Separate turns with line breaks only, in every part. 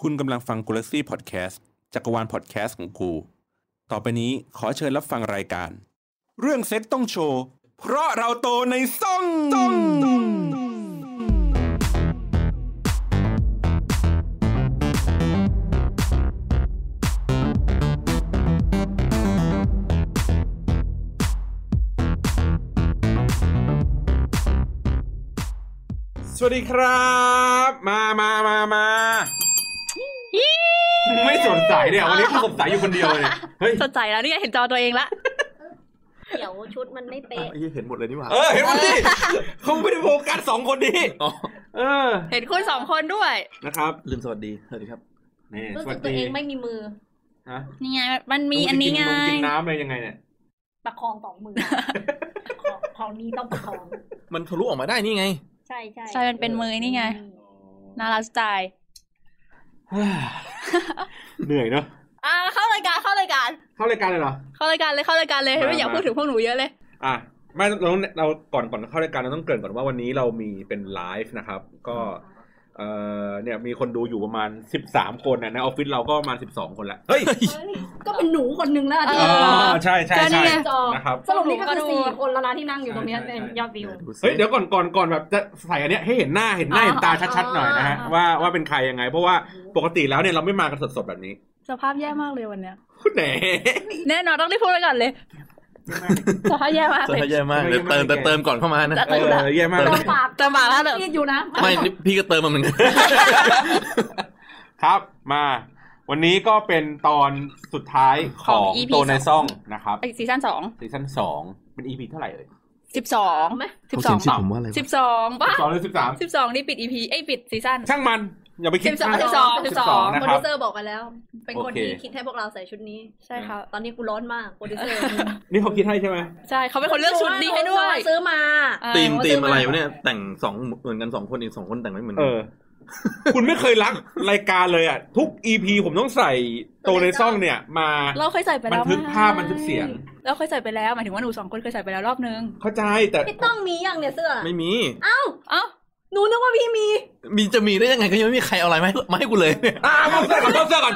คุณกำลังฟังกูลซี่พอดแคสต์จักรวาลพอดแคสต์ของกู ต่อไปนี้ขอเชิญรับฟังรายการ เรื่องเซ็กต้องโชว์ เพราะเราโตในซ่องต้อง
สวัสดีครับ มามามามา ไม่สนใจเนี่ยวันนี้กูสนใจอยู่คนเดียวเลย เฮ้ย
สนใจแล้วเนี่ยเห็นจอตัวเองละ
เดี๋ยวชุดมันไม่เป๊ะ
เห็นหมดเลยนี่หว่า
เออ เห็นวันนี้เขาไม่ได้โฟกัสสองคนนี้เออ
เห็นคุณสองคนด้วย
นะครับ
ลืมสวัสดี สวัสดีครับ
นี่
รู้
สวั
สึ
ส
กตัว
ดี
เองไม่มีมือ
ฮะ
นี่ไงมันมีอันนี้ไง
มึจะกินมกินน้ำอะไรยังไงเนี่ย
ประคองสอง มือ ของของนี้ต้องประคอง
มันทะลุออกมาได้นี่ไง
ใช่ใช่
ใช่มันเป็นมือนี่ไงน่ารักสไตล์
เหนื่อยเนาะ
อ่ะเข้ารายการเข้ารายการ
เข้ารายการเลยเหรอ
เข้ารายการเลยเข้ารายการเลย
มา
ไม่อยาก
มา
พูดถึงพวกหนูเยอะเลย
อ่ะไม่เราเราก่อนก่อนเข้ารายการเราต้องเกริ่นก่อนว่าวันนี้เรามีเป็นไลฟ์นะครับ ก็เออเนี่ยมีคนดูอยู่ประมาณสิบสามคนนะในออฟฟิศเราก็ประมาณสิบสองคนละเฮ้ย
เฮ้ยก็เป็นหนูคนหนึงแล้วอ่ะ
อ๋อใช่ใช่
ก็นี่
ใช่
ไง
นะครับ
สรุปนี่ก็คือสี่
ก็ดู
คนแล้วนะที่นั่งอยู่ตรงเนี้ย
ใช่
เป็
ใช่
นยอดวิว
เฮ้ยเดี๋ยวก่อนก่อนก่อนแบบจะใส่อันเนี้ยให้เห็นหน้าเห็นหน้า
อ๋อ
เห็นตา
อ๋อ
ชัดๆหน่อยนะฮะ
อ๋อ
ว่าว่าเป็นใครยังไง เพราะว่าปกติแล้วเนี่ยเราไม่มากันสดๆแบบนี้
สภาพแย่มากเลยวันเนี้ย
คุณแหน
แน่นอนต้องได้พูดไว้ก่ อนเลยสภาพแย่มาก
ส
เลย
วัสดีเยอะมากเดี๋ยวเติมเติมเติมก่อนเข้ามานะ
จัด
เออแย่มาก
เออ
ปาก
จะมาแล้วเหรอ
ซีดอยู่นะ
ไม่นี่พี่ก็เติมมาเหมือนกัน
ครับมา วันนี้ก็เป็นตอนสุดท้ายของ
ของ EP
โตในซ่องนะครับ
ไปซีซั่นสอง
ซีซั่นสองเป็น EP เท่าไหร่เอ่ย
สิบสอง
ไหม
สิบสอง
เขาเขียนชื่อผมว่าอะไรวะ
สิบสองป่ะ
สองหรือสิบสาม
สิบสองนี่ปิดอีพีเอ้ยปิดซีซั่น
ช่างมันอย่าไปคิด
12
มาก
สิบสองสิบสอง
นะ
โปร
ครับ
ดิวเซอร์บอกไปแล้ว เป็นคนที่
โอเค
คิดให้พวกเราใส่ชุดนี้
ใช่ครับ
ตอนนี้กูร้อนมากโปรดิวเซอร์
นี่เขาคิดให้ใช่ไหม
ใช่ เขาเป็นคนเลือกชุดนี้ให้ด้วย
ซื้อมา
อ่า
ตีม
เขา
ตี
ซื้
มอะไรวะเนี่ย แต่งสองเหมือนกันสองคนอีกสองคนแต่งไม่เหมือน
เอ
กัน
อ คุณไม่เคยรักรายการเลยอ่ะทุก EP ผมต้องใส่โตในซ่องเนี่ยมา
เราเคยใส่ไป
บั
แล้
น
ว
ทึก
ไง
ภาพบันทึกเสียง
เราเคยใส่ไปแล้วหมายถึงว่าหนูสองคนเคยใส่ไปแล้วรอบนึง
เข้าใจแต่
พี่ต้องมียังเนี่ยเสื้อ
ไม่มี
เอ้า
หนูนึกว่าพี่มี
มีจะมีได้ยังไงก็ยังไม่มีใครเอาอะไรมาให้มาให้กูเลย
อ่ะมาเสื้อก่อน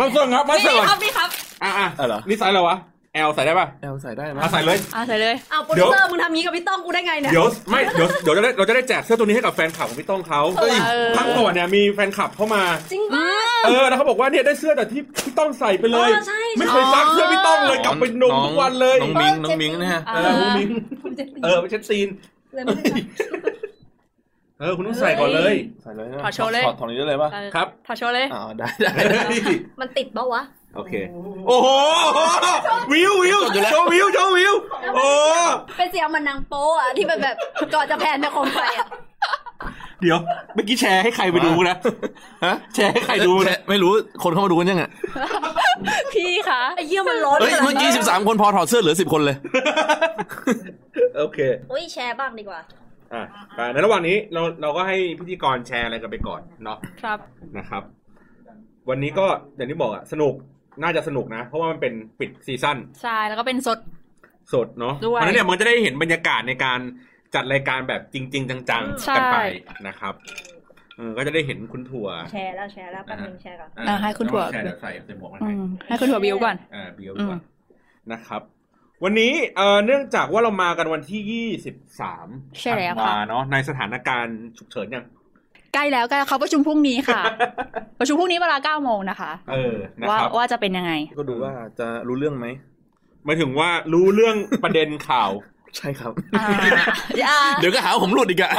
มาเสื้อก่อนมาเสื้อก่อนครับมาเสื้อก่อน
นี่ครับนี่ครับ
อ่ะอ่ะ
เอาเหรอ
นี่ใส่อะไรวะแอลใส่ได้ป่ะ
เอาใส่ได้ไหม
อ่ะใส่เลย
อ่าใส่เลย
อ้าวโปรดิวเซอร์มึงทำงี้กับพี่ต้องกูได้ไงเนี่ย
เดี๋ยวไม่เดี๋ยวเดี๋ยวจะได้เราจะได้แจกเสื้อตัวนี้ให้กับแฟนคลับของพี่ต้องเขา
เฮ้ย
เออ
ทั้งหมดเนี่ยมีแฟนคลับเข้ามา
จริงป่ะ
เออแล้วเขาบอกว่าเนี่ยได้เสื้อแต่ที่พี่ต้องใส่ไปเลย
เออใช่ใช่
ไม่เคยซักเสื้อพี่ต้องเลยกลับไปนมทุกวันเลย
น้องมิงน้องมิงนะฮะ
เออคุณมิงเออไม่ใช่ซีน
เลยไม่ได้
เออคุณต้องใส่ก่อนเลย
ใส่เลยนะ
ถอดโชว์เลย
ถอดถอดนี้ได้เลยป่ะ
เออ
ครับ
ถอดโชว์เลย
อ๋อได้ได้
เฮ้ย
มันติดปะวะ
โอเคโอ้โหวิววิวโชว์วิวโชว์วิวโอ้
เป็นเสียงมันนางโป๊อะที่มันแบบก่อนจะแพนจะคมไฟอะ
เดี๋ยวเมื่อกี้แชร์ให้ใครไปดูนะ
ฮะ
แชร์ให้ใครดูนะ
แชไม่รู้คนเข้ามาดูกันยังอ่ะ
พี่คะ
ไอ้เยี่ยมันร้อน
เฮ้ย
ขนาด
เมื่อกี้
นั้น
สิบสามคนพอถอดเสื้อเหลือสิบคนเลย
โอเค
โอ้ยแชร์บ้างดีกว่า
อ่ะอ่ะในระหว่างนี้เราเราก็ให้พิธีกรแชร์อะไรกันไปก่อนเนาะ
ครับ
นะครับ วันนี้ก็อย่างที่บอกอะสนุกน่าจะสนุกนะ เพราะว่ามันเป็นปิดซีซั่น
ใช่แล้วก็เป็นสด
สดเนาะ
ด้วย
เพราะฉะนั้นเนี่ยมันจะได้เห็นบรรยากาศในการจัดรายการแบบจริง ๆ จัง
ใช่
ๆกันไปนะครับเออก็จะได้เห็นคุณถั่ว
แชร์แล้วแชร์แล้วแป๊บนึงแชร์ก่อน
อ่ะ
อ่ะให้คุณถั่ว
แชร์เดี๋ยวใส่ใส่หมวกมา
อื
ให้
มให้คุณถั่วบิวก่อน
อ่าเบียว
อืม
ก่อนนะครับ วันนี้เอ่อเนื่องจากว่าเรามากันวันที่ยี่สิบสาม
ใช่แล้วค่ะ
เนาะในสถานการณ์ฉุกเฉินยัง
ใกล้แล้วใกล้แล้วเขาประชุมพรุ่งนี้ค่ะ ประชุมพรุ่งนี้เวลาเก้าโมงนะคะ
เออนะ
ว่า
ครับ
ว่าจะเป็นยังไง
ก็ดูว่าจะรู้เรื่องไหม
หมายถึงว่ารู้เรื่อง ประเด็นข่าว
ใช่ครับ
อ่าอย่า
เดี๋ยวก็หาว่าผมหลุดอีกอะ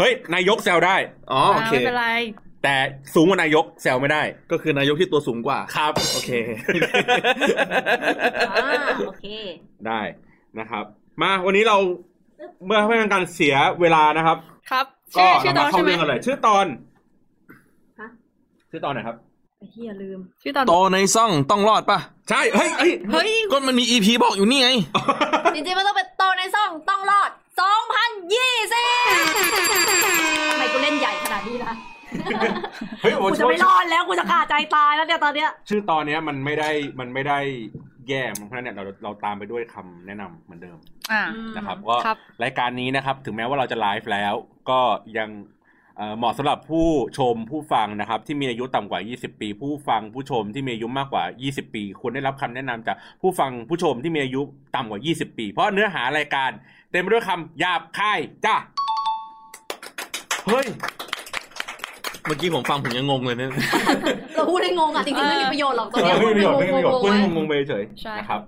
เฮ้ย นายกแซวได้
อ๋อโอเค
ไม่เป็นไร
แต่สูงกว่านายกแซวไม่ได้
ก็คือนายกที่ตัวสูงกว่า
ครับ
โอเค
อ่าโอเค
ได้นะครับ มาวันนี้เราเมื่อไม่เป็นการเสียเวลานะครับ
ครับ
ก็
ชื่อชื่
เรา
อตอ
มาน เข้าเรื่อ
ใช่ไหม
งกันเลยชื่อตอน
ฮะ
ชื่อตอนไหนครับ
ไอ้เฮียลืม
ชื่อตอน
โตในซ่องต้องรอดป่ะ
ใช่เฮ้ยเฮ้ย
เฮ้ย
ก็มันมีอีพีบอกอยู่นี่ไง
จริงๆมันต้องเป็นโตในซ่องต้องรอด 2020ทำไมกูเล่นใหญ่ขนาดนี้ล่ะ
เฮ้ยโอ้
กู
ย
จะ
ชื่อ
ไม่รอดแล้วกูจะขาดใจตายแล้วเนี่ยตอนเนี้ย
ชื่อตอนเนี้ยมันไม่ได้มันไม่ได้แย่เพราะฉะนั้นเนี่ยเราเราตามไปด้วยคำแนะนำเหมือนเดิม
อ่า
นะครับ ก็
ครับ
รายการนี้นะครับ ถึงแม้ว่าเราจะไลฟ์แล้ว ก็ยัง
เอ่อเหมาะสำหรับผู้ชมผู้ฟังนะครับ ที่มีอายุต่ำกว่า 20 ปี ผู้ฟังผู้ชมที่มีอายุมากกว่า 20 ปีควรได้รับคำแนะนำจากผู้ฟังผู้ชมที่มีอายุต่ำกว่า 20 ปี เพราะเนื้อหารายการ เต็มไปด้วยคำหยาบคายจ้าเฮ้ย
เมื่อกี้ผมฟังผมยังงงเลยเนี่ย
เราพูดได้งงอ่ะ จริงๆไม่มีประโยชน์หรอกตรง
เอ
เนี้
อย ไม่มีประโยชน์ไม่มีประโยชน์
ง
พูด
งๆไว้
ให้งงๆไปเฉย
ใช่
นะครับ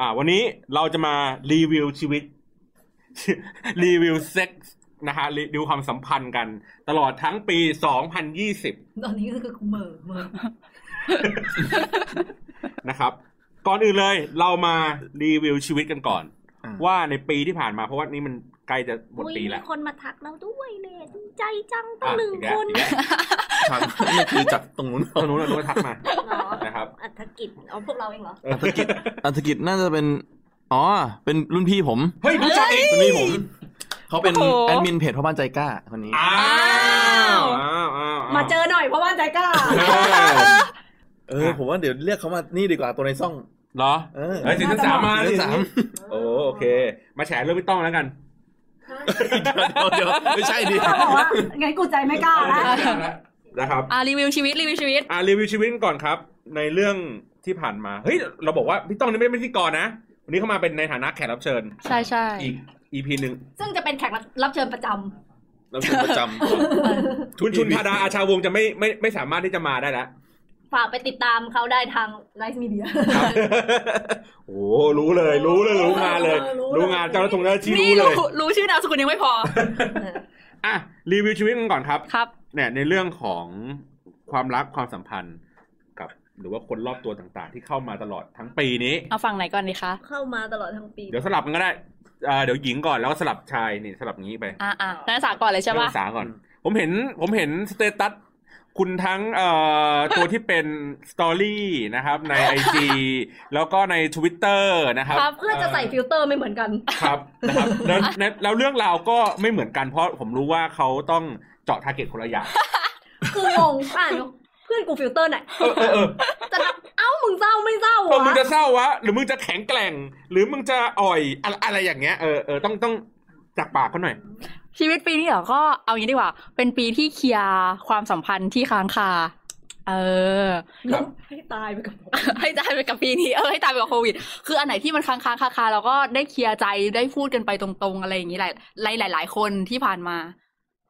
อ่า วันนี้เราจะมารีวิวชีวิต รีวิวเซ็กส์นะฮะรีวิวความสัมพันธ์กัน ตลอดทั้งปี 2020
ตอนนี้ก็คือกูเหม่อเหม่อ
นะครับ ก่อนอื่นเลยเรามารีวิวชีวิตกันก่อน
อ่า
ว่าในปีที่ผ่านมาเพราะว่านี่มันใกล้จะหมด
อุ๊ย
ปี
มี
แล้ว
คนมาทักเราด้วยเลยดีใจจังตั้ง
อ่ะ
หนึ่ง
อีกแล้
ค
ว
น
อีก แล้ว
ทางนี่คือจากตรงนู้น
ตอนนู้นเราโดนทักมา
เหรอ
นะครับ
อัฐกิจเอาพวกเราเองเหรอ
อัธกิจอัธกิจน่าจะเป็น อ๋อ เป็นรุ่นพี่ผม
เฮ้ยรู้จักอีก
รุ่นพี่ผม เขาเป็น
โอ้โห
แอดมินเพจพ่อบ้านใจกล้าคนนี้
อ้าวอ้าวอ้าว
มาเจอหน่อยเพราะว่าใจกล้า
อ้าว
เออ ผมว่าเดี๋ยวเรียกเขามานี่ดีกว่าตัวในซ่อง
เหรอ
เออ
เฮ้ยซีซั่นสามมา
ซีซั่นสาม
โอ้โอเค มาแฉเรื่องพี่ต้องแล้วกัน
เดี๋ยวๆไม่ใช่ดิ
ก็บอกว่างั้นกูใจไม่กล้าแล้ว
นะครับ
อ่ะรีวิวชีวิตรีวิวชีวิต
อ่ารีวิวชีวิตกันก่อนครับ ในเรื่องที่ผ่านมาเฮ้ยเราบอกว่าพี่ต้องนี่ไม่ได้เป็นพิธีกรนะวันนี้เข้ามาเป็นในฐานะแขกรับเชิญ
ใช่ใช่
อีก EP หนึ่ง
ซึ่งจะเป็นแขกรับเชิญประจำ
เราเป็นประจำ
ชุนชุนธาดาอาชาวงศ์จะไม่ไม่ไม่สามารถที่จะมาได้แล้ว
ฝากไปติดตามเขาได้ทางไลฟ์มีเดีย
ครับโอ้โหรู้เลย รู้เลยรู้งานเลย
รู้เลย
รู้งานเจ้าหน้าที่ที่
นี่
รู้เลย
รู้รู้ชื่อนามสกุลยังไม่พอ
อ่ะรีวิวชีวิตกันก่อนครับ
ครับ
เนี่ยในเรื่องของความรักความสัมพันธ์กับ หรือว่าคนรอบตัวต่างๆ ที่เข้ามาตลอดทั้งปีนี้
เอาฝั่งไหนก่อนดีคะ
เข้ามาตลอดทั้งปี
เดี๋ยวสลับกันก็ได้เอ่อเดี๋ยวหญิงก่อนแล้วก็สลับชายนี่สลับงี้ไป
อ่ะอ่ะนักศึกษาก่อนเลยใช่
เรื่
ปะ
องภาษาก่อน ผมเห็นผมเห็นสเตตัสคุณทั้งเอ่อ ตัวที่เป็นสตอรี่นะครับในไอจีแล้วก็ใน Twitter นะครับ
ครับเพื่อจะใส่ฟิลเตอร์ไม่เหมือนกัน
ครับนะครับแล้วแล้วแล้วเรื่องราวก็ไม่เหมือนกันเพราะผมรู้ว่าเขาต้องเจาะทาร์เก็ตคนละอย่าง
คืองงอ่านเพื่อนกูฟิลเตอร์ไหน
เออเออเออ
จะทักเอ้ามึงเศร้าไม่เศร้า
เออมึง
วะ
จะเศร้าวะ หรือมึงจะแข็งแกร่ง หรือมึงจะอ่อยอะไรอะไรอย่างเงี้ย เออเออต้องต้องจากปากเขาหน่อย
ชีวิตปีนี้เหรอ ก็เอาอย่างนี้ดีกว่า เป็นปีที่เคลียร์ความสัมพันธ์ที่ค้างคา เออ
ครับ
ให้ตายไปกับผม
ให้ตายไปกับปีนี้เออให้ตายไปกับโควิด คืออันไหนที่มันค้างค้างคาคาเราก็ได้เคลียร์ใจได้พูดกันไปตรงๆ อะไรอย่างนี้หลายหลายหลายหลายคนที่ผ่านมา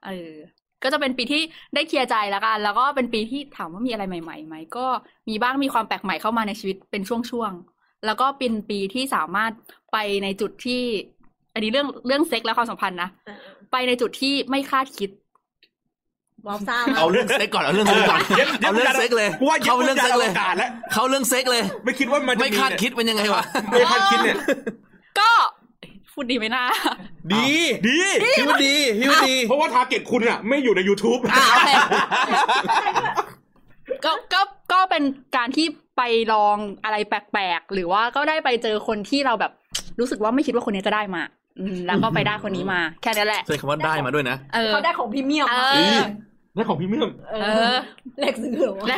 เออก็จะเป็นปีที่ได้เคลียร์ใจแล้วกัน แล้วก็เป็นปีที่ถามว่ามีอะไรใหม่ๆไหมก็มีบ้างมีความแปลกใหม่เข้ามาในชีวิตเป็นช่วงๆแล้วก็เป็นปีที่สามารถไปในจุดที่ อันนี้เรื่องเรื่องเซ็กและความสัมพันธ์นะไปในจุดที่ไม่คาดคิด
บอกเศร้า
เอาเรื่องเซ็กก่อนเอาเรื่องเซ็กก่อน
เย็บเย็บ
เอาเรื่องเซ็กเลย
กูว่าเย็บ
เขาเรื่องเซ็กเลย
ยาแล้ว
เขาเรื่องเซ็กเลย
ไม่คิดว่ามันจะ
ไม่คาดคิดเป็นยังไงวะ
เนี่ยไม่คาดคิดเนี่ย
ก็พูดดีไหมนะ
ดี
ดี
พี่ว่าดีพี่ว่าดี
เพราะว่าทาร์เก็ตคุณอะไม่อยู่ใน YouTube
อ่าโอเค ก็ก็ก็เป็นการที่ไปลองอะไรแปลกๆ หรือว่าก็ได้ไปเจอคนที่เราแบบ รู้สึกว่าไม่คิดว่าคนนี้จะได้มา อืมแล้วก็ไปได้คนนี้มา แค่นั้นแหละ
ใช้คำว่าได้มาด้วยนะ
เออ
เขาได้ของพรีเมียม
เอ
มา
อ
นั่นของพรี่เมียม
เอ
เอ
อ
อ
เลขซื้อเหรอวะ
และ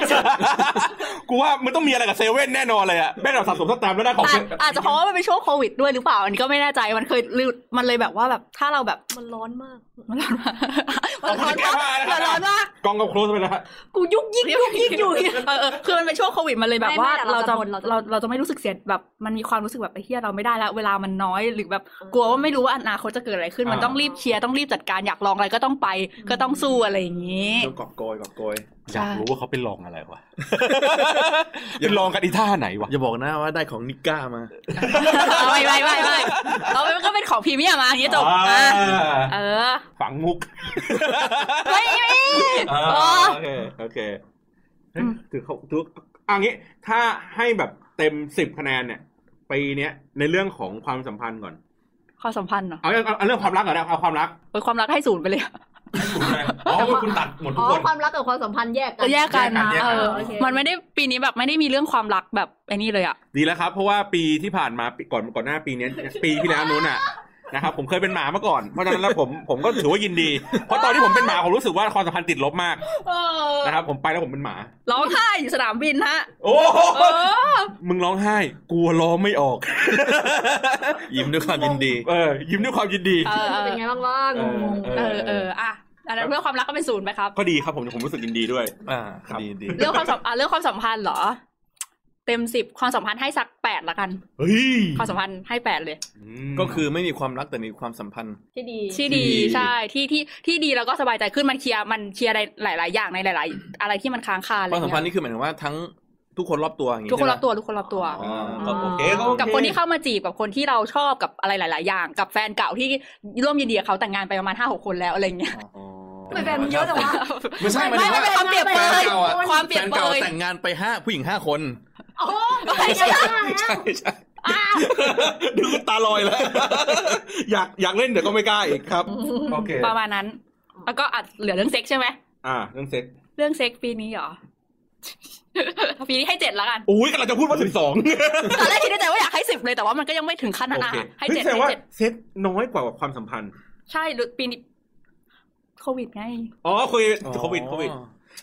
กูว่ามันต้องมีอะไรกับเซเว่นแน่นอนเลยอะแม่เราสะสมสแตมป์แล้วได้ของ
อาจ อาจจะเพราะว่ามันเป็นช่วงโควิดด้วยหรือเปล่า อันนี้ก็ไม่แน่ใจมันเคยลืมมันเลยแบบว่าแบบถ้าเราแบบ
มันร้อนมาก
มันร้อนมากมันร้อนมากมันร้อนมาก
กองกับโคลสไปแล้วฮะ
กูยุกยิกยุกยิกอยู่เนี่ย
เออเออคือมันเป็นช่วงโควิดมันเลยแบบ
ไม่
ว่า
ไม่แต่
เรา
เรา
จะ
จะทนเราจะ
เราเราจะไม่รู้สึกเสียแบบ มันมีความรู้สึกแบบไอ้เฮียเราไม่ได้แล้ว เวลามันน้อยหรือแบบกลัวว่าไม่รู้ว่าอนาคตจะเกิดอะไรขึ้นมันต้องรีบเคลียร์ต้องรีบจัดการอยากลองอะไรก็ต้องไปก็ต้องสู้อะไรอย่างนี้
ต้องกอบโกยกอบโกย
อยากรู้ว่าเขาไปลองอะไร วะ ไปลองกันอีท่าไหนวะ
อย่าบอกนะว่าได้ของนิก้ามา
ไม่ไม่ไม่ไม่เอาไปมันก็เป็นของพรีเมียมมาอย่างนี้จบอ่ะเออ
ฝังมุก
ไม่ไม่
อ่า
อ๋อ
โอเค โอเค
อืม
ถือเขาถืออันนี้ ถ้าให้แบบเต็มสิบคะแนนเนี่ยปีเนี้ยในเรื่องของความสัมพันธ์ก่อน
ความสัมพันธ์เหรอ
เอาเอาเอาเรื่องความรักก่อนนะเอาความรัก
โอ้ยความรักให้ศูนย์ไปเลย
อ๋อคุณตัดหมดทุ
อ๋
ก
อ
คน
ความรักกับความสัมพันธ์แยกกั
ก็
น
แยกกันนะ
แยก
เอ
กัน
อ
โอเค
มันไม่ได้ปีนี้แบบไม่ได้มีเรื่องความรักแบบไอ้นี่เลยอ่ะ
ดีแล้วครับ เพราะว่าปีที่ผ่านมาปีก่อนก่อนหน้าปีเนี้ยปีที่แล้วนู้นอ่ะนะครับ ผมเคยเป็นหมามาก่อน เพราะฉะนั้นแล้วผมผมก็ถือว่ายินดี เพราะตอนที่ผมเป็นหมาผมรู้สึกว่าความสัมพันธ์ติดลบมากนะครับ ผมไปแล้วผมเป็นหมา
ร้องไห้อยู่สนามบินฮะ
โอ้
เออ
มึงร้องไห้ กลัวร้องไม่ออก
ยิ้มด้วยความยินดี
เออยิ้มด้วยความยินดี
เออ
เป็นไงบ้างวะงงๆ
เออเอออ่ะ อันนั้นเรื่องความรักก็เป็นศูนย์ไปครับ
ก็ดีครับผมผมรู้สึกยินดีด้วย
อ่า
ครับ
ดีดี
เรื่องความสัมอ่ะเรื่องความสัมพันธ์เหรอ เต็มสิบความสัมพันธ์ให้สักแปดละกัน
เฮ้ย
ความสัมพันธ์ให้แปดเลย
ก็คือไม่มีความรักแต่มีความสัมพันธ์
ที่ดี
ที่ดี
ดี
ใช่ที่ที่ที่ดีแล้วก็สบายใจขึ้นมันเคลียร์มันเคลียร์หลายหลาย ๆ อย่างในหลาย ๆ อะไรที่มันค้างคาอะไร
ความสัมพันธ์
เงี้ย
นี่คือหมายถึงว่าทั้งทุกคนรอบตัวอย่างนี้
ทุกคน
ใช่ไหม
รับตัวทุกคนรับตัว
อ๋อ
ก็โอเคก็โอเค
กับคนที่เข้ามาจีบกับคนที่เราชอบกับอะไรหลาย ๆ อย่าง กับแฟนเก่าที่ร่วมยินดีกับเขาแต่งงานไปประมาณห้าหกคนแล้วอะไรเงี้ย
อ๋อ
ไม่เป็นเยอะแต่ว่า
ไม่ใช่
ไม่
หายถึง
ไม่ไม่ความเปรียบ
แฟนก่า
เปรย
อะ
ความเปรียบ
แฟน
เปร
เก่าย แต่งงานไปห้าผู้หญิงห้าคน
โอ้ไม่ใช่
ใช่ใช่
อ้าว
ดูตาลอยแล้ว อยากอยากเล่นเดี๋ยวก็ไม่กล้าอีกครับ โอเค
ประมาณนั้น แล้วก็อัดเหลือเรื่องเซ็กใช่ไหม
อ่าเรื่องเซ็ก
เรื่องเซ็กปีนี้เหรอ ปีนี้ให้เจ็ดละกัน
อุ้ยกำลังจะพูดว่าสิบสอง
ตอนแรกคิดในใจว่าอยากให้สิบเลยแต่ว่ามันก็ยังไม่ถึงขั้นนั้น
โอ
อ่ะ
เค
ให้
เฮ้ย
เจ็ด
แสดง
ให้
ว่า
เจ็ด
เซ็กน้อยกว่าความสัมพันธ์
ใช่หรือปีนี้โควิดไง
อ๋อโควิดโควิดโควิด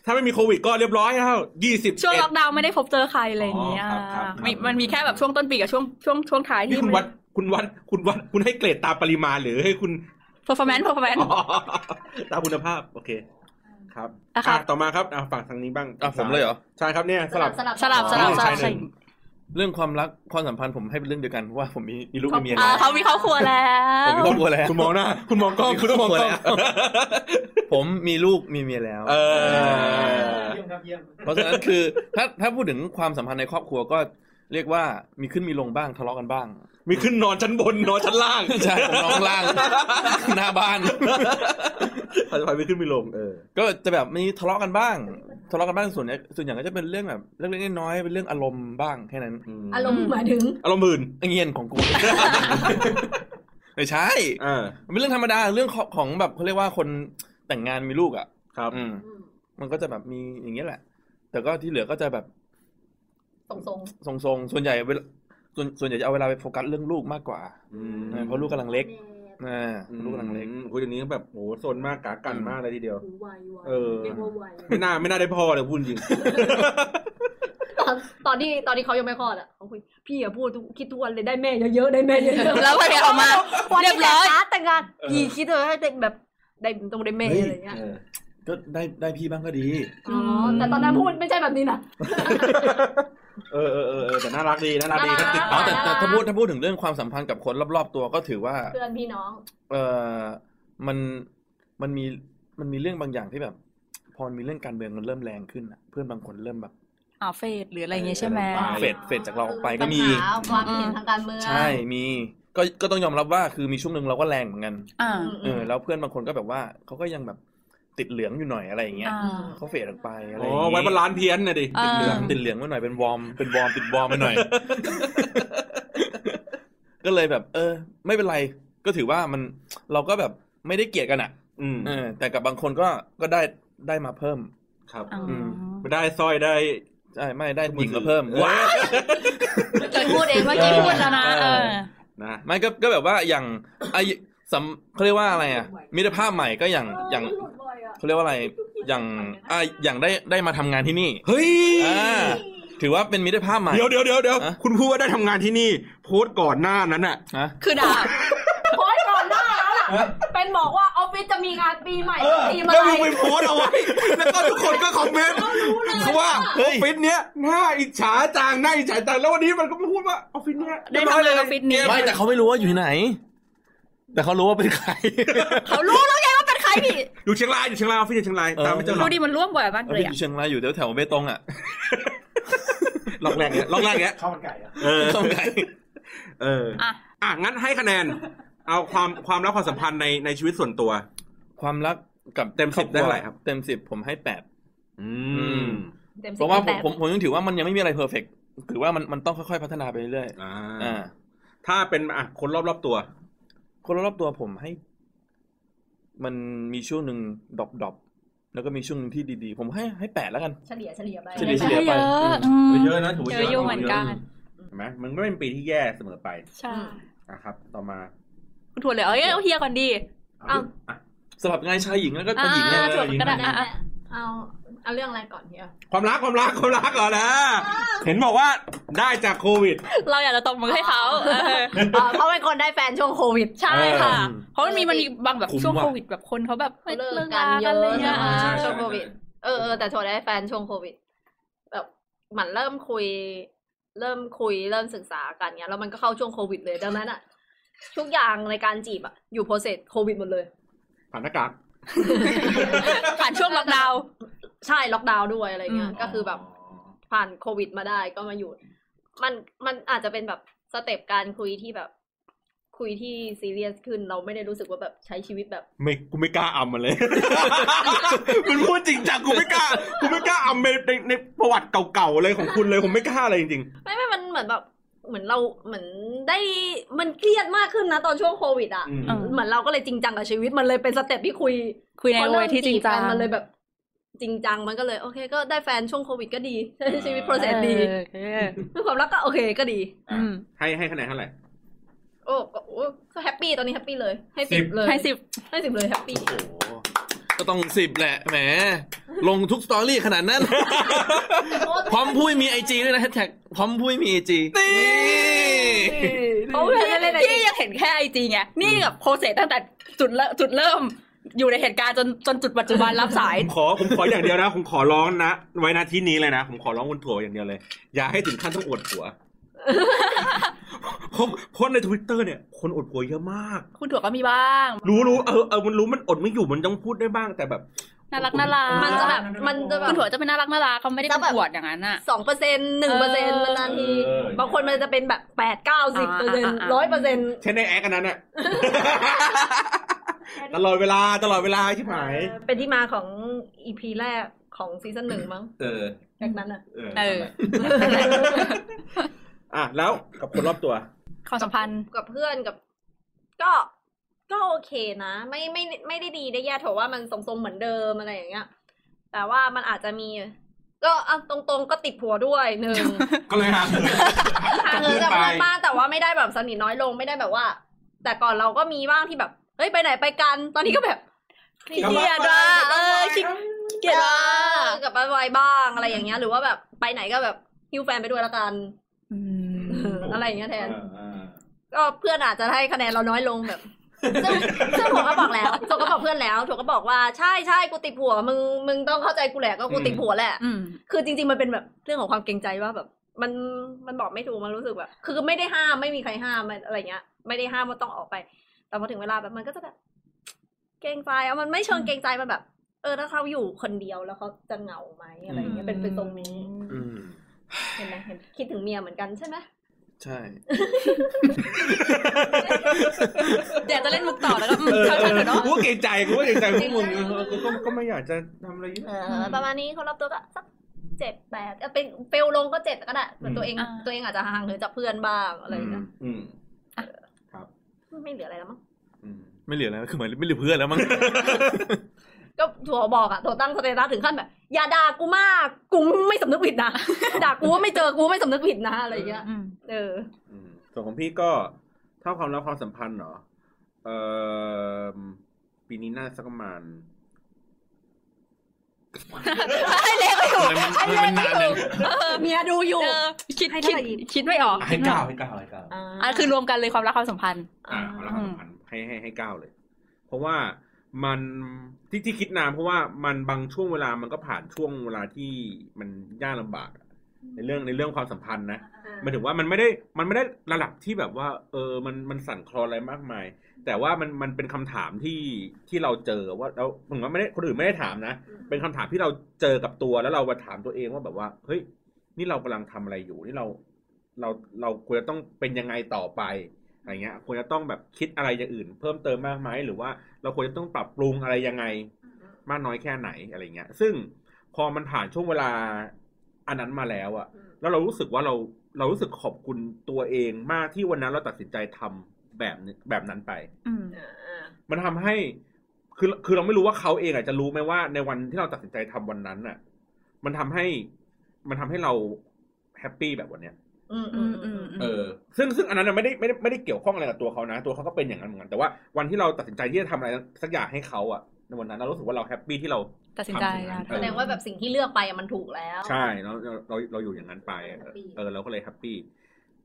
ถ้าไม่มีโควิดก็เรียบร้อยแล้วยี่สิบ
ช่วงล็อกดาวน์ไม่ได้พบเจอใครอะไรอย่างเงี้ย
อ๋อครับครับ
มีมันมีแค่แบบช่วงต้นปีกับช่วงช่วงช่วงท้าย
นี่
ที่
คุณวัดคุณวัดคุณวัดคุณให้เกรดตามปริมาณหรือให้คุณ
เพอร์ฟอร์แมนซ์เพอร์ฟอร์แมนซ์
อ๋อตามคุณภาพ โอเค ครับ
อ่ะครับ
อ่ะต่อมาครับอ่ะฝั่งทางนี้บ้าง
อ่ะผมเลยเหรอ
ใช่ครับเนี่ยสลับ
สลับสลับสลับ
ใช่หนึ่ง
เรื่องความรักความสัมพันธ์ผมให้เป็นเรื่องเดียวกันเพราะว่าผมมีมีลูกมีเมีย
อ่า
แล้ว
เขามีครอบครัวแล้
ผ
ว
มมีครอบครัวแล้ว
คุณมองหน้าคุณมองกล้องคุณต้องมองกล้อง
ผมมีลูกมีเมียแล้ว
เออ
เพราะฉะนั้นคือ ถ้าถ้าพูดถึงความสัมพันธ์ในครอบครัวก็เรียกว่ามีขึ้นมีลงบ้างทะเลาะกันบ้าง
มีขึ้นนอนชั้นบนนอนชั้นล่าง
ใช่ผมนอนข้างล่ าง หน้าบ้าน
พายไปขึ้นไปลงเออ
ก็จะแบบมีทะเลาะกันบ้าง ทะเลาะกันบ้างส่วนใหญ่ส่วนใหญ่ก็จะเป็นเรื่องแบบเรื่องเล็กๆน้อยๆเป็นเรื่องอารมณ์บ้างแค่นั้น
อารมณ์หมายถึง
อารมณ์มื่น
เงียนของกู ไม่ใช่
อ่า
มันเป็นเรื่องธรรมดาเรื่องของของแบบเขาเรียกว่าคนแต่งงานมีลูกอ่ะ
ครับ
อืม มันก็จะแบบมีอย่างเงี้ยแหละ แต่ก็ที่เหลือก็จะแบบ
ส่งทรง
ทรงๆส่วนใหญ่เวลาส่วนส่วนใหญ่จะเอาเวลาไปโฟกัสเรื่องลูกมากกว่าเออเพราะลูกกำลังเล็กอ่าลูกกำลังเล็ก
คุยเดี๋ยวนี้แบบโหโซนมากกากันมากเลยทีเดียว
ไวไว
เออ
เรียกว่าไว
ไม่น่าไม่น่าได้พ่อเลยพูดจริง
ตอนตอนที่ตอนที่เขายังไม่คลอดอ่ะเขาคุยพี่อะพูดทุกคิดทุกวันเลยได้แม่เยอะๆได้แม่เยอะๆ
แล้วพอเดี๋ยวออกมา
วัน
เรีย
ที่
บร้อย
แต่งงานแต่งงาน
เออ
พี่คิดเลยให้เด็กแบบได้ต้องได้แม่
เฮ้ย
อะไรเงี้ย
เออ
ก็ได้ได้พี่บ้างก็ดี
อ๋อแต่ตอนนั้นพูดไม่ใช่แบบนี้นะ
เออเออเออเออแต่น่ารักดีน่ารักดี
น่ารัก
ติด
อ๋
ต่
อ
อ
แต่แต่
น่ารัก
ถ้าพูดถ้าพูดถึงเรื่องความสัมพันธ์กับคนรอบๆตัวก็ถือว่า
เพื่อนพี่น้อง
เออมันมันมีมันมีเรื่องบางอย่างที่แบบ พอมันมีเรื่องการเมืองมันเริ่มแรงขึ้นอะเพื่อนบางคนเริ่มแบบ
อ่าเฟดหรืออะไรอย่างเงี้ยใช่ไหม
เฟดเฟดจากเราออกไปก็มี
ปัญหาความเห็นทางการเมือง
ใช่มีก็ก็ต้องยอมรับว่าคือมีช่วงหนึ่งเราก็แรงเหมือนกัน
อ่า
ม
เออแล้วเพื่อนบางคนก็แบบว่าเขาก็ยังแบบติดเหลืองอยู่หน่อยอะไรอย่างเงี้ย
อ่า
เขาเฟดออกไปอะไร
อ๋
อย่า
อง
งี้
ไว้บนร้านเพี้ยนน่ะดิ
อ่า
เหลืองติดเหลืองมาหน่อยเป็นวอร์มเป็นวอร์มติดวอร์มมาห น่อย ก็เลยแบบ เออ ไม่เป็นไร ก็ถือว่ามันเราก็แบบไม่ได้เกลียดกันอะ
อืม
เออแต่กับบางคนก็ก็ได้ได้มาเพิ่ม
ครับ
อ๋ออ
ไม่ได้สร้อยได้
ใช่ไม่ได้หญิงก็เพิ่ม
ว้า
เมื่อกี้พูดเอง
เมื่
เมื่
อ
อ
กี้
กี้
พู
พู
ด
ด
แล้วนะเออ
นะ
ไม่ก็ก็แบบว่าอย่างไอสำเขาเรียกว่าอะไรอ่ะมิตรภาพใหม่ก็อย่างอย่างเขาเรียกว่าอะไรอย่างอ่ะอย่างได้ได้มาทำงานที่นี่
เฮ้ย
อ่าถือว่าเป็นมิตรภาพใหม่
เดี๋ยวเดี๋ยวเดี๋ยวเดี๋ยว
ฮะ
คุณพูดว่าได้ทำงานที่นี่ โพสต์ก่อนหน้านั้นน่ะ
ฮะ
คือด่า
โพสต์ก่อนหน้าแล้วล่ะ เป็นบอกว่าออฟฟิศจะมีงานปีใหม่
เออ
ทีมอะ
แล้ว
ไร
มึงไปโพสต์เอาไว้ แล้วก็ทุกคนก็คอมเมนต์เขาว่าออฟฟิศเนี้ยน่าอิจฉาจังน่าอิจฉาจังแล้ววันนี้มันก็พูดว่าออฟฟิศเนี้ย
ได้ทำงานออฟฟิศนี้
ไม่แต่เขาไม่รู้ว่าอยู่ที่ไหน แต่เขารู้ว่าเป็นใคร
เขารู้แล้วไงว่าเป็นใครพี่
อยู่เชียงรายอยู่เชียงรายออฟฟิศอยู่เชียงราย
เออ
ตามไม่เจอหรอ
รู้
ก
ดิมันร่วมบ่อยบ้าน
เออ
เลย
พี่อ
อ่ะ
ยู่เชียงรายอยู่แถวแถวๆเบตงอ่ะ
ลอกแรกเนี้ยลอกแรกเนี้ย
ข้าวมันไก่อะ
เออ
เข้าไกล
เออ
อ่ะ
อ่ะงั้นให้คะ แนน เอาความความรักความสัมพันธ์ในในชีวิตส่วนตัว
ความรักกับ
เต็มสิบได้เท่าไหร่ครับ
เต็มสิบผมให้แปด
อืม
เพราะว่าผมผมผมยังถือว่ามันยังไม่มีอะไรเพอร์เฟกต์ถือว่ามันมันต้องค่อยๆพัฒนาไปเรื่อยๆ
อ่า
อ่า
ถ้าเป็นอ่ะคนรอบรอบๆตัว
คนรอบๆตัวผมให้ มันมีช่วงหนึ่งดรอปดอปๆแล้วก็มีช่วงหนึ่งที่ดีๆ ผมให้ให้แปดแล้วกัน
เฉลี่ยเฉลี่ยไป
เฉลี่ยเฉลี่
ให้เยอะอืม
เยอะนะถือว่า
เยอะอยู่เหมือนกัน
เห็นไหมมันไม่เป็นปีที่แย่เสมอไป
ใช่
นะครับ ต่อมา
คุณถั่วเหลยเอ้ยเอาเฮียก่อนดี
เอาอ่ะ
สลับง่ายชายหญิงแล้วก็เป็นหญิง
อ่า
เลย
ถูก
หญิง
ก็ได้
หญิง
อ่ะ
เอา เอาเรื่องอะไรก่อนเนี่ย
ความรักความรักความรัก ก่อนนะ เห็นบอกว่าได้จากโควิด
เราอยากจะตบมือให้เขาเออ
อ่าเพราะเป็นคนได้แฟนช่วงโควิด
ใช่ค่ะ
เออ
เพราะมันมีมันมีบางแบบ
คุ้ม
ช่วง
ว่ะ
โควิดแบบคนเขาแบบเฮ้ย
เลิก
เลิกกั
กั
นน
เย
กัน
อะ
อะไรเงี้ย
ใช่ใช่
เอ
ใช่ว
อง
โควิด เออเออแต่โชว์ได้แฟนช่วงโควิด แบบเหมันเริ่มคุย เริ่มคุยเริ่มศึกษากันเนี้ยแล้วมันก็เข้าช่วงโควิดเลยดังนั้นอะทุกอย่างในการจีบอะอยู่โปรเซสโควิดหมดเลย
ผ่านหน้ากาก
ผ่านช่วงล็อกดาวน์
ใช่ล็อกดาวน์ด้วยอะไรเงี้ย
อืม
ก็คือแบบผ่านโควิดมาได้ก็มาอยู่ มันมันอาจจะเป็นแบบสเต็ปการคุยที่แบบ คุยที่ซีเรียสขึ้นเราไม่ได้รู้สึกว่าแบบใช้ชีวิตแบบ
ไม่กูไม่กล้าอำมันเลย มันพูดจริงจังกูไม่กล้ากูไม่กล้าอำในในในประวัติเก่าๆเลยของคุณเลยผมไม่กล้าเลยจริง
ไม่ไม่มันเหมือนแบบเหมือนเราเหมือนได้มันเครียดมากขึ้นนะตอนช่วงโควิดอ่ะ
ๆอืม
เออ
เหมือนเราก็เลยจริงจังกับชีวิตมันเลยเป็นสเต็ปที่คุย
คุยใน
พอ
เว
เริ่ม
ที่จริงจัง
บกันมันเลยแบบ จริงจังมันก็เลยโอเค ก็ได้แฟนช่วงโควิดก็ดี ใช้ชีวิตโปรเซสดี
เออเออ
ความรักก็โอเคก็ดี
อ่ะ
อืม
ให้ให้คะแนนเท่าไหร่
โอ้ก็โอ้ก็แฮปปี้ตอนนี้แฮปปี้เลย ให้
สิ
สิบบ เลย
ให้สิบ
ให้สิบเลยแฮปปี้
โอ้โห
ก็ต้องสิบแหละแหม ลงทุกสตอรี่ขนาดนั้น พร้อมพุ้ยมีไอจีด้วยนะแฮชแท็กพร้อมพุ้ยมีไอจีนี่
เขาเล่นเล่น
พี่ยังเห็นแค่ไอจีไง นี่กับโปรเซสตั้งแต่จุดเริ่มจุดเริ่ม อยู่ในเหตุการณ์จนจนจุดปัจจุบันรับสาย
ผมขอผมขออย่างเดียวนะผมขอร้องนะ ไว้นาที่นี้เลยนะ ผมขอร้องคุณถั่วอย่างเดียวเลย อย่าให้ถึงขั้นต้องอวดผัวเพราะเพราะในทวิตเตอร์เนี่ย คนอวดผัวเยอะมาก
คุณถั่วก็มีบ้าง
รู้รู้เออเออมันรู้มันอดไม่อยู่มันต้องพูดได้บ้างแต่แบบ
น่ารักน่ารัก
มันจะแบบมันจะแบบ
คุณถั่วจะเป็นน่ารักน่ารักเขาไม่ได้เป็น
จะแบบ
ขวดอย่างนั้นอ่ะ
สองเปอร์เซ็นต์หนึ่งเปอร์เซ็นต์นานๆที
เออ
บางคนมันจะเป็นแบบแปดเก้าสิบเปอร์เซ็นต์
อ่า
ร้อยเปอร์เซ็นต์
เช่นในแอคอัน นั้นอะ ตลอดเวลาตลอดเวลาใช่ไหม
เป็นที่มาของอีพีแรกของซีซั่นหนึ่งมั้ง
เออ
จากนั้นอ่ะ
เออ
เออ
อ่ะแล้วกับคนรอบตัว
ความสัมพันธ์
กับเพื่อนกับ ก็ก็โอเคนะไม่ไม่ไม่ได้ดีได้แย่ถว่ามันทรงๆเหมือนเดิมอะไรอย่างเงี้ย แต่ว่ามันอาจจะมี ก็เอาตรงๆก็ติดผัวด้วยหนึ่ง
ก็เลยหาเงิน
หาเงินจากเพื่อนบ้างแต่ว่าไม่ได้แบบสนิทน้อยลงไม่ได้แบบว่า แต่ก่อนเราก็มีบ้างที่แบบเฮ้ยไปไหนไปกัน ตอนนี้ก็แบบ
ขี้เกียจว่ะเออขี้เกียจว่ะ
เออกลับไปไวบ้างอะไรอย่างเงี้ย หรือว่าแบบไปไหนก็แบบฮิ้วแฟนไปด้วยละกัน
อืม
อะไรอย่างเงี้ยแทน
ออเออ
ก็เพื่อนอาจจะให้คะแนนเราน้อยลงแบบ ซึ่งซึ่งผมก็บอกแล้วผมก็บอกเพื่อนแล้วผมก็บอกว่าใช่ใช่กูติดผัวมึงมึงต้องเข้าใจกูแหละก็กูติดผัวแหละ
อืม
คือจริง ๆ มันเป็นแบบเรื่องของความเกรงใจว่าแบบ มันมันบอกไม่ถูกมันรู้สึกแบบ คือไม่ได้ห้ามไม่มีใครห้ามมันอะไรเงี้ย ไม่ได้ห้ามว่าต้องออกไป แต่พอถึงเวลาแบบมันก็จะแบบ เกรงใจเอามันไม่เชิงเกรงใจมันแบบ เออถ้าเขาอยู่คนเดียวแล้วเขาจะเหงาไหมอะไรเงี้ยเป็นเป็นตรงนี้
อืม
เห็นไหมเห็นคิดถึงเมียเหมือนกันใช่ไหม
ใช่
อยากจะเล่นมุกต่อ แล้วก็อืม
เออ
ช่าง
เอ
มันเถอะ
อ
เนาะ
กูก็เกรงใจกูก็เกรงใจพวกมึงเออกูก็ก็ไม่อยากจะทำอะไรเยอะ
เออประมาณนี้เขารับตัวก็สักเจ็ดแปดเออเป็นเฟลลงก็เจ็ดก็ได้เหมือนตัวเอง
อ่า
ตัวเองอาจจะห่างเหินจากเพื่อนบ้างอะไรเงี้ย
อืม
ไม่เหลืออะไรแล้วมั้ง
อืม
ไม่เหลือแล้วคือเหมือนไม่เหลือเพื่อนแล้วมั้ง
ก็ถั่วบอกอะถั่วตั้งสเตตัสถึงขั้นแบบ อย่าด่ากูมากกูไม่สำนึกผิด นะ ด่ากูว่าไม่เจอกูไม่สำนึกผิดนะอะไรเงี้ย
อืม
เออ
อืมส่วนของพี่ก็เท่าความรักความสัมพันธ์เหรอเออปีนี้น่าสักประมาณ
ให้เล็กไปถูก
มันมันมันนานหนึ่ง
เมียดูอยู่
เออคิด
ให้
คิด
เท่าไหร่อีก
คิดไม่ออก
ให้เก้าให้เก้าให้เก้า
อ่ะคือรวมกันเลยความรักความสัมพันธ์
อ่าความรักความสัมพันธ์ให้ให้ให้เก้าเลย เพราะว่ามันที่ที่คิดนานเพราะว่ามันบางช่วงเวลามันก็ผ่านช่วงเวลาที่มันยากลำบากอะในเรื่องในเรื่องความสัมพันธ์นะหมายถึงว่ามันไม่ได้มันไม่ได้ระดับที่แบบว่า เออมันมันสั่นคลอนอะไรมากมาย แต่ว่ามันมันเป็นคำถามที่ที่เราเจอว่าแล้วผมว่าไม่ได้คนอื่นไม่ได้ถามนะ เป็นคำถามที่เราเจอกับตัวแล้วเรามาถามตัวเองว่าแบบว่า เฮ้ย นี่เรากำลังทำอะไรอยู่ นี่เราเราเราควรจะต้องเป็นยังไงต่อไป อะไรเงี้ยควรจะต้องแบบคิดอะไรอย่างอื่น เพิ่มเติมมากไหมหรือว่าเราควรจะต้องปรับปรุงอะไรยังไง มากน้อยแค่ไหนอะไรเงี้ย ซึ่งพอมันผ่านช่วงเวลาอันนั้นมาแล้วอะแล้วเรารู้สึกว่าเราเรารู้สึกขอบคุณตัวเองมากที่วันนั้นเราตัดสินใจทำแบบนี้แบบนั้นไป
อืม
มันทำให้คือคือเราไม่รู้ว่าเขาเองอาจจะรู้ไหมว่าในวันที่เราตัดสินใจทำวันนั้นน่ะ มันทำให้มันทำให้เราแฮปปี้แบบวันเนี้ย
อืม
อื
อื
มอืม
มอืม
อืม
เออซึ่งซึ่งอันนั้นนะไม่ได้ไม่ได้ไม่ได้เกี่ยวข้องอะไรกับตัวเขานะ ตัวเขาก็เป็นอย่างนั้นเหมือนกันแต่ว่าวันที่เราตัดสินใจที่จะทำอะไรสักอย่างให้เขาอ่ะ ในวันนั้นเรารู้สึกว่าเราแฮปปี้ที่เรา
ตัดสินใจ
ทำสิ่งนั้น
นะ
เออ
แสดงว่าแบบสิ่งที่เลือกไปอะมันถูกแล้ว
ใช่เราเราเราเราอยู่อย่างนั้นไป เออ
Happy
เออเราก็เลยแฮปปี้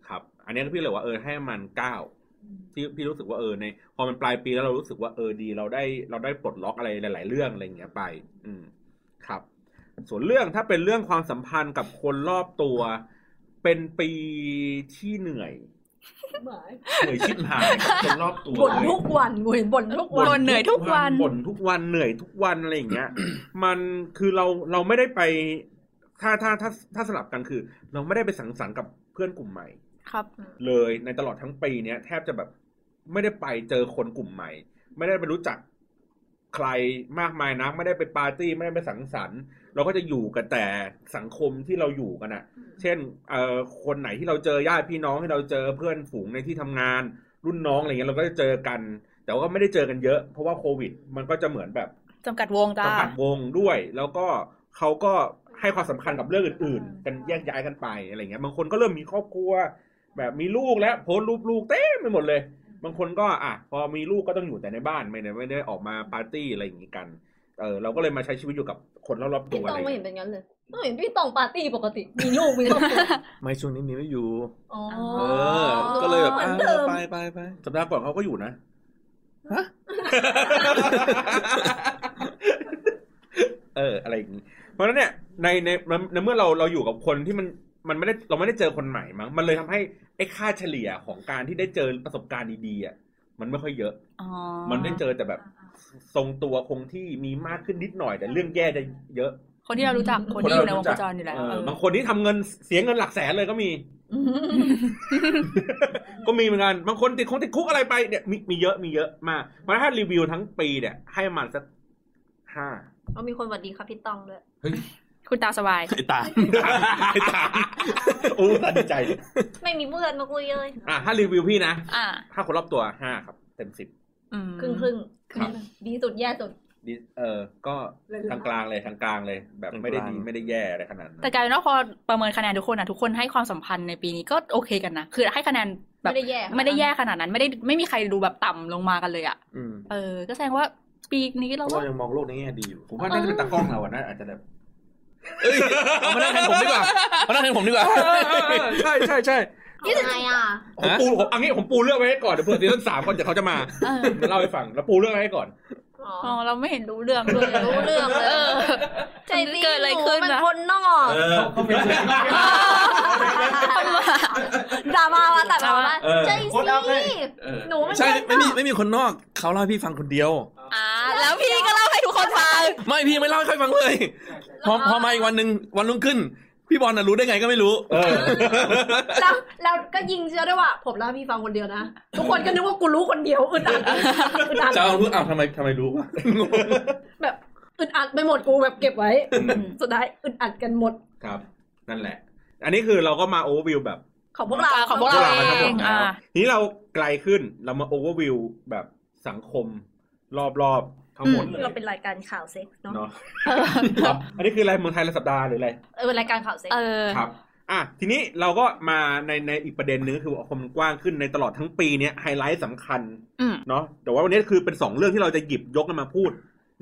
ครับ อันนี้พี่เลยว่าเออให้มันเก้าที่พี่รู้สึกว่าเออในพอมันปลายปีแล้วเรารู้สึกว่าเออดี เราได้เราได้ปลดล็อกอะไรหลาย ๆ เรื่องอะไรอย่างเงี้ยไป อืมครับ ส่วนเรื่องถ้าเป็นเรื่องความสัมพันธ์กับคนรอบตัว เป็นปีที่เหนื่อยเหนื่อยชิบหายกับคนรอบตัว
บ่น
เลย
ทุกวันกูเห็นบ่นทุกวัน
บ่นเหนื่อยทุกวัน
บ่นทุกวันเหนื่อยทุกวันอะไรอย่างเงี้ย มันคือเราเราไม่ได้ไป ถ้าถ้าถ้าถ้าสลับกันคือ เราไม่ได้ไปสังสรรค์กับเพื่อนกลุ่มใหม่
ครับ
เลยในตลอดทั้งปีเนี้ยแทบจะแบบไม่ได้ไปเจอคนกลุ่มใหม่ ไม่ได้ไปรู้จักใครมากมายนะไม่ได้ไปปาร์ตี้ไม่ได้ไปสังสรรค์ เราก็จะอยู่กันแต่สังคมที่เราอยู่กันอะเช่นเอ่อคนไหนที่เราเจอญาติพี่น้องที่เราเจอเพื่อนฝูงในที่ทำงาน รุ่นน้องอะไรเงี้ยเราก็จะเจอกัน แต่ว่าไม่ได้เจอกันเยอะ เพราะว่าโควิด มันก็จะเหมือนแบบ
จำกัดวงจ้า
จำกัดวงด้วย แล้วก็เขาก็ให้ความสำคัญกับเรื่องอื่น ๆ กันแยกย้ายกันไปอะไรเงี้ยบางคนก็เริ่มมีครอบครัว แบบมีลูกแล้วโพสต์รูปลูกเต็มไปหมดเลย บางคนก็อ่ะพอมีลูกก็ต้องอยู่แต่ในบ้านไม่ได้ไม่ได้ออกมาปาร์ตี้อะไรอย่างงี้กันเออเราก็เลยมาใช้ชีวิตอยู่กับคนรอบๆตั
พี่
ว
ต
อะ
อง
ไร
ไม่
เงี้
เห็น
ย
เป็นงั้นเลยไม่เห็นพี่ตองปาร์ตี้ปกติ มีลูกมีครอบครัว
ไม่ช่วงนี้มีไม่อยู่
อ๋อ
เออ ก็เลยแบบ
หมือ
อ่ะ
นเดิม
ไปไปไป
สัปดาห์ก่อนเขาก็อยู่นะ เอออะไรอย่างนี้ เพราะฉะนั้นเนี่ยในในในในเมื่อเราเราอยู่กับคนที่มันมันไม่ได้เราไม่ได้เจอคนใหม่มั้งมันเลยทำให้ไอ้ค่าเฉลี่ยของการที่ได้เจอประสบการณ์ดีๆอ่ะมันไม่ค่อยเยอะ
อ๋อ
มันได้เจอแต่แบบทรงตัวคงที่มีมากขึ้นนิดหน่อย แต่เรื่องแย่จะเยอะ
คนที่เรารู้จัก คนที่อยู่ในวงโคจรอยู่แล้ว
เออ
เออบ
างคนที่ทำเงินเสียเงินหลักแสนเลยก็มี ก็มีเหมือนกันบางคนติดคงติดคุกอะไรไปเนี่ยมีมีเยอะมีเยอะมากเพราะฉะนั้นถ้ารีวิวทั้งปีเนี่ยให้มันสักห้า
เอามีคนสวัสดีครับพี่ตองด้วย
คุณตาสบาย
ไอ้ตา
ไอ้ตาโอ้ตาดีใจเลย
ไม่มีเพื่อนมาคุยเลย
อ่ะถ้ารีวิวพี่นะ
อ่า
ถ้าคนรอบตัวห้าครับ เต็มสิบ
อืม
ครึ่งครึ่งๆ
ครับ
ดีสุดแย่สุด
ดิเออ ก็ทางกลางเลยทางกลางเลย แบบไม่ได้ดีไม่ได้แย่อะไรขนาดนั้น
แต่กลายเป็นว่าพอประเมินคะแนนทุกคนอะทุกคนให้ความสัมพันธ์ในปีนี้ก็โอเคกันนะ คือให้คะแนนแบบ
ไม่ได้แย่
ไม่ได้แย่ขนาดนั้น ไม่ได้ไม่มีใครดูแบบต่ำลงมากันเลยอะ
อืม
เออ ก็แสดงว่าปีนี้เราก็
เรายังมองโลกในแง่ดีอยู่
ผมว่าน่าจะเป็นตากล้องเราอะนะอาจจะแบบ
เอ้ยเอามานั่งแทนผมดีกว่ามานั่งแทนผมดีกว่า
ใช่ใช่ใช่
ยี่สิบไงอ่ะ
ผมปูผมอันนี้ผมปูเรื่องไว้ให้ก่อนเดี๋ยวเผื่อซีซั่นสามก่อนเดี๋ยวเขาจะ มา
เออ
มาเล่าให้ฟังแล้วปูเรื่องไว้ให้ก่อน
อ๋อ
อ๋อเราไม่เห็นรู้เรื่องเลย
รู้เรื่องเลย
เออ
ใจดี
เกิดอะไรขึ้น
ห
นะ
มันคนนอก
เออ
ด่ามาว่ะแต่แบบว่า
เออ
ใจดีหนูมัน
ใช่
คนนอก
ไม่มีไม่มีคนนอกเขาเล่าให้พี่ฟังคนเดียว
อ่าแล้วพี่ก็เล่าให้ทุกคนฟัง
ไม่พี่ไม่เล่าให้ใครฟังเลย พอพอมาอีกวันหนึ่งวันรุ่งขึ้น พี่บอลน่ะรู้ได้ไงก็ไม่รู้
เอ อ
แล้วแล้วก็ยิงเชื่อด้วยว่า ผมเล่าให้พี่ฟังคนเดียวนะ ทุกคนก็นึกว่ากูรู้คนเดียวอึดอัดอึดอัด
จะเอารู้อ้าวทำไมทำไมรู้วะงง
แบบอึดอัดไปหมดกูแบบเก็บไว้ สุดท้ายอึดอัดกันหมด
ครับ นั่นแหละ อันนี้คือเราก็มาโอเวอร์วิวแบบ
ของพวกเรา
อ่าของพวก
พวกเรามาทั้งหม
เอ
ด
ง
แล้ว
อ่า
ทีนี้เราไกลขึ้นเรามาโอเวอร์วิวแบบสังคมรอบๆทั้งหมดเลย
เราเป็นรายการข่าวเซ็กเนาะ
เนาะเหร ออันนี้คืออะไรเมืองไทยละสัปดาห์หรืออะไร
เออเป็นรายการข่าวเซ็ก
เออ
ครับ อ่ะทีนี้เราก็มาในในอีกประเด็นนึงก็คือว่าความกว้างขึ้นในตลอดทั้งปีเนี้ยไฮไลท์สำคัญ
อืม
เนาะแต่ว่าวันนี้คือเป็นสองเรื่องที่เราจะหยิบยกกันมาพูด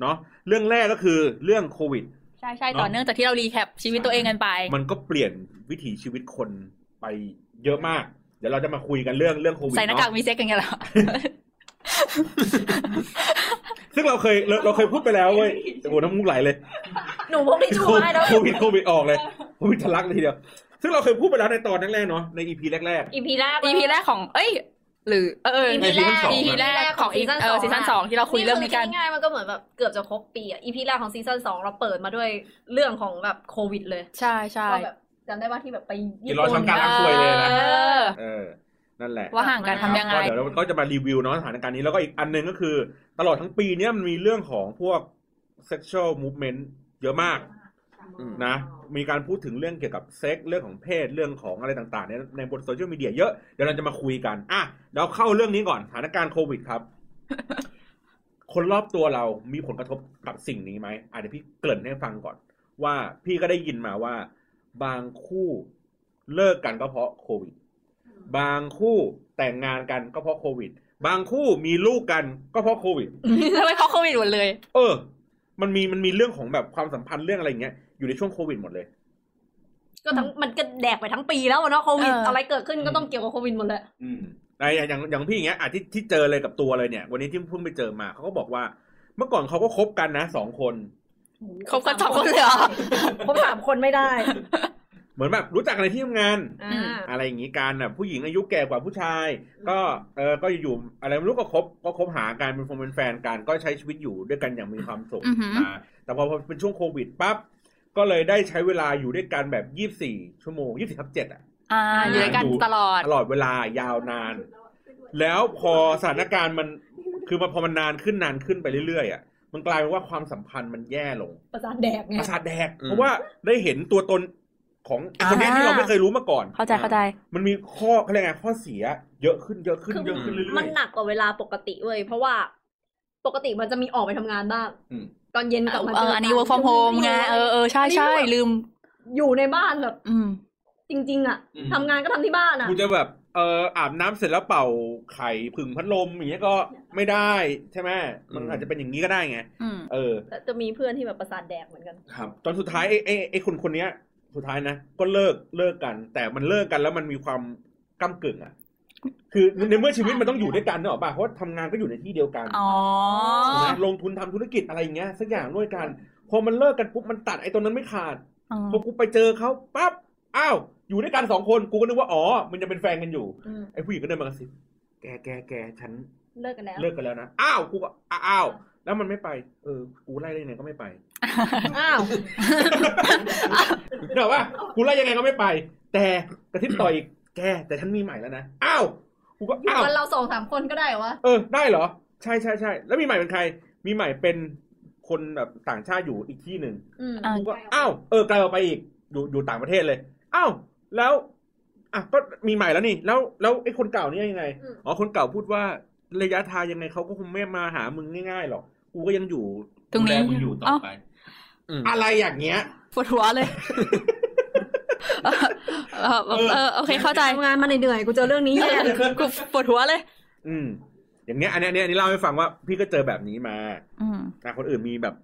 เนาะเรื่องแรกก็คือเรื่องโควิด
ใช่ใช่ต่อเนื่องจากที่เรารีแคปชีวิตตัวเองกันไป
มันก็เปลี่ยนวิถีชีวิตคนไปเยอะมาก เดี๋ยวเราจะมาคุยกันเรื่องเรื่องโควิด
ใส่หน้ากาก
เอะ
มีเซ็กกันไงเหรอ
ซึ่งเราเคยเราเราเคยพูดไปแล้วเว้ยโอ้โหน้ำมูกไหลเลย
หนูพกที่ชูมาให้แล้ว
โควิดโควิดออกเลยโควิดทะลักเลยทีเดียว ซึ่งเราเคยพูดไปแล้วในตอนแรกๆเนาะในอีพีแรก
อีพีแรก
EP แรกของ เอ้ย หรือ เออ
EP
ในซีซั่นสอง
EP แรกของอีเออซีซั่นสองที่เราคุยเรื่องนี้กัน
ง่ายๆมันก็เหมือนแบบเกือบจะครบปีอ่ะอีพีแรกของซีซั่นสองเราเปิดมาด้วยเรื่องของแบบโควิดเลย
ใช่ใช่
ก็แบบจำได้ว่าที่แบบไป
ๆ
ญี่
กินร้อย
ปุ่
ช้อน
น
กลางควยเลยนะ
เออ
เออ นั่นแหละ
ว่าห่างกันทำยังไง
ก็เดี๋ยวเราก็จะมารีวิวเนาะสถานการณ์นี้แล้วก็อีกอันหนึงก็คือ ตลอดทั้งปีเนี้ยมันมีเรื่องของพวก sexual movement เยอะมากนะ มีการพูดถึงเรื่องเกี่ยวกับเซ็กเรื่องของเพศเรื่องของอะไรต่างๆในในบนโซเชียลมีเดียเยอะ เดี๋ยวเราจะมาคุยกัน อ่ะเราเข้าเรื่องนี้ก่อนสถานการณ์โควิด ครับ คนรอบตัวเรามีผลกระทบกับสิ่งนี้ไหมอ่ะเดี๋ยวพี่เกริ่นให้ฟังก่อน ว่าพี่ก็ได้ยินมาว่า บางคู่เลิกกันก็เพราะโควิด บางคู่แต่งงานกันก็เพราะโควิด บางคู่มีลูกกันก็เพราะโควิด
ทำไมเขาโควิดหมดเลย
เออ มันมีมันมีเรื่องของแบบความสัมพันธ์เรื่องอะไรอย่างเงี้ยอยู่ในช่วงโควิดหมดเลย
ก็ทั้งมันก็แดกไปทั้งปีแล้วอะเนาะโควิด
เอออ
อะไรเกิดขึ้นก็ต้องเกี่ยวกับโควิดหมดเลย
อืมแต่อย่างอย่างอย่างพี่อย่างเงี้ยอ่ะที่ที่เจอเลยกับตัวเลยเนี่ย วันนี้ที่เพิ่งไปเจอมาเขาก็บอกว่า เมื่อก่อนเขาก็คบกันนะสองคน
คบกันสองคนเลยเหรอ
คบสามคนไม่ได้
เหมือนแบบรู้จักกันในที่ทำงาน
อ่า
อะไรอย่างงี้กันแบบผู้หญิงอายุแก่กว่าผู้ชาย ก็เออก็อยู่ๆอะไรไม่รู้ก็คบก็คบหากันเป็นฟงเป็นแฟนกันก็ใช้ชีวิตอยู่ด้วยกันอย่างมีความสุข
อือหือ
นะแต่พอเป็นช่วงโควิดปั๊บก็เลยได้ใช้เวลาอยู่ด้วยกันแบบยี่สี่ชั่วโมงยี่สิบทับเจ็ดอะ
อ่า อยู่ด้วยกันตลอด
ตลอดเวลายาวนาน แล้วพอสถานการณ์มันคือมันพอมันนานขึ้นนานขึ้นไปเรื่อยๆอ่ะมันกลายเป็นว่าความสัมพันธ์มันแย่ลง
ประสาทแดกไง
ประสาทแดก
อืม
เพราะว่าได้เห็นตัวตนของไอ้คนเนี้ย
อ่า
ที่เราไม่เคยรู้มาก่อน
เข้าใจเข้าใจ
มันมีข้อเขาเรียกไงข้อเสีย เยอะขึ้นเยอะขึ้นเยอะขึ้นเรื่
มั
อน ย
หนักกว่าเวลาปกติเว้ยเพราะว่าปกติมันจะมีออกไปทำงานบ้าง
อืม
ตอนเย็นกลับมา
เออ
กั
อันนี้ work from home ไง เออเออใช่ใช่ลืม
อยู่ในบ้านแบบ
อืม
จริง ๆ อ่ะ
อืม
ทำงานก็ทำที่บ้าน
ๆ
อ่ะ
กูจะแบบเอออาบน้ำเสร็จแล้วเป่าไข่ผึ่งพัดลมอย่างเงี้ยก็ไม่ได้ใช่ไหมมัน
อืม
อาจจะเป็นอย่างนี้ก็ได้ไง
อืม
เออ
แต่จะมีเพื่อนที่แบบประสาทแดกเหมือนกัน
ครับ
ตอนสุดท้ายไอ้ไอ้ไอ้คนคนเนี้ย สุดท้ายนะก็เลิกเลิกกัน แต่มันเลิกกันแล้วมันมีความก้ากึ่งอ่ะ คือในเมื่อชีวิตมันต้องอยู่ด้วยกันเนอะป่ะเพราะทำงานก็อยู่ในที่เดียวกัน
อ๋อ
ถูกไหมลงทุนทำธุรกิจอะไรอย่างเงี้ยสักอย่างด้วยกัน พอมันเลิกกันปุ๊บมันตัดไอ้ตรงนั้นไม่ขาดพอกูไปเจอเขาปั๊บอ้าวอยู่ด้วยกันสองคนกูก็นึกว่าอ๋อมันจะเป็นแฟนกันอยู่
อืม
ไอ้ผู้หญิงก็เดินมากระซิบแกแกแกฉัน
เลิกกันแล้ว
เลิกกันแล้วนะอ้าวกูก็อ้าวแล้วมันไม่ไป เออกูไล่ได้ยังไงก็ไม่ไป
อ้าว
เดี๋ยวว่ากูไล่ยังไงก็ไม่ไป แต่กระทิบต่ออีก แกแต่ฉันมีใหม่แล้วนะอ้าวกูก็
อยู่
อ้าว
กันเราสองสามคนก็ได้เหรอวะ
เออได้เหรอ ใช่ใช่ใช่แล้วมีใหม่เป็นใคร มีใหม่เป็นคนแบบต่างชาติอยู่อีกที่หนึ่ง
อืม
อ่ะ
กูก็อ้าวเออไกลออกไปอีกอยู่อยู่ต่างประเทศเลยอ้าวแล้วอ่ะก็มีใหม่แล้วนี่ แล้วแล้วไอ้คนเก่าเนี่ยยังไง
อืม
อ๋อคนเก่าพูดว่าระยะทางยังไงเขาก็คงไม่มาหามึงง่ายๆหรอกกูก็ยังอยู่
ตรงนี้
ดูแลมึงอยู่ต่อไป
อืม
อะไรอย่างเงี้ย
ปวดหัวเลย เออเออเออ โอเค เข้าใจ
ทำงานมาเหนื่อยๆกูเจอเรื่องนี้เนี่ย
กูปวดหัวเลย
อืม อย่างเงี้ยอันเนี้ยอันเนี้ยอันนี้เล่าให้ฟังว่าพี่ก็เจอแบบนี้มา
อืม
แต่คนอื่นมีแบบ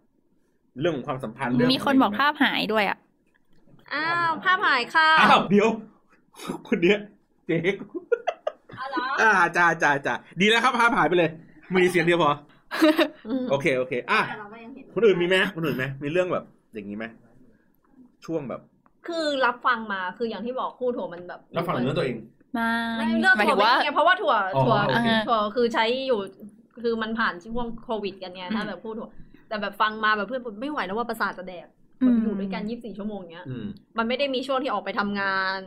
เรื่องของความสัมพันธ์เรื่อง
มีคนบอกภาพหายด้วยอ่ะ
อ้าวภาพหายค่ะ
อ้าวเดี๋ยว คนเนี้ยเจ๊ก
อ้าวเหรอ
อ่าจ้าจ้าจ้าดีแล้วครับภาพหายไปเลยมีเสียงเดียวพอ
อืม
โอเคโอเค อ่ะ
แต่เราก็ยังเห็น
คนอื่นมีไหมคนอื่นไหมมีเรื่องแบบ อย่างนี้ไหมช่วงแบบ
คือรับฟังมาคืออย่างที่บอกคู่ถั่วมันแบบ
มา
ไม่เลือก
หมาย
ถั่
ถึ
ว
งว่า
ไม่ได้ไงเพราะว่าถั่ว
อ๋อ
ถั่ว
โอเค
ถั่วคือใช้อยู่คือมันผ่านช่วงโควิดกันไงถ้าแบบคู่ถั่วแต่แบบฟังมาแบบเพื่อนผมไม่ไหวแล้วว่าประสาทจะแดก
อืม
อยู่ด้วยกันยี่สิบสี่ชั่วโมงเนี้ย
อืม
มันไม่ได้มีช่วงที่ออกไปทำงาน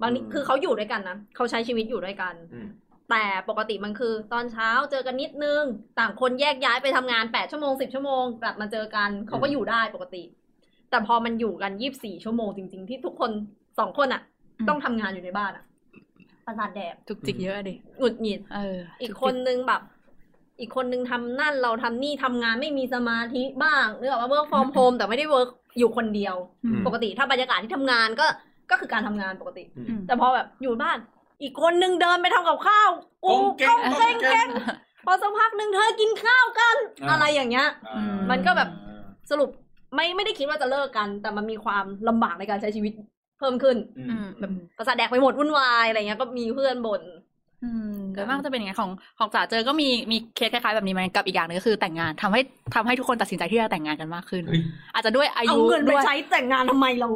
บางที
อืม
คือเขาอยู่ด้วยกันนะเขาใช้ชีวิตอยู่ด้วยกัน
อืม
แต่ปกติมันคือตอนเช้าเจอกันนิดนึง ต่างคนแยกย้ายไปทำงานแปดชั่วโมงสิบชั่วโมงกลับมาเจอกันเขาก็อยู่ได้ปกติ แต่พอมันอยู่กันยี่บสี่ชั่วโมงจริง ๆ ที่ทุกคนสองคนอะ
อืม
ต้องทำงานอยู่ในบ้านอะประสาทแดด
จุกจิกเยอะดิ
หงุดหงิด
เออ
อี
อี
กคนนึงแบบ อีกคนนึงทำนั่นเราทำนี่ทำงานไม่มีสมาธิบ้างนึกออกว่าเวิร์กฟอร์มโฮมแต่ไม่ได้เวิร์กอยู่คนเดียว ปกติถ้าบรรยากาศที่ทำงานก็ก็คือการทำงานปกติ
อืม
แต่พอแบบอยู่บ้าน อีกคนนึงเดินไปทำกับข้าวกู
กงเก้
ก้อง งเก้ง
กงเก้ง
เก้งพอสักพักหนึ่งเธอกินข้าวกัน อะไรอย่างเงี้ย
อ่า
มันก็แบบ สรุปไม่ไม่ได้คิดว่าจะเลิกกัน แต่มันมีความลำบากในการใช้ชีวิตเพิ่มขึ้น
อื
อื
ม
มแบบ
ประสาทแดกไปหมดวุ่นวายอะไรเงี้ยก็มีเพื่อนบ่น
อืมโดยมากจะเป็นอย่างนั้นของของจ๋าเจอก็มีมีเคสคล้ายๆแบบนี้ไหมกับอีกอย่างหนึงก็คือแต่งงานทำให้ทำให้ทุกคนตัดสินใจที่จะแต่งงานกันมากขึ้น
เฮ้ย
อาจจะด้วยอา
เอา
ยุ
เงินไป
ด้วย
ใช้แต่งงานทำไมเรา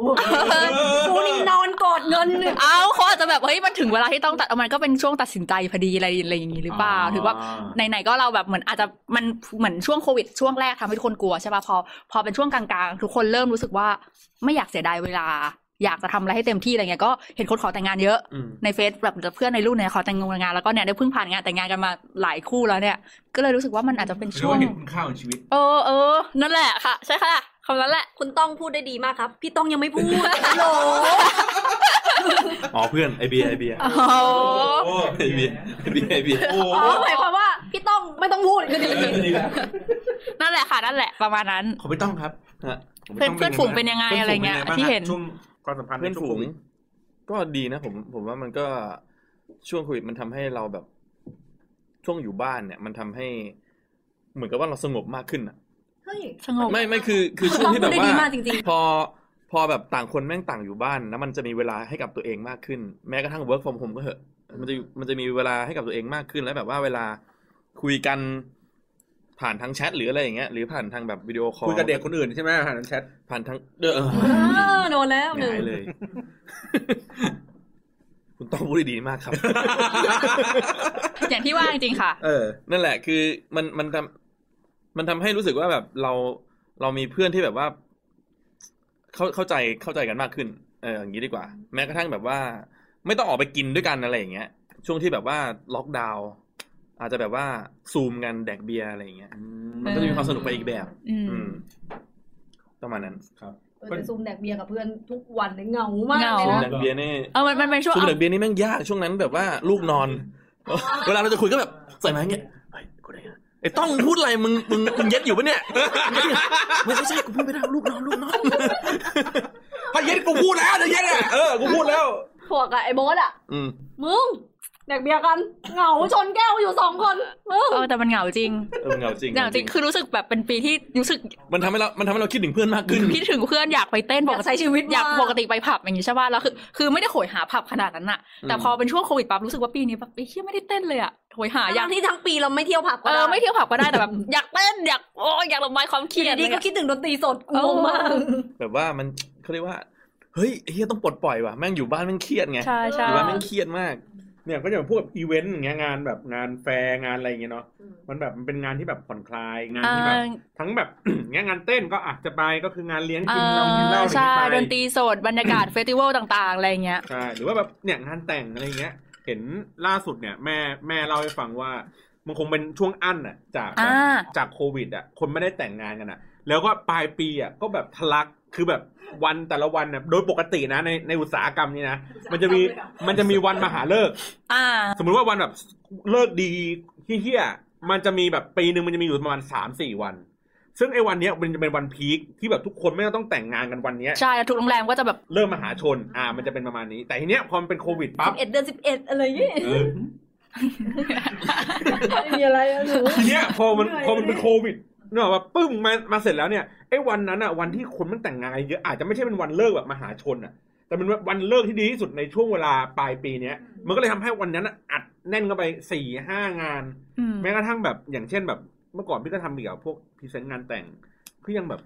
กูนี่นอนกอดเงินเนี่ย
เอาเขาอาจจะแบบเฮ้ยมันถึงเวลาที่ต้องตัดเอามันก็เป็นช่วงตัดสินใจพอดีอะไรอะไรอย่างนี้หรือเปล่าถือว่า ไหนๆก็เราแบบเหมือนอาจจะมันเหมือนช่วงโควิดช่วงแรกทำให้ทุกคนกลัวใช่ป่ะพอพอเป็นช่วงกลางๆ ทุกคนเริ่มรู้สึกว่าไม่อยากเสียดายเวลา อยากจะทำอะไรให้เต็มที่อะไรเงี้ยก็เห็นคนขอแต่งงานเยอะ
อืม
ในเฟซแบบเพื่อนในรุ่นเนี่ยขอแต่งงานแล้วก็เนี่ยได้เพิ่งผ่านงานแต่งงานกันมาหลายคู่แล้วเนี่ย ก็เลยรู้สึกว่ามันอาจจะเป็นช่วง
เห็นคุณค่าของชีวิต
เออเออนั่นแหละค่ะ ใช่ค่ะคำนั้นแหละ
คุณต้องพูดได้ดีมากครับ พี่ต้องยังไม่ พูด โหล
อ๋อเพื่อนไอเบียไอเบีย
โอ้โห
ไอเบียไอเบียไอเบีย
โอ้
อ๋อหมายความว่าพี่ต้องไม่ต้องพูดก็ดี
นั่นแหละค่ะนั่นแหละ ประมาณนั้น
ขอไม่ต้องครับฮะ
เพื่อนเพื่อนฝูงเป็นยังไงอะไรเงี้ยที่เห็น
ช่วงความสัมพันธ์
เพื่อน
ในช่ว
ฝู
โค
ง
วิด
ก็ดีนะผมผมว่ามันก็ช่วงโควิดมันทำให้เราแบบ ช่วงอยู่บ้านเนี่ยมันทำให้ เหมือนกับว่าเราสงบมากขึ้นอะ
เฮ้ย
สงบ
ไม่ไม่คือคือช่วงที่แบบ
พูดได้
ว่าม
ดีากจริงๆ
พอพอแบบต่างคนแม่งต่างอยู่บ้านแล้วมันจะมีเวลาให้กับตัวเองมากขึ้น แม้กระทั่ง work from home ก็เหอะมันจะมันจะมีเวลาให้กับตัวเองมากขึ้น แล้วแบบว่าเวลาคุยกันผ่านทางแชทหรืออะไรอย่างเงี้ยหรือผ่านทางแบบวิดีโอคอล
คุยกับเด็กคนอื่นใช่ไหมผ่านทางแชท
ผ่านทางเอ อ
เออโดนแล้วห
ห
นึ่ง
งายเลย คุณต้องพูดดีๆมากครับ
อย่างที่ว่าจริงๆค่ะ
เออ นั่นแหละ คือมันมันทำมันทำให้รู้สึกว่าแบบเราเรามีเพื่อนที่แบบว่า เข้าเข้าใจเข้าใจกันมากขึ้น เอออย่างนี้ดีกว่า แม้กระทั่งแบบว่า ไม่ต้องออกไปกินด้วยกันอะไรอย่างเงี้ย ช่วงที่แบบว่าล็อกดาวน์อาจจะแบบว่าซูมกันแดกเบียร์อะไรอย่างเงี้ย มันก็จะมีความสนุกไปอีกแบบ
อืม
อืมประมาณนั้น
เออจะซูมแดกเบียร์กับเพื่อนทุกวันเนี่ยเหงามากเลย
ซูม
นะ
แดกเบียร์นี่
เออมันมันเป็นช่วง
ซูมแดกเบียร์นี่แม่งยากช่วงนั้นแบบว่าลูกนอน เวลาเราจะคุยก็แบบใส่ไมาอย่างเงี้ย ไอ้ต้องพูดอะไรมึงมึงมึงเย็ดอยู่ปะเนี่ยไม่ไม่ใช่กูพูดไม่ได้ลูกนอนลูกนอน
ถ้าเย็ดกูพูดแล้วนะเย็ดอ่ะ
เออกูพูดแล้ว
พวกกับไอ้โบสอ่ะ
อืม
มึงแดกเบียร์กันเหงาชนแก้วอยู่สองคนมึง
เออแต่มันเหงาจริง
เออเหงาจริง
เหงาจริงคือรู้สึกแบบเป็นปีที่รู้สึก
มันทำให้เรามันทำให้เราคิดถึงเพื่อนมากขึ้น
คิดถึงเพื่อนอยากไปเต้น
อบ ยา
อก ก
ใช้ชีวิต
อยาก
ม
ปกติไปผับอย่างนี้ใช่ป่ะแล้วคือคือไม่ได้โหยหาผับขนาดนั้นอะแต่พอเป็นช่วงโควิดปั๊บรู้สึกว่าปีนี้แบบไอ้เฮียไม่ได้เต้นเลยอะโหยหาอยา
ทั้
ก
งที่ทั้งปีเราไม่เที่ยวผับก็
เอ
ด้
อไม่เที่ยวผับก็ได้แต่แบบ อยากเต้นอยากโอ้ยอยากระบายความเค
อ
รียด
ยู่ดีๆ
เล
ก็
ยอะ
คิดถึงดนตรีสด
เออ
งงมาก
แบบว่ามันเขาเรียกว่า เฮ้ยเฮียต้องปลดปล่อยว่ะแม่งอยู่บ้านแม่งเครียดไง
ใช่
อ
ใช่
ยู่บ้านแม่งเครียดมาก
เนี่ยก็จะแบบพวกอีเวนต์อย่างเงี้ยงานแบบงานแฟร์งานอะไรอย่างเงี้ยเนาะมันแบบมันเป็นงานที่แบบผ่อนคลายงาน
เอ
ที่แบบ
อ
ทั้งแบบ เงี้ยงานเต้นก็อาจจะไปก็คืองานเลี้ยง
เอ
กินเรากินเหล้า
อ
อะไรอย่าง
ใช่
เงี้ยไป
ดนตรีสดบรรยากาศเฟสติวัลต่างๆอะไรอย่างเงี้ย
ใช่หรือว่าแบบเนี่ยงานแต่งอะไรเงี้ย เห็นล่าสุดเนี่ยแม่แม่เล่าให้ฟังว่า มันคงเป็นช่วงอั้นอ่ะจากแบบ
อ่า
จากโควิดอ่ะคนไม่ได้แต่งงานกันอ่ะ แล้วก็ปลายปีอ่ะก็แบบทะลักคือแบบวันแต่ละวันน่ะโดยปกตินะในในอุตสาหกรรมนี้นะมันจะมีมันจะมีวันมหาเลิกษ์
อ่า
สมมุติว่าวันแบบเลิกดีเฮี้ยๆมันจะมีแบบปีหนึ่งมันจะมีอยู่ประมาณสามสี่วัน ซึ่งไอ้วันเนี้ยมันจะเป็นวันพีคที่แบบทุกคนไม่ต้องแต่งงานกันวันเนี้ย
ใช่แล้วทุกโรงแรมก็จะแบบ
เริ่มมหาชน อ่า มันจะเป็นประมาณนี้ แต่ทีเนี้ยพอมันเป็นโควิดปั๊
สิ
บ
บเอ็ดเดือนสิบเอ็ดอะไรอย่างเงี้ย
เออ
ไม่มีอะไรอะหนู
ทีเนี้ยพอมัน
เหนื่อย
พอมันเป็นโควิดเนกอะว่าปึ้งมามาเสร็จแล้วเนี่ยไอ้วันนั้นอ่ะวันที่คนมันแต่งงานเยอะอาจจะไม่ใช่เป็นวันเลิกแบบมหาชนอ่ะ แต่เป็นวันเลิกที่ดีที่สุดในช่วงเวลาปลายปีเนี้ย มันก็เลยทำให้วันนั้นอะอัดแน่นเข้าไปสี่ห้างาน
อืม
แม้กระทั่งแบบอย่างเช่นแบบเมื่อก่อนพี่ก็ทำเกี่ยวกับพวกพรีเซนต์งานแต่งคือยังแบบ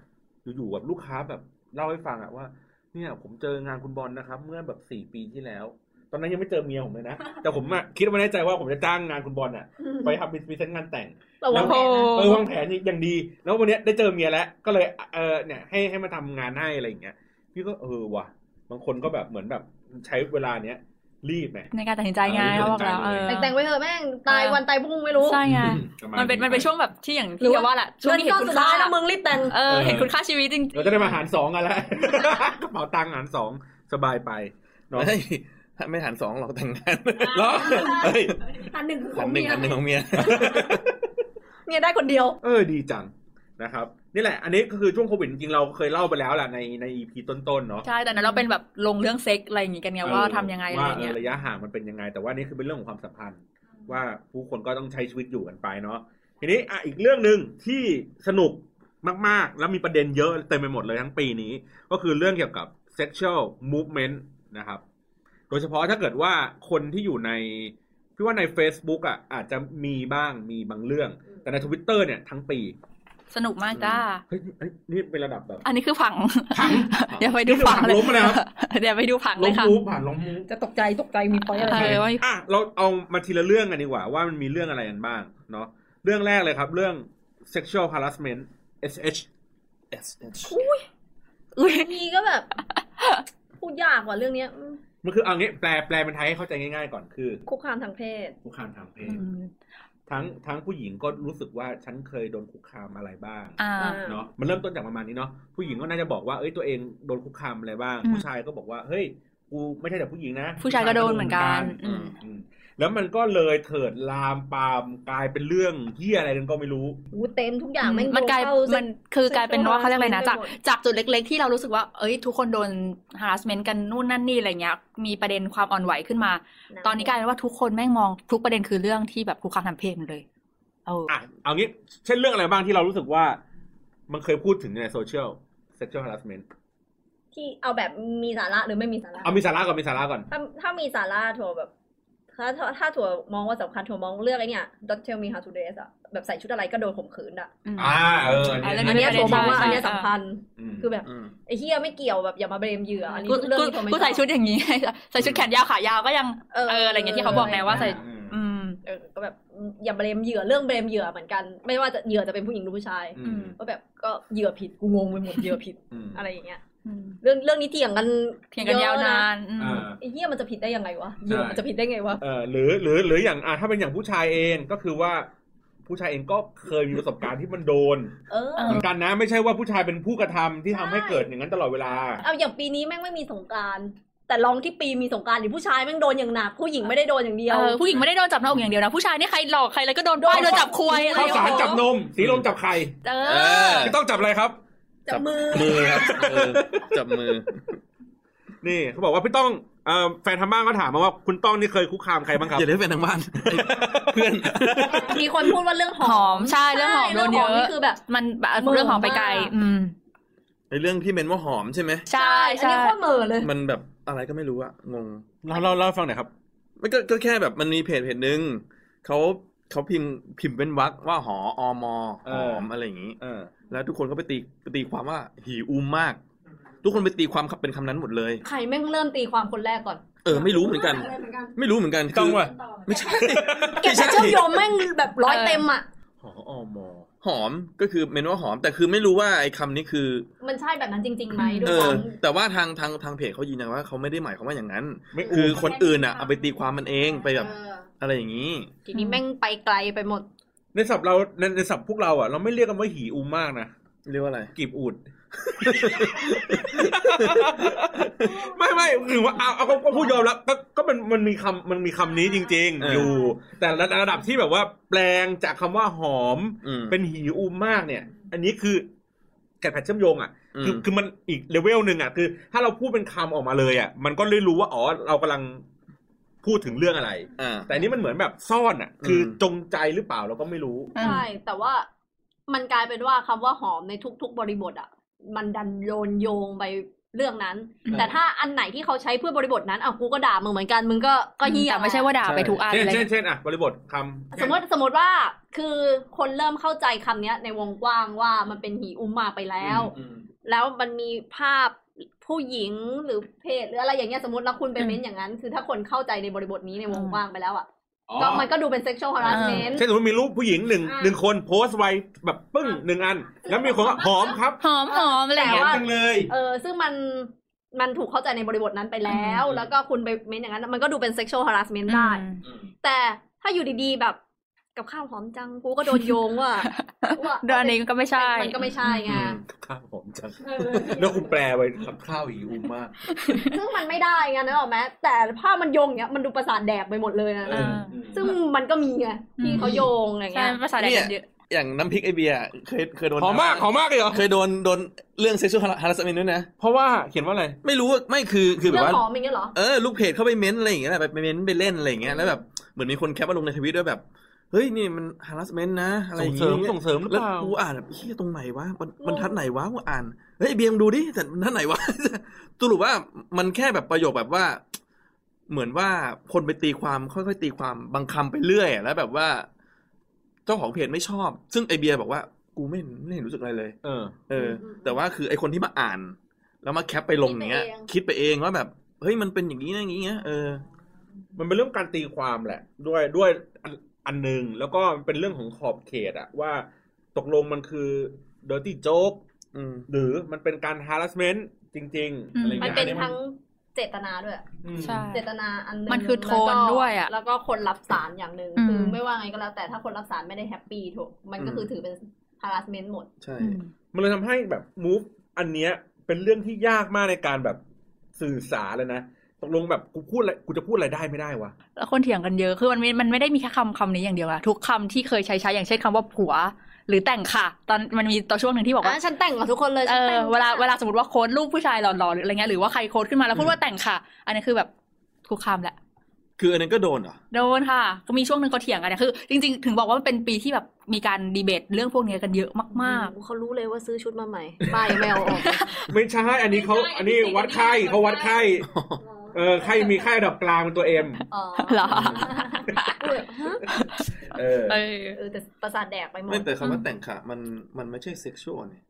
อยู่ๆแบบลูกค้าแบบเล่าให้ฟังอะว่า เนี่ยผมเจองานคุณบอลนะครับ เมื่อแบบสี่ปีที่แล้ว ตอนนั้นยังไม่เจอเมียผมเลยนะ แต่ผมอะคิดไว้ในใจว่าผมจะจ้างงานคุณบอลอะไปทำพรีเซนต์งานแต่ง
แต่ว่า
โอ้โห
แม่นะ
เออวางแผนอย่างดี แล้ววันเนี้ยได้เจอเมียแล้ว ก็เลยเออเนี่ยให้ให้มาทำงานให้อะไรอย่างเงี้ยพี่ก็เออว่ะบางคนก็แบบเหมือนแบบใช้เวลาเนี้ยรีบไง
ในการตัดสินใจไง
เออ
เขาบอกแล้วเออ
แต่งแต่งไว้เถอะแม่งตายวันตายพรุ่งไม่รู้
ใช่ไง
ประาณ
มันเป็นมันเป็นช่วงแบบที่อย่าง
หรือ
ที่ว่าแหละช่วง
เงิน
ที่เห็น
ก้อน
คุณ
สุด
ค่า
ท้ายแล้วมึงรีบแต่ง
เออเห็นคุณค่าชีวิตจริง
เราจะได้มาหารสองกันแล้ว กระเป๋าตังค์หารสองสบายไปเนาะ
ไม่ไม่หันสองหรอกแต่งงานหรอ เฮ้ย
อันหนึ่งคือข
หั
อนง
หนึ่ง
เมีย
หันหนึ่งของเมีย
เมียได้คนเดียว
เออดีจังนะครับ นี่แหละ อันนี้ก็คือช่วงโควิดจริงๆเราเคยเล่าไปแล้วแหละในในอีพีต้นๆเนาะ
ใช่ แต่นั้นเราเป็นแบบลงเรื่องเซ็กอะไรอย่างงี้กันไง
เออ
ว่าทำยังไงอะไร
ว่า
เงี้ย
เออระยะห่างมันเป็นยังไง แต่ว่านี่คือเป็นเรื่องของความสัมพันธ์ ว่าผู้คนก็ต้องใช้ชีวิตอยู่กันไปเนาะทีนี้อ่ะอีกเรื่องหนึ่งที่สนุกมากๆ แล้วมีประเด็นเยอะเต็มไปหมดเลยทั้งปีนี้ ก็คือเรื่องเกี่ยวกับ sexual movement นะครับ โดยเฉพาะถ้าเกิดว่าคนที่อยู่ในพี่ว่าใน Facebook อ่ะอาจจะมีบ้างมีบางเรื่อง แต่ใน Twitter เนี่ยทั้งปี
สนุกมากจ้า
เฮ้ยนี่เฮ้ยนี่เป็นระดับแบบ
อันนี้คือผัง
ผัง
เดี๋ยวไปดูผังเลย
ล้มมาแล้วครับ
เดี๋ยวไปดูผังเล
ล้
ย
ม
ค่ะ
มูฟผ่านล้มมูฟ
จะตกใจตกใจมีพอยต์อะไร
เออว่า
อ่ะเราเอามาทีละเรื่องกันดีกว่า ว่ามันมีเรื่องอะไรกันบ้างเนาะเรื่องแรกเลยครับ เรื่อง sexual harassment SH
S H
อุ๊ย
มีก็แบบ พูดยากกว่าเรื่องเนี้ยอืม
มันคือเอางี้แปลแปลเป็นไทยให้เข้าใจง่ายๆก่อนคือ
คุกคามทางเพศ
คุกคามทางเพศ
อืม
ทั้งทั้งผู้หญิงก็รู้สึกว่าฉันเคยโดนคุกคามอะไรบ้าง
อ่า
เนาะมันเริ่มต้นจากประมาณนี้เนาะผู้หญิงก็น่าจะบอกว่าเอ้ยตัวเองโดนคุกคามอะไรบ้าง
อืม
ผู้ชายก็บอกว่าเฮ้ย กูไม่ใช่แต่ผู้หญิงนะ
ผู้ชายก็โดนเหมือนกันอืม
อืมแล้วมันก็เลยเถิดลามปามกลายเป็นเรื่องเฮี้ยอะไรกันก็ไม่รู้
อู้เต็มทุกอย่างแม่ง
มันกลาย
โยงเข้
มันคือกลายเป็นว่าเขาเรียกอะไรนะ จากจากจุดเล็ก ๆ ที่เรารู้สึกว่า เอ้ย ทุกคนโดน harassment กันนู่นนั่นนี่อะไรเงี้ย มีประเด็นความอ่อนไหวขึ้นมา ตอนนี้กลายเป็นว่าทุกคนแม่งมองทุกประเด็นคือเรื่องที่แบบคุกคามทางเพศหมดเลย เออ
อ่ะเอางี้ เช่นเรื่องอะไรบ้างที่เรารู้สึกว่า มันเคยพูดถึงในโซเชียล sexual harassment
ที่เอาแบบมีสาระหรือไม่มีสาระ
เอามีสาระก่อนมีสาระก่อน
ถ้าถ้ามีสาระถั่วแบบ ถ้าถ้าถ้าถั่วมองว่าสำคัญถั่วมองเลือกไอ้เนี่ย don't tell me how to dress อะแบบใส่ชุดอะไรก็โดนข่มขืนอะ
อืม
อ่าเออ
อ่ะแล้
อั
อั
น
น
เนี้ย
เนี้ยถั่วมองว่า
ใช่ใช่
อันเนี้ยสำคัญ
ม
คือแบบ
อืม
ไอ้เฮียไม่เกี่ยวแบบอย่ามาเบรมเหยื่ออันนี้
กู
เรื่อง
กู
ที่ถั่วไม่
กูใส่ชุดอย่างนี้ ใส่ชุดแขนยาวขายาวก็ยัง
เอ
เอออะไรเงี้ยที่เขาบอกไงว่าใส่
อืม
อืม
เออก็แบบอย่าเบรมเหยื่อเรื่องเบรมเหยื่อเหมือนกัน ไม่ว่าจะเหยื่อจะเป็นผู้หญิงหรือผู้ชาย
อื
อื
ม
ม
ก็แบบก็เหยื่อผิดกูงงไปหมดเหยื่อผิด
อืม
อะไรอย่างเงี้ย
อืม
เรื่องเรื่องนี้เถียงกัน
เถียงกันยาว
เอะะ
นานอืม
อ่า
ไอ้เฮียมันจะผิดได้ยังไงวะเหยื่อ
ใช่
มันจะผิดได้ไงวะ
เออหรือหรือหรืออย่างอ่ะถ้าเป็นอย่างผู้ชายเองก็คือว่าผู้ชายเองก็เคยมีประสบการณ์ที่มันโดน
เออ
เหมือนกันนะ ไม่ใช่ว่าผู้ชายเป็นผู้กระทำที่ทำให้
ใช่
เกิดอย่างนั้นตลอดเวลา
เอาอย่างปีนี้แม่งไม่มีสงกราร แต่ลองที่ปีมีสงกรารดิผู้ชายแม่งโดนอย่างหนักผู้หญิงไม่ได้โดนอย่างเดียว
เออผู้หญิงไม่ได้โดนจับหน้าอกอย่างเดียวนะ ผู้ชายนี่ใครหลอกใครอะไรก็โดน
โดน
ป้ายโดนจับควยอะไร
ข้าว
โอ้
สาร
โห
จับนม สีลมจับไข่
เอ
เอ
อ
อ
ต้องจับอะไรครับ
จับมือ
มือครับมือจับมือ
นี่เขาบอกว่าพี่ต้องเอ่อแฟนทำบ้านก็ถามมาว่าคุณต้องนี่เคยคุกคามใครบ้างครับ
อย่าได้เป็นทางบ้าน เพื่อน
มีคนพูดว่าเรื่องห
ห
อ
อม
ม
ใช่เรื่องหอมโดนเยอะ
รื่องหมนี่คือแบบ
มันแบบ
มือ
เรื่องของไปไกล
มาก
อืม
ในเรื่องที่เมนว่าหอมใช่ไหม
ใช่
อัน
ใช่
นี้โคตรเหม่อเลย
มันแบบอะไรก็ไม่รู้อะงง
เราเราเราให้ฟังหน่อยครับ
มันก็ก็แค่แบบมันมีเพจเพจหนึ่งเขาเขาพิมพ์พิมพ์เป็นวรรคว่าหออม
เอ
ห
อ
อมอะไรอย่างนี้
เออ
แล้วทุกคนก็ไปตีไปตีความว่าหีอุ้มมาก ทุกคนไปตีความเป็นคำนั้นหมดเลย
ใครแม่งเริ่มตีความคนแรกก่อน
เออ ไม่รู้เหมือนกัน ไม่รู้เหมือนกันคื
ต้องว่ะ
ไม่ใช่
เก็บ
ไม่ใช่
เชื่อมโยงแม่งแบบร้อย
เออ
เต็มอ่ะ
หออมหอมก็คือเมนว่าหอม แต่คือไม่รู้ว่าไอ้คำนี้คือ
มันใช่แบบนั้นจริงๆไหมด้ว
เอย อ
ซ้
แต่ว่าทางทางทางเพจเขายืนยันว่าเขาไม่ได้หมายความว่าอย่างนั้น
ไม่
คือ
อู
คนอื่นอ่ะเอาไปตีความมันเองไป
ำ
แบบ
เออ
อะไรอย่างนี้
ทีนี้แม่งไปไกลไปหมด
ในศัพท์เราในในศัพท์พวกเราอ่ะเราไม่เรียกกันว่าหีอูมากนะ
เรียกว่าอะไร
กีบอู ด ไม่ไม่หรือว่าเอาเอาก็ก็พูดยอมรับก็ก็มันมันมีคำมันมีคำนี้จริง
เออ
ๆอ
อ
ยู่ แต่ระระดับที่แบบว่าแปลงจากคำว่าหอม
อืม
เป็นหีอูมมากเนี่ย อันนี้คือแกะแผดเชื่อมโยงอ่ะ
ม
คือคือมันอีกเลเวลหนึ่งอ่ะคือ ถ้าเราพูดเป็นคำออกมาเลยอ่ะ มันก็เลยรู้ว่าอ๋อเรากำลังพูดถึงเรื่องอะไร
อ่า
แต่อันนี้มันเหมือนแบบซ่อนอ่ะ คืออ
ม
จงใจหรือเปล่าเราก็ไม่รู้
ใช่ แต่ว่ามันกลายเป็นว่าคำว่าหอมในทุก ๆ บริบทอ่ะ มันดันโยนโยงไปเรื่องนั้น
อืม
แต่ถ้าอันไหนที่เขาใช้เพื่อบริบทนั้นอ่ะกูก็ด่ามึงเหมือนกันมึงก็ก็เหี้ย
แต่ไม่ใช่ว่าด่าไปทุกอัน
เช่
อะ
น
ไร
เช่นเช่นอ่ะบริบทคำ
สมมติสมมติว่าคือคนเริ่มเข้าใจคำเนี้ย ในวงกว้างว่ามันเป็นหีอุ้มมากไปแล้ว
อืม
แล้วมันมีภาพผู้หญิงหรือเพศหรืออะไรอย่างเงี้ยสมมติแล้วคุณไปเม้นอย่างนั้น คือถ้าคนเข้าใจในบริบทนี้ในวงกว้างไปแล้วอ่ะ
อ๋อ
ก็มันก็ดูเป็น sexual harassment
เช่นสมมติมีรูปผู้หญิงหนึ่ง
อ่า
หนึ่งคนโพสต์ไว้แบบปึ้งหนึ่งอัน แล้วมีคนว่าหอมครับ
หอมหอมอะไรอย่างเงี้ย
แต่ว่า
จังเลย
เออซึ่งมันมันถูกเข้าใจในบริบทนั้นไปแล้ว
อืม
แล้วก็คุณไปเม้นอย่างนั้น มันก็ดูเป็น sexual harassment ได้
อืม
แต่ถ้าอยู่ดีๆแบบกับข้าวหอมจังกูก็โดนโยงว่า ว่า
เดยวอันนี้ก็ไม่ใช่
มันก็ไม่ใช่ไง
ข้าวหอมจัง
เออ
แล้วคุณแปลไว้ครับข้าวหีอูมาก
ซึ่งมันไม่ได้ไงนึกออกไหมแต่ภาพมันโยงเนี้ยมันดูประสาทแดกไปหมดเลยนะ
เออ
ซึ่งมันก็มีไงที่เขาโยงอะไร
ใช่
เงี้ย
ภาษาแดกกันเยอะ
อย่างน้ำพริกไอเบียร์เคยเคยโดน
หอมมากหอมมากเลยเหรอ
เคยโดนโดนเรื่องเซ็กชวลฮาร์สเมนด้วยนะ
เพราะว่าเขียนว่าอะไร
ไม่รู้ว่าไม่คือคือแบบ
เรื่อง
ว่า
หอมอย่างเงี้ยเหรอ
เออลูกเพจเข้าไปเม้นอะไรอย่างเงี้ยแหละไปเม้นไปเล่นอะไรอย่างเงี้ยแล้วแบบเหมือนมีคนแคปมาลงในทวิตด้วยแบบ เฮ้ยนี่มันฮาร์สเมนนะอะไรอ
ส่ง
ย่าง
เสริ
เงี้
ม
ย
ส่งเสริมหรือ
แล้ว
เปล่า
กูอ่านแบบเฮียตรงไหนวะมัน
งง
มันทัดไหนวะกูอ่านเฮ้ยเบียมงดูดิ แต่มันทัดไหนวะ สรุปว่ามันแค่แบบประโยคแบบว่า เหมือนว่าคนไปตีความค่อยๆตีความบางคำไปเรื่อยอะแล้วแบบว่า เจ้าของเพจไม่ชอบ ซึ่งไอเบียร์บอกว่ากูไม่เห็นไม่เห็นรู้สึกอะไรเลย
เออ
เอออ
มอืม
แต่ว่าคือไอคนที่มาอ่าน แล้วมาแคปไปลงอย่างเงี้ย คิดไปเองว่าแบบเฮ้ยมันเป็นอย่างนี้นะอย่างนี้นะเออ
มันเป็นเรื่องการตีความแหละ ด้วยด้วยอันอันหนึ่งแล้วก็เป็นเรื่องของขอบเขตอะว่าตกลงมันคือ dirty joke
อืม
หรือมันเป็นการ harassment จริง
อืม
ๆอะไรอย่าง
มันเป็
เงี้ย
น
อั
ทั้งเจตนาด้วย
อืม
ใช่
เจตนาอันหง
มันคือโทน
แล้ก็
ด้วยอะ
แล้วก็คนรับสารอย่างหนึ่ง
อืม
คือไม่ว่าไงก็แล้ว แต่ถ้าคนรับสารไม่ได้แฮปปี้ถูกมันก็คืออ
ม
ถือเป็น harassment หมด
ใช่
อืม
มันเลยทำให้แบบ move อันเนี้ยเป็นเรื่องที่ยากมากในการแบบสื่อสารเลยนะ
ตกลงแบบกูพูดอะไรกูจะพูดอะไรได้ไม่ได้วะ
แล้วคนเถียงกันเยอะคือมันไม่มันไม่ได้มีแค่คำคำนี้อย่างเดียวอะทุกคำที่เคยใช้ใช้อย่างเช่นคำว่าผัว หรือแต่งค่ะ ตอนมันมีตอนช่วงหนึ่งที่บอกว่า
อ่ะฉันแต่งกับทุกคนเลย
เอ
ฉันแต่
อง เวลาเวลาสมมติว่าโค้ดรูปผู้ชายหล่อๆหรืออะไรเงี้ยหรือว่าใครโค้ดขึ้นมาแล้วพูดว่าแต่งค่ะ อันนี้คือแบบคุกคามแหละ
คืออันนั้นก็โดนเหรอ
โดนค่ะ ก็มีช่วงหนึ่งเขาเถียงกันเนี่ยคือ จริงๆ ถึงบอกว่ามันเป็นปีที่แบบมีการดีเบตเรื่องพวกเนี้ยกันเยอะมาก
โอ้โหเขารู้เลยว่าซื้อชุดมาใหม่ป้ายยัง ไม่เอาออก
ไม่ใช่อันนี้เขาอันนี้วัดไข้เขาวัดไข้เออไข้มีไข้ระดับกลางเป็นตัวเอ็ม
อ๋อ
ๆเหรอ
กูแบบฮะ
เออ
เออ
เออแต่ประสาทแดกไปหมด
ไม่แต่คำว่าแต่งค่ะ มันมันไม่ใช่เซ็กชวลเนี่ย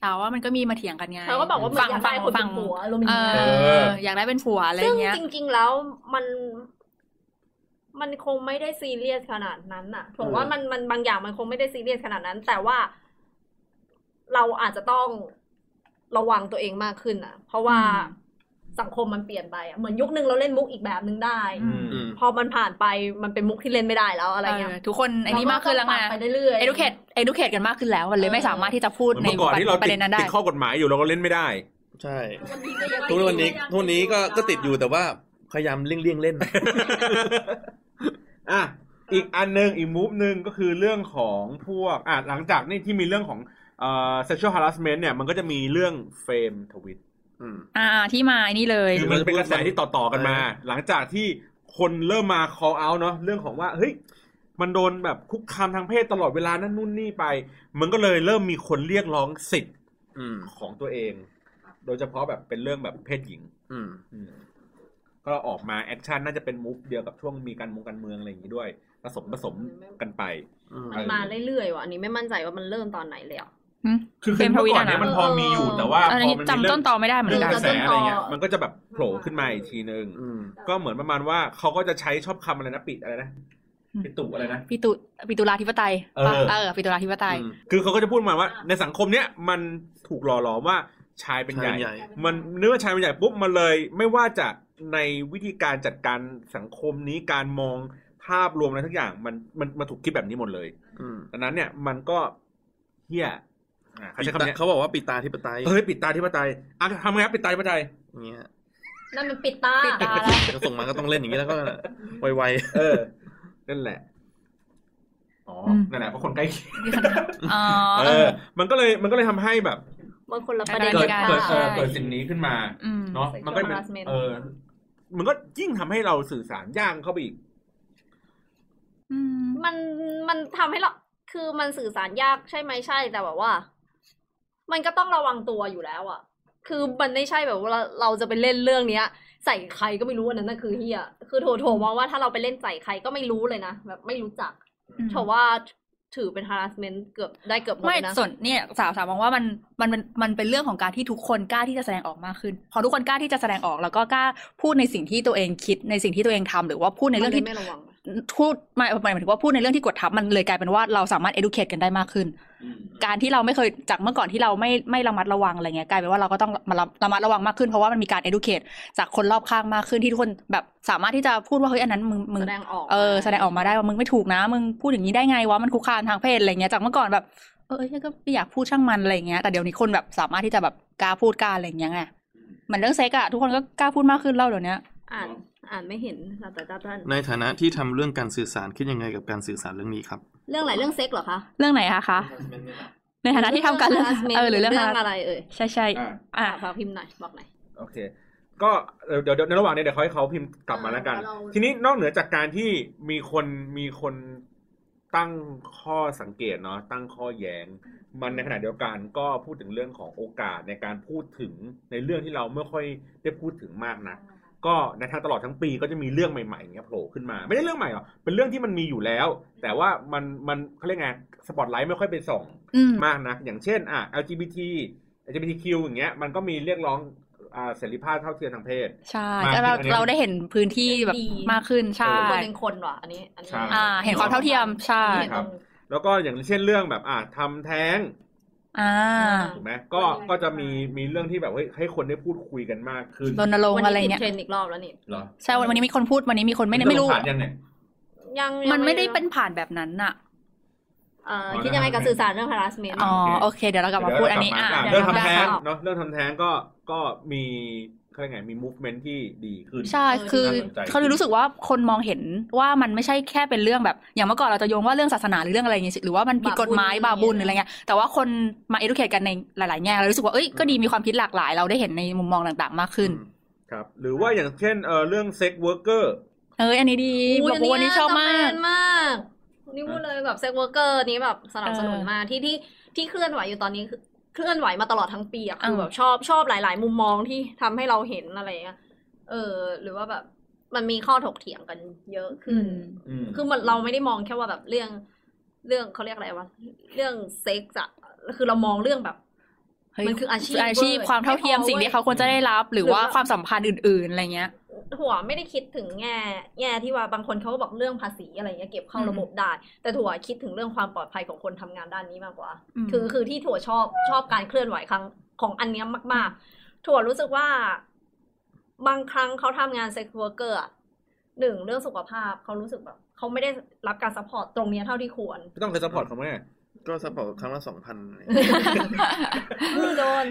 แต่ว่ามันก็มีมาเถียงกันไง
เขาก็บอกว่าเหมือนอยากได้คน
ฟั
เป็น
ง
ผัวอารมณ์อ
เอย่าง
เงี้ย
อ
ออยากได้เป็นผัวอะไร
ซึ่ง
เงี้ย
จริงๆแล้วมัน มันคงไม่ได้ซีเรียสขนาดนั้นน่ะผมว่ามันมันบางอย่างมันคงไม่ได้ซีเรียสขนาดนั้น แต่ว่า เราอาจจะต้องระวังตัวเองมากขึ้นน่ะ เพราะว่า
อืม
สังคมมันเปลี่ยนไปอ่ะเหมือนยุคนึงเราเล่นมุกอีกแบบนึงได้
อืม
อืม
พอมันผ่านไปมันเป็นมุกที่เล่นไม่ได้แล้วอะไรเงี้ย
เออทุกคนไอ้นี่มากขึ้นแล้วไง
เราก็ต้องปรับไปเรื่อยๆ
educate educate กันมากขึ้นแล้วมันเลยไม่สามารถที่จะพูดใน
เมื่อก่อนที่เรา
ประ
ติด
เด็นนั้นได้
ติดข้อกฎหมายอยู่เราก็เล่นไม่ได้
ใช่
วันนี้ก็ยัง
ทุกวันนี้ทุกวันนี้ก็ก็ติดอยู่แต่ว่าพยายามเลี่ยงเลี่ยงเล่น
อ่ะอีกอันหนึ่งอีกมูฟหนึ่งก็คือเรื่องของพวกอ่ะหลังจากนี่ที่มีเรื่องของเอ่อ sexual harassment เนี่ยมันก็จะมีเรื่องเฟมทวิต
อืม
อ่าที่มาไอ้นี่เลย
คือมันเป็นกระแสที่ต่อๆกันมา
เออ
หลังจากที่คนเริ่มมา call out เนาะเรื่องของว่าเฮ้ยมันโดนแบบคุกคามทางเพศตลอดเวลานั่นนู่นนี่ไป มันก็เลยเริ่มมีคนเรียกร้องสิทธิ์
อืม
ของตัวเอง โดยเฉพาะแบบเป็นเรื่องแบบเพศหญิง
อืม
ก็ออกมาแอคชั่นน่าจะเป็นมูฟเดียวกับช่วงมีการมงการเมืองอะไรอย่างนี้ด้วย ผสมผสมกันไป
อืม
มันมาเรื่อยๆว่ะอันนี้ไม่มั่นใจว่ามันเริ่มตอนไหนแล้ว
คือ
เป็
คือน เมื่อก่อ
ทวิตอะ
น
นะ
เนี่ยมันพอมีอยู่แต่ว่า
อัน
พอ
นี้
มันมี
จำ
เรื่
ต้
อน ง
ตอไม่ได้เหมือ
เรื่อนง
กัน
กระแสอะไรเงี้ย
จำต้นตอ
มันก็จะแบบโผล่ขึ้นมาอีกทีนึง
อืม
ก็เหมือนประมาณว่าเขาก็จะใช้ชอบคำอะไรนะปิดอะไรนะ
อืม
ปิดตุอะไรนะ
ปิตุปิตุลาธิปไตย
เออ
ปะเออปิตุลาธิปไตย
อืม
คือเขาก็จะพูดมาว่า ในสังคมเนี้ยมันถูกหล่อหลอมว่าชายเป็นใหญ่
ชายเป็นใหญ่
มันเนื้อชายเป็นใหญ่ปุ๊บมันเลย ไม่ว่าจะในวิธีการจัดการสังคมนี้การมองภาพรวมอะไรทุกอย่างมันมันมาถูกคิดแบบนี้หมดเลย
อืม
ดังนั้นเนี่ยมันก็เฮี้ยอ่ะเขาใช้คำเนี้ย
เขาบอกว่าปิดตาธิปไตย
เฮ้ยปิดตาธิปไตยอ่ะทำไงครับปิดตาธิปไตย
อย่างเงี้ย
นั่นมันปิดตา
ปิดตาแล้ว
ก็ส่งมาก็ต้องเล่นอย่างนี้แล้ว ก็ไว
เออ นั่นแหละ อ๋ออ
ม
นั่นแหละเพราะคนใกล้เคียง
อ๋อ
เออ มันก็เลย มันก็เลยทำให้แบบ
มันคนละประเด็น
กิ
เกิ
ด
ด
การ
เกิด
ใช่
เออเกิดสิ่งนี้ขึ้นมา
อืม
เนาะ มันก็เป็น เออ มันก็ยิ่งทำให้เราสื่อสารยากเข้าไปอีก
อืม
มันมันทำให้เราคือมันสื่อสารยากใช่ไหมใช่ แต่แบบว่า มันก็ต้องระวังตัวอยู่แล้วอะคือมันไม่ใช่แบบว่าเราเราจะไปเล่นเรื่องเนี้ย ใส่ใครก็ไม่รู้อันนั้นน่ะคือเฮียคือโถโถมองว่าถ้าเราไปเล่นใส่ใครก็ไม่รู้เลยนะแบบไม่รู้จัก
อืม
โถว่าถือเป็น harassment เกือบได้เกือบหมด
ไม่
นะ
ส่วนเนี่ยสาวสาวมองว่ามันมันเป็นมันเป็นเรื่องของการที่ทุกคนกล้าที่จะแสดงออกมากขึ้น พอทุกคนกล้าที่จะแสดงออกแล้วก็กล้าพูดในสิ่งที่ตัวเองคิดในสิ่งที่ตัวเองทำหรือว่าพูดในเรื่องที่
มัลยไม่ระวังอะ
พูดหมายหมายถึงว่าพูดในเรื่องที่กดทับมันเลยกลายเป็นว่าเราสามารถ educate กันได้มากขึ้น การที่เราไม่เคยจากเมื่อก่อนที่เราไม่ไม่ระมัดระวังอะไรเงี้ยกลายเป็นว่าเราก็ต้องมาระระมัดระวังมากขึ้นเพราะว่ามันมีการ educate จากคนรอบข้างมากขึ้นที่ทุกคนแบบสามารถที่จะพูดว่าเฮ้ยอันนั้นมึงมึง
แสดงออก
เออแสดงออกมาได้ว่ามึงไม่ถูกนะ มึงพูดอย่างนี้ได้ไงวะมันคุกคามทางเพศอะไรเงี้ยจากเมื่อก่อนแบบเออเฮ้ยก็ไม่อยากพูดช่างมันอะไรเงี้ยแต่เดี๋ยวนี้คนแบบสามารถที่จะแบบกล้าพูดกล้าอะไรเงี้ยไงเหมือนเรื่องเซ็กอะทุกคนก็กล้าพูดมากขึ้นเล่าเดี๋ยวนี้
อ่าน อ่านไม่เห็นเราแต่ด้าน
ๆในฐานะที่ทำเรื่องการสื่อสารคิดยังไงกับการสื่อสารเรื่องนี้ครับ
เรื่องอะไรเรื่องเซ็กเหรอคะ
เรื่องไหนอะคะในฐานะที่ทำการเรื่อง
harassment
เออหรือเรื่องอะ
เรื่อง
ไร
อะไรเอ่ย
ใช่ใช่
อ่า
อ่ะ
อ่ะฝากพิมพ์หน่อยบอกหน่อย
โอเค ก็เอ่อเดี๋ยวเดี๋ยวในระหว่างนี้เดี๋ยวเขาให้เขาพิมพ์กลับมาแล้วกัน
เออเรา
ทีนี้นอกเหนือจากการที่มีคนมีคนตั้งข้อสังเกตเนาะตั้งข้อแย้ง มันในขณะเดียวกันก็พูดถึงเรื่องของโอกาสในการพูดถึงในเรื่องที่เราไม่ค่อยได้พูดถึงมากนะก็ในทางตลอดทั้งปีก็จะมีเรื่องใหม่ๆอย่างเงี้ยโผล่ขึ้นมา ไม่ได้เรื่องใหม่หรอกเป็นเรื่องที่มันมีอยู่แล้ว แต่ว่ามันมันเขาเรียกไงสปอตไลท์ไม่ค่อยไปส่อง
อืม
มากนะอย่างเช่นอ่ะ LGBT LGBTQ อย่างเงี้ยมันก็มีเรียกร้องอ่าเสรีภาพเท่าเทียมทางเพศ
ใช่
มากขึ้น
เรา
อันนี้
เราได้เห็นพื้นที่แบบ
ดี
มากขึ้นใช่
คนเป็นคนว่ะอันนี้อันนี้
ใช่
อ่า เห็นความเท่าเทียมใช่
เห็นตง
แล้วก็อย่างเช่นเรื่องแบบอ่ะทำแท้ง
อ่า
ถูกไหมก็ก็จะมีมีเรื่องที่แบบเฮ้ยให้คนได้พูดคุยกันมากขึ้น
รณรงค์อะไรเงี้ย
วันนี้ติดเทรนด์อีกรอบแล้วนี่
เหรอ
ใช่วันนี้มีคนพูดวันนี้มีคนไม่ไม่รู้
ผ่านยังเนี่ย
ยัง
มันไม่ได้เป็นผ่านแบบนั้นน่ะ
เอ่อ
อ๋อ
คิดยังไงกับ
นะครับ
สื่อสารเรื่อง harassment
อ๋อ
โอเค
โอเค เดี๋ยวเรากลับมาพูดอันนี้ อ่ะ
เดี๋ยว
เดี๋
เรื่
ย
อ
วเรา
งทำ
ได้
แท้ง
ค่ะ
เนาะเรื่องทำแท้งก็ก็มีเขา เรียกไงมี movement ที่ดีขึ้น
ใช่
เออ
คือ
น่าสนใจ
เขาเลยรู้สึกว่าคนมองเห็นว่ามันไม่ใช่แค่เป็นเรื่องแบบ อย่างเมื่อก่อนเราจะโยงว่าเรื่องศาสนาหรือเรื่องอะไรอย่างเงี้ยหรือว่ามันผิดกฎหมายบาปบุญหรืออะไรเงี้ย แต่ว่าคนมา educate กันในหลาย ๆ แง่เรารู้สึกว่า เอ้ย ก็ดีมีความคิดหลากหลาย เราได้เห็นในมุมมองต่าง ๆ มากขึ้น
ครับ หรือว่าอย่างเช่นเอ่อเรื่อง sex worker
เอออันนี้ดีบอกว่าวันนี้ชอบมาก
จำเป็นมากนี่พูดเลยแบบเซ็กเวอร์เกอร์นี้แบบสนับสนุนมากที่ที่ที่เคลื่อนไหวอยู่ตอนนี้คือเคลื่อนไหวมาตลอดทั้งปีอะคือ
เออ
แบบชอบชอบหลาย ๆ มุมมองที่ทำให้เราเห็นอะไรอย่างเงี้ยเออ หรือว่าแบบมันมีข้อถกเถียงกันเยอะขึ้น
อืม
คือมันเราไม่ได้มองแค่ว่าแบบเรื่อง เรื่องเขาเรียกอะไรวะเรื่องเซ็กซ์อะคือเรามองเรื่องแบบ
เฮ้ย
มันคืออาชีพ
อาชีพ
เว้ย
ความเท่าเทียม
ไม่พอ
สิ่งที่เขาควรจะได้รับ หรือ
หรือ
ว่า
ว่า
ความสัมพันธ์อื่น ๆ อะไรเงี้ย
ถั่วไม่ได้คิดถึงแง่แง่ที่ว่าบางคนเขาก็บอกเรื่องภาษีอะไรเงี้ยเก็บเข้าระบบได้ แต่ถั่วคิดถึงเรื่องความปลอดภัยของคนทำงานด้านนี้มากกว่า
อืม
คือคือที่ถั่วชอบชอบการเคลื่อนไหวครั้งของอันเนี้ยมาก ๆ ถั่วรู้สึกว่า บางครั้งเขาทำงานเซ็กซ์เวิร์กเกอร์หนึ่งเรื่องสุขภาพเขารู้สึกแบบเขาไม่ได้รับการซัพพอร์ตตรงเนี้ยเท่าที่ควร
ไม่ต้องเคย support เขาไหม
ก็สปอร์ตครั้งละสองพัน
มึงโดน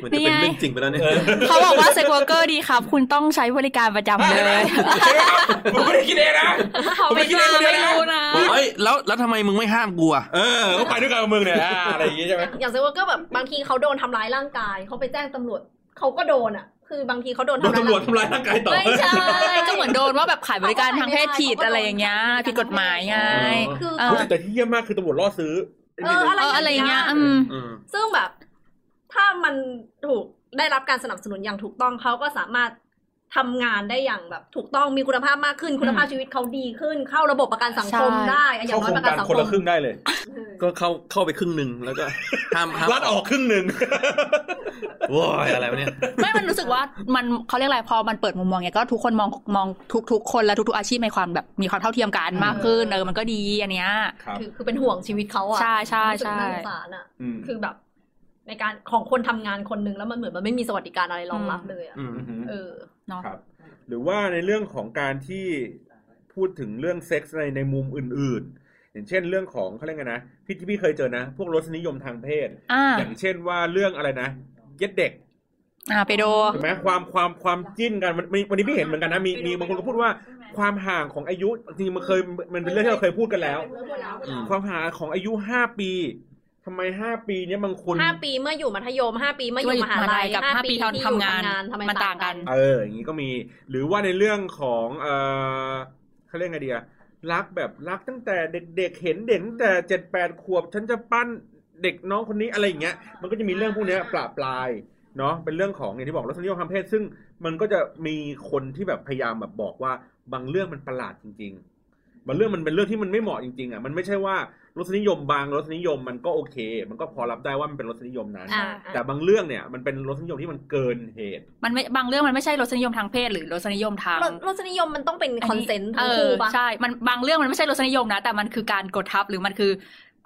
เหมือนจะเป็นเรื่องจริงไปแล้วเนี่ย
เขาบอกว่าเซ็กเวอร์เกอร์ดีครับ คุณต้องใช้บริการประจำเลย
ใช่ไหมครับผมไม่ได้คิดเองนะ
เขา
ผมไม่
ไม่
คิด
มา
เองคนเดีย
ไม่
วนะ
รู้นะ
เอ้ยแล้วแล้วทำไมมึงไม่ห้ามกูอ่ะ
เออเขาไปด้วยกันกับมึงเนี่ยอ่าอะไรอย่างงี้ใช่ไหม
อย่างเซเวอร์ก็แบบบางทีเขาโดนทำร้ายร่างกายเขาไปแจ้งตำรวจเขาก็โดนอ่ะ คือบางทีเขาโดน
โดน
ทำร้าย
ตำรวจ
ร่างกาย
ทำร้ายร่าง
ไม่
กายต่อ
ใช่
ก็เหมือนโดนว่าแบบขายบริการทางเพศผิดอะไรอย่างเงี้ยผิดกฎหมายไง
คือ
เอ
เฮ้ย
อ
แต่ที่เยี่ยมมากคือตำรวจล่อซื้อ
เออ
เออ
อะ
อะไร ไร
อย่าง
เงี้ย
เงี้ย
อืม
อืม
ซึ่งแบบ ถ้ามันถูกได้รับการสนับสนุนอย่างถูกต้องเขาก็สามารถทำงานได้อย่างแบบ ถูกต้องมีคุณภาพมากขึ้น คุณภาพชีวิตเขาดีขึ้น เข้าระบบประกันสังคม
ใช่
ได้อย่า
เข้าง
น้
โค
อยประกั
รงกาน ร
สัง
คน
ค
ละ
ม
ครึ่งได้เลย
ก็เข้าเข้าไปครึ่งหนึ่งแล้วก็ห้ามห้าม
รัดออกครึ่งหนึ่ง
โว้ยอะไรวะเนี่ย
ไม่มันรู้สึกว่ามันเขาเรียกอะไรพอมันเปิดมุมมองไงก็ทุกคนมองมองทุกทุกคนและทุกๆอาชีพในความแบบมีความเท่าเทียมกันมากขึ้นเออมันก็ดีอันเนี้ย
ครับ
คือคือเป็นห่วงชีวิตเขาอ่ะ
ใช่ใช่ใช่
รู้สึกน่าสงสารอ่ะ
อืม
คือแบบในการของคนทำงานคนหนึ่งแล้วมันเหมือนมันไม่มีสวัสดิการอะไรรองรับเลยอ่ะ
อืม
อือหือ
เออ
เนาะ
ครับ หรือว่าในเรื่องของการที่พูดถึงเรื่องเซ็กส์ในในมุมอื่น ๆ อย่างเช่นเรื่องของเขาเรียกไงนะพี่ที่พี่เคยเจอนะ พวกรสนิยมทางเพศ
อ่า
อย่างเช่นว่าเรื่องอะไรนะเย็ดเด็ก
อ่าไปดู
ถูกไหมความความความจิ้นกันมันมีวันนี้พี่เห็นเหมือนกันนะมีมีบางคนก็พูดว่าความห่างของอายุจริงๆมันเคยมันเป็นเรื่องที่เราเคยพูดกันแล้ว
อืม
ความห่างของอายุห้าปีทำไมห้าปีเนี้ยบางคน
ห้าปีเมื่ออยู่มัธยมห้าปีเมื่ออยู่มหาลัย
กับห้าปีตอน
ที่
ทำงาน
อยู่ทำไม
มันต่างกัน
เออ อย่างนี้ก็มี หรือว่าในเรื่องของเออเขาเรียกไงดีอะรักแบบรักตั้งแต่เด็กๆ เห็นเด็กตั้งแต่เจ็ดแปดขวบ ฉันจะปั้นเด็กน้องคนนี้อะไรอย่างเงี้ย มันก็จะมีเรื่องพวกเนี้ยปลาปลาย เนาะ เป็นเรื่องของอย่างที่บอกรสนิยมทางเพศ ซึ่งมันก็จะมีคนที่แบบพยายามแบบบอกว่าบางเรื่องมันประหลาดจริง ๆ บางเรื่องมันเป็นเรื่องที่มันไม่เหมาะจริงๆอะมันไม่ใช่ว่ารสนิยมบางรสนิยมมันก็โอเค มันก็พอรับได้ว่ามันเป็นรสนิยมนั้น
อ่า
แต่บางเรื่องเนี่ยมันเป็นรสนิยมที่มันเกินเหตุ
มันไม่บางเรื่องมันไม่ใช่รสนิยมทางเพศหรือรสนิยมทาง
รสรสนิยมมันต้องเป็นคอนเซนต์
เอ
ทั้ง
อ
คู่ปะ
ใช่มันบางเรื่องมันไม่ใช่รสนิยมนะ แต่มันคือการกดทับหรือมันคือ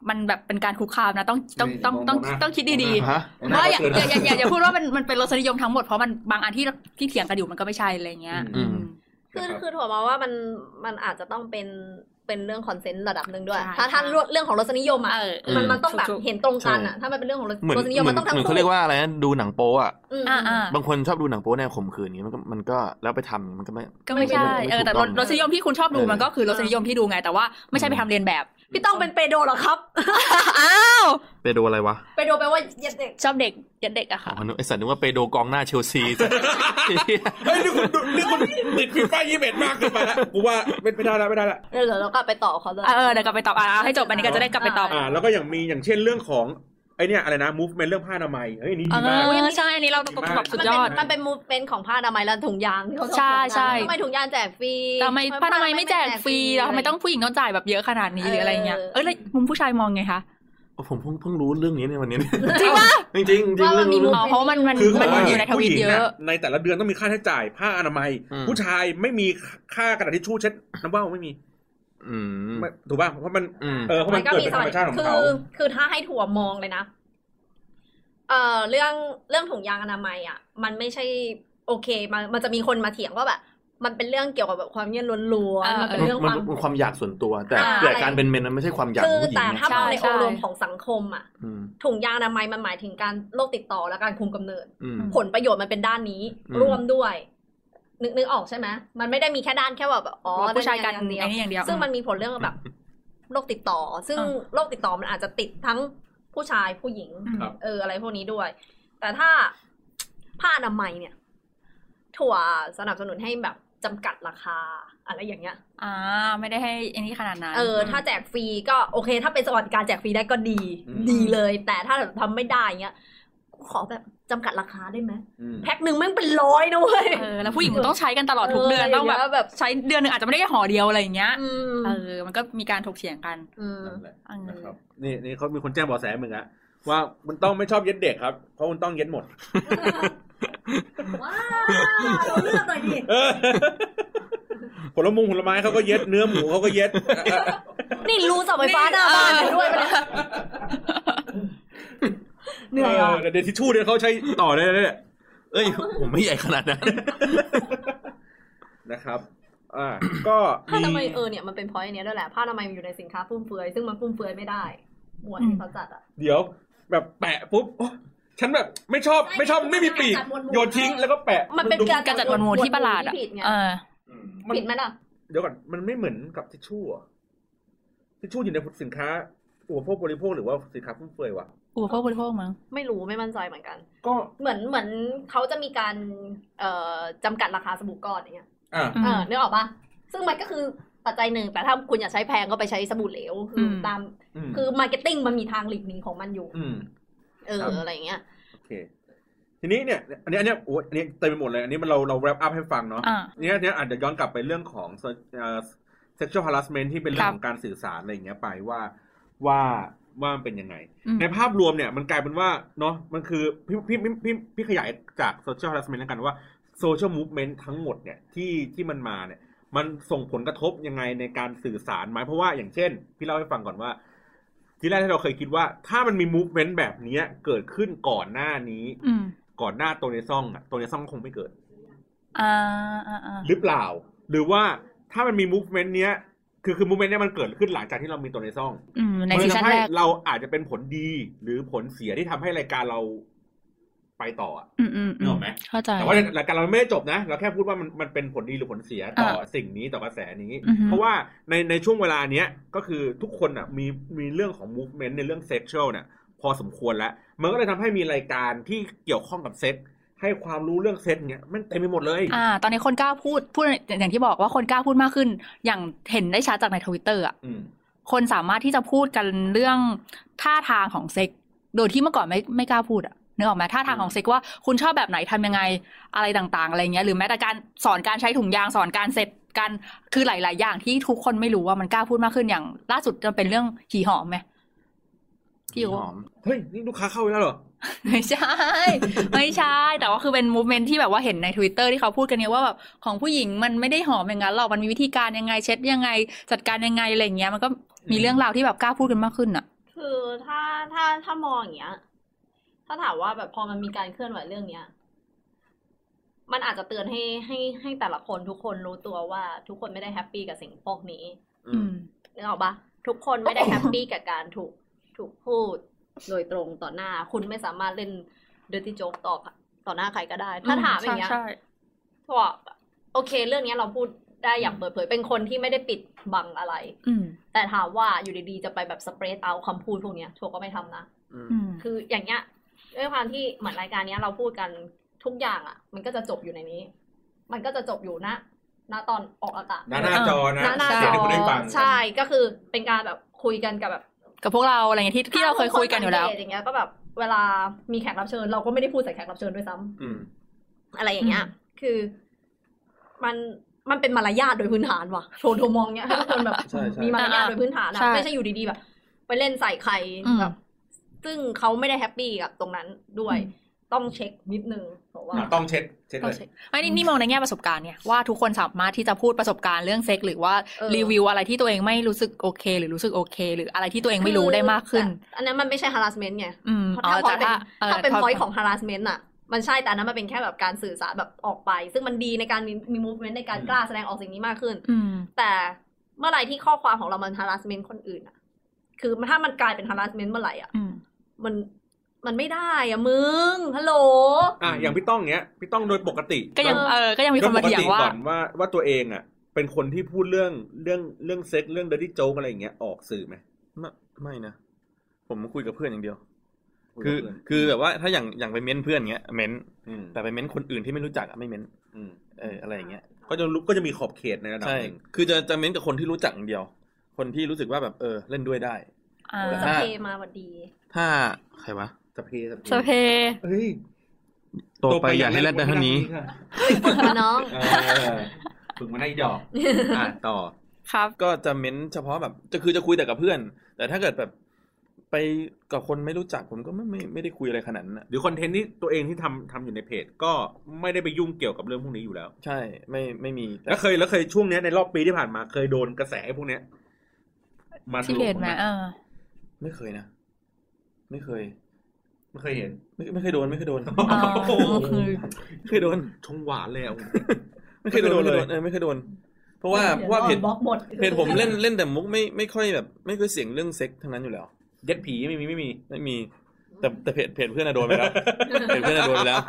มันแบบเป็นการคุกคามนะต้องต้องต้องต้องต้องคิดดีๆ
ฮะ
เพราะอย่าอย่าอย่าอย่าอย่าพูดว่ามันมันเป็นรสนิยมทั้งหมดเพราะมันบางอันที่ที่เถียงกันอยู่มันก็ไม่ใช่อะไรเงี้ย
อืม
อืม
คือ
นะครับ
คือถั่วมาว่ามันมันอาจจะต้องเป็นเป็นเรื่องคอนเซนต์ระดับหนึ่งด้วย
ใช่
ถ้าถ้า
ใช่
เรื่องของรสนิยมอ่ะ
เออเออ
มันมันต้องแบบ
ถูกๆ
เห็นตรงกันอ่ะ
ใช่
ถ้ามันเป็นเรื่องของรส
เหมือน
รสนิยม
เหมือ
มัน นต้องทั้ง
เหมือน
คู่
เขาเรียกว่าอะไรนะดูหนังโป๊อ่ะ
อืม
อ่าอ่า
บางคนชอบดูหนังโป๊แนวข่มขืนอย่างนี้มันก็มันก็แล้วไปทำมันก็ไม่
ก็ไม่ใช่
ไม่ถูก
เออแต่
ต้
ร
อ
ส
ง
รสนิยมที่คุณชอบดู
เออ
มันก็คือรสนิยมที่ดูไงแต่ว่าไม่ใช่ไปทำเรียนแบบ
พี่ต้องเป็นเปโดเหรอครับ
อ้าว
เปโดอะไรวะ
เปโดแปลว่าเหย็ดเด็ก
ชอบเด็กยันเด็กอะ
อ๋
ค่ะ
อนึกไอสัตว์นึกว่าเปโดกองหน้าเชลซี
เฮ้ยนี่คุณดูนี่คุณติดฟีฟ่ายี่สิบเอ็ดมากเกินไปแล้วกูว่าไม่ไม่ได้แล้วไม่ได้แล้ว
เดี๋ยวเรากลับไปต่อเขาเลย
เออเออเดี๋ยวกลับไปตอบอ่ะเอาให้จบอันนี้ก็จะได้กลับไปตอบ
อ่า แล้วก็อย่างมีอย่างเช่นเรื่องของไอเนี่ยอะไรนะ movement เรื่องผ้าอนามัยเฮ้ยอันนี่
เอ
ดีมาก
อใช่อันนี้เราตกแบบสุดยอด
มันเป็นมูฟเป็นของผ้าอนามัยและถุงยางที่เขา
ใช่ใช่
ทำไมถุงยางแจกฟรี
ทำไมป้าทำไมไม่แจกฟรีแล้วทำไมต้องผู้หญิงต้องจ่ายแบบเยอะขนาดนี้หรืออะไรเงี้ยเอ้ยแล้วมุมผู้ชายมองไงคะ
ผมเพิ่งเพิ่งรู้เรื่องนี้ในวันนี้
จริงปะ
จริงจริงจริง
ว่ามั
เรื่อน ง
มี
รู้
อ๋อเพราะว่ามันมัน
คือเขา
มัน
บอกว่า
อยู่ในท
ผู้
วิต
หญิง
เย
น่
อะ
ในแต่ละเดือนต้องมีค่าใช้จ่ายผ้าอนามัย
อืม
ผู้ชายไม่มีค่ากระดาษทิชชู่เช็ดน้ำว่าวไม่มี
อืม
ไม่ถูกป่ะเพราะมัน
อืม
เออเพราะมันเกิดเป็นธรรมชาติของเขา
คือคือถ้าให้ถั่วมองเลยนะ เอ่อเรื่องเรื่องถุงยางอนามัยอ่ะ มันไม่ใช่โอเค มันมันจะมีคนมาเถียงว่าแบบ มันเป็นเรื่องเกี่ยวกับแบบความเงียบล้วน
อ่า
ๆ
มั
มัน
มั
เป็น
น
เรื่องค
มัน
วาม
มันความอยากส่วนตัว แต่
อ่า
แต่การเป็นเมนนั้นไม่ใช่ความอยากข
คือ อง
ผู้หญิง
แต่ถ้า
นะ
มองใน
ใช่
องค์รวมของสังคมอ่ะ
อืม
ถุงยางอนามัยมันหมายถึงการโรคติดต่อและการคุมกำเนิด
อืม
ผลประโยชน์มันเป็นด้านนี้
อืม
ร่วมด้วย นึกนึกออกใช่ไหมมันไม่ได้มีแค่ด้านแค่แบบอ๋อ
อ๋อผู้ชายกัน
ด้อย่งเดียว
ไอ้นี่อย่างเดียว
ซึ่งมันมีผลเรื่องแบบโรคติดต่อ ซึ่ง
อ่า
โรคติดต่อมันอาจจะติดทั้งผู้ชายผู้หญิง
อืม
ครับ
เอออะไรพวกนี้ด้วย แต่ถ้าผ้าอนามัยเนี่ย ถั่วสนับสนุนให้แบบจำกัดราคา อะไรอย่างเงี้ย
อ่าไม่ได้ให้อันนี้ขนาดนั้น
เออ ถ้าแจกฟรีก็โอเค ถ้าเป็นสวัสดิการแจกฟรีได้ก็ดี
อืม
ดีเลย แต่ถ้าทำไม่ได้เงี้ยกูขอแบบจำกัดราคาได้ไหม
อืม
แพ็คหนึ่งแม่งเป็นร้อยนะเว้ย
เออแล้วผู้หญิงมันต้องใช้กันตลอดทุกเดือน
เออ
ต้องแบบ
เยอะแบบ
ใช้เดือนหนึ่งอาจจะไม่ได้แค่ห่อเดียวอะไรอย่างเงี้ย
อืม
เออมันก็มีการถกเถียงกัน
อืม
นั่นแหละ
เออ
นะครับนี่นี่เขามีคนแจ้งเบอแสมึงอะว่ามันต้องไม่ชอบเย็ดเด็กครับ เพราะมันต้องเย็ดหมด
ว้าวเราเลือกหน่อยดิ
เออ ผลมงผลไม้เขาก็เย็ดเนื้อหมูเขาก็เย็ด
นี่รูเสาไฟฟ้าหน้าบ้านเนี่ยด้วยไปเลย เหนื่อยว่ะ
เดี๋ยวทิชชู่เดี๋ยวเขาใช้ต่อได้เลยเนี่ย
เอ้ย ผมไม่ใหญ่ขนาดนั้น
นะครับ อ่า ก็
ผ้าอนามัย
มี
เออเนี่ยมันเป็นพอยต์เนี้ยด้วยแหละผ้าอนามัยมันอยู่ในสินค้าฟุ่มเฟือยซึ่งมันฟุ่มเฟือยไม่ได้หมวดที่เขาจัดอ่ะ
เดี๋ยว แบบแปะปุ๊บโอ๊ยฉันแบบไม่ชอบไม่ชอบไม่มีปีก โยนทิ้งแล้วก็แปะ
มันเป็น
ดู
การ
การจัดหมวดหมู่ที่ประหลาดอ่ะ
ผิดไง
เออ
มัน
ผิดไหมล่ะ
เดี๋ยวก่อนมันไม่เหมือนกับทิชชู่อะทิชชู่อยู่ในสินค้าอุปโภคบริโภคหรือว่าสินค้าฟุ่มเฟือยวะ
อุปโภคบริโภคมั้ง
ไม่รู้ไม่มั่นใจเหมือนกัน
ก็
เหมือนเหมือนเขาจะมีการเอ่อจำกัดราคาสบู่ก้อนอย่างเงี้ย
อ่า
อืม
เออนึกออกปะซึ่งมันก็คือปัจจัยหนึ่ง แต่ถ้าคุณอยากใช้แพงก็ไปใช้สบู่เหลวคืออ
ม
ตาม
อืม
คือมาร์เก็ตติ้งมันมีทางหลีกหนีของมันอยู่
อืม
เออ
ครับ
อะไรอย่างเงี้ย
โอเค ทีนี้เนี่ย อันนี้อันเนี้ยโอ้ยอันนี้เต็มไปหมดเลย อันนี้มันเราเราแรปอัพให้ฟังเนาะ
อ่า
เนี้ยเนี้ยอาจจะย้อนกลับไปเรื่องของเอ่อ sexual harassment ที่เป็นเรื่อ
ครับ
งของการสื่อสารอะไรอย่างเงี้ยไปว่าว่าว่ามันเป็นยังไง
อืม
ในภาพรวมเนี่ยมันกลายเป็นว่าเนาะมันคือพี่พี่พี่พี่พี่ขยายจาก social harassment แล้วกันว่า social movement ทั้งหมดเนี่ยที่ที่มันมาเนี่ย มันส่งผลกระทบยังไงในการสื่อสารไหมเพราะว่าอย่างเช่น พี่เล่าให้ฟังก่อนว่า ที่แรกที่เราเคยคิดว่า ถ้ามันมี movement แบบเนี้ยเกิดขึ้นก่อนหน้านี้
อืม
ก่อนหน้าโตเนซ่องอะโตเนซ่องคงไม่เกิด
อ่าอ่าอ่า
หรือเปล่า หรือว่าถ้ามันมี movement เนี้ยคือคือ movement เนี้ยมันเกิดขึ้นหลังจากที่เรามีโตเนซ่อง
อืมใน
มั
ซี
เลย
ซั่น
ทำให้
แรก
เราอาจจะเป็นผลดีหรือผลเสียที่ทำให้รายการเราไปต่ออะ
อืมอืม
นึกออกไหม
เข้าใจ
แต่ว่ารายการเราไม่ได้จบนะ เราแค่พูดว่ามันมันเป็นผลดีหรือผลเสียต่อสิ่งนี้ต่อกระแสนี้
อือฮึ
เพราะว่าในในช่วงเวลาเนี้ยก็คือทุกคนอ่ะมีมีเรื่องของ movement ในเรื่อง sexual เนี่ยพอสมควรแล้ว มันก็เลยทำให้มีรายการที่เกี่ยวข้องกับเซ็กให้ความรู้เรื่องเซ็กเนี่ยมันเต็มไปหมดเลย
อ่า ตอนนี้คนกล้าพูดพูดอย่างที่บอกว่าคนกล้าพูดมากขึ้น อย่างเห็นได้ชัดจากในทวิตเตอร์อ่ะ
อืม
คนสามารถที่จะพูดกันเรื่องท่าทางของเซ็ก โดยที่เมื่อก่อนไม่ไม่กล้าพูดอะนึกออกไหมท่าทางของเซ็กว่าคุณชอบแบบไหนทำยังไงอะไรต่างๆอะไรเงี้ยหรือแม้แต่การสอนการใช้ถุงยางสอนการเสร็จกันคือหลาย ๆ อย่างที่ทุกคนไม่รู้ว่ามันกล้าพูดมากขึ้นอย่าง ล่าสุดจะเป็นเรื่องหีหอมไหมที่อยู่
เฮ้ย นี่ลูกค้าเข้าไปแล้วเหรอ
ไม่ใช่ ไม่ใช่ แต่ว่าคือเป็นมูฟเมนที่แบบว่าเห็นใน Twitter ที่เขาพูดกันเนี่ยว่าแบบของผู้หญิงมันไม่ได้หอมอย่างนั้นหรอกมันมีวิธีการยังไงเช็ดยังไง จัดการยังไงอะไรอย่างเงี้ยมันก็มีเรื่องราวที่แบบกล้าพูดกันมากขึ้นอะ
คือถ้าถ้าถ้ามองอย่างเงี้ย ถ้าถามว่าแบบพอมันมีการเคลื่อนไหวเรื่องเนี้ย มันอาจจะเตือนให้ให้ให้แต่ละคนทุกคนรู้ตัวว่า ทุกคนไม่ได้แฮปปี้กับสิ่งพวกนี้
อืม
นึกออกปะทุกคนไม่ได้แฮปปี้กับการถูกถูกพูดโดยตรงต่อหน้า คุณไม่สามารถเล่นเดอร์ตี้โจ๊กต่อต่อหน้าใครก็ได้ ถ้าถามอย่างเงี้ย พวกโอเค เรื่องเนี้ยเราพูดได้อย่างเปิดเผยเป็นคนที่ไม่ได้ปิดบังอะไร
อืม
แต่ถามว่าอยู่ดีๆจะไปแบบสเปรดเอาคำพูดพวกเนี้ยทัวก็ไม่ทำนะ
อืม
คืออย่างเงี้ยด้วยความที่เหมือนรายการเนี้ยเราพูดกันทุกอย่างอะ่ะ มันก็จะจบอยู่ในนี้ มันก็จะจบอยู่นะณตอนออกอากาศ
หน้าหน้าจอนะ
ณหน้า
เสียงที่คุณได้ฟัง
ใช่ก็คือเป็นการแบบคุยกันกับแบบ
กับพวกเราอะไรเงี้ยที่ที่เราเคยคุยกันอยู่แล้ว
ถ้าคนสังเกตอย่างเงี้ยก็แบบเวลามีแขกรับเชิญ เราก็ไม่ได้พูดใส่แขกรับเชิญด้วยซ้ำ
อืม
อะไรอย่างเงี้ย
อืม
คือมันมันเป็นมารยาทโดยพื้นฐานว่ะโทนโทมองเนี้ยให้ทุกคนแบบ
ใช่ใช่
มีมารยาทโดยพื้นฐานอะ
ใช่
ไม่ใช่อยู่ดีๆแบบ ไปเล่นใส่ใคร
อืม
แบบซึ่งเขาไม่ได้แฮปปี้กับตรงนั้นด้วย
อืม
ต้องเช็คนิดนึงบอกว่า
อ่ะต้องเช็ดเช็ดเลย
ไม่นี่นี่มองในแง่ประสบการณ์เนี่ยว่าทุกคนสามารถที่จะพูดประสบการณ์เรื่องเซ็กหรือว่า
เออ
รีวิวอะไรที่ตัวเองไม่รู้สึกโอเค หรือรู้สึกโอเค หรืออะไรที่ตัวเองไม่รู้ได้มากขึ้น
แต่อันนั้นมันไม่ใช่ harassment ไง
อืม
เพราะ
อ๋อ
ถ้าพอ
แต่ถ้า
ยเป็นถ้าเป็น
พ
point ของ harassment อะ มันใช่แต่อันนั้นมันเป็นแค่แบบการสื่อสารแบบออกไป ซึ่งมันดีในการมีมี movement ในการกล้าแสดงออกสิ่งนี้มากขึ้น
อืม
แต่เมื่อไหร่ที่ข้อความของเรามัน harassment คนอื่นอะคือมันถ้ามันกลายเป็น harassment เมื่อไหร่อะ
อืม
มันมันไม่ได้อะมึงฮัลโหล
อ่ะอย่างพี่ต้องเนี้ยพี่ต้องโดยปกติ
ก็ยัง
โด
เออ ก็ยังมีคนมาเถียงว่า
โดปกติก่อนว่าว่าตัวเองอ่ะ เป็นคนที่พูดเรื่องเรื่องเรื่องเซ็กเรื่องเดอร์ดี้โจ๊กอะไรอย่างเงี้ยออกสื่อไหม
ไม่ไม่นะ ผมคุยกับเพื่อนอย่างเดียว
คุยกั
คื
บ
อ
เพื่อน
คือแบบว่าถ้าอย่างอย่างไปเม้นเพื่อนเงี้ยเม้น
อืม
แต่ไปเม้นคนอื่นที่ไม่รู้จักอะไม่เม้น
อืม
เอออะไรอย่างเงี้ย
ก็จะรู้ก็จะมีขอบเขตในระดับ
ใช่
หนึ่ง
คือจะจะเม้นกับคนที่รู้จักอย่างเดียว คนที่รู้สึกว่าแบบเออเล่นด้วยได้
อ่า
แต่
ส
ถ้า
เปมาหวัดดี
ถ้าใครวะ
สเปรย์
สเป
ร
ร
ย์
ย์
เฮ้ย
โตไปอยากให้เล่นได้เท่านี้
ฝึกมาน้อง
เออฝึกมาได้ดอกอ่ะต่อ
ครับ
ก็จะเม้นเฉพาะแบบจะคือจะคุยแต่กับเพื่อน แต่ถ้าเกิดแบบไปกับคนไม่รู้จักผมก็ไม่ไม่ไม่ได้คุยอะไรขนาดนั้นอะ
หรือคอนเทนต์ที่ตัวเองที่ทำทำอยู่ในเพจ ก็ไม่ได้ไปยุ่งเกี่ยวกับเรื่องพวกนี้อยู่แล้ว
ใช่ไม่ไม่มีแต่
แล้วเคยแล้วเคยช่วงเนี้ยในรอบปีที่ผ่านมา เคยโดนกระแสไอ้พวกเนี้ยมาถ
ที่
ล่
เพจไหม
บ้างไหม
เออ
ไม่เคยนะ ไม่เคย
ไม่เคยเห็น
ไม่ไม่เคยโดนไม่เคยโดน
อ๋อ
โอ้โห
คือ
ไม่เคยโดน
ชงหวานเลยอ่ะ
ไม่เคยโดน
ไม่เคยโดน
ไม่เคยโดน
เลย
เออไม่เคยโดน เพราะว่าเพราะว่าเพจ
บล็อกหมด
เพจผมเล่นเล่นแต่มุกไม่ไม่ค่อยแบบ ไม่ค่อยเสียงเรื่องเซ็กทั้งนั้นอยู่แล้ว
เย็ดผีไม่มีไม่มี
ไม่มี แต่แต่เพจเพจเพื่อนอะโดนไป แล้วเพจเพื่อนอะโดนไปแล้ว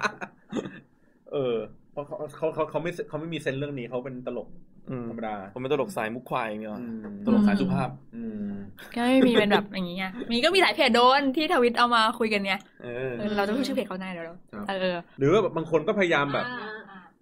เออเพราะเขาเขาเขาเขาไม่เขาไม่มีเซนส์เรื่องนี้เขาเป็นตลก
อืม
ธรรมดา
ผมเป็นตลกสายมุกควายอย่างเงี้ย
อืม
ตลกสายสุภาพ
อืม
ก็ไม่มีเป็นแบบอย่างเงี้ยมีก็มีหลายเพจโดนที่ทวิตเอามาคุยกันเนี่ย
เออ
เออเราจะพูดชื่อเพจเขาได้เดี๋ยวเราเออ
หรือว่าแบบบางคนก็พยายามแบบ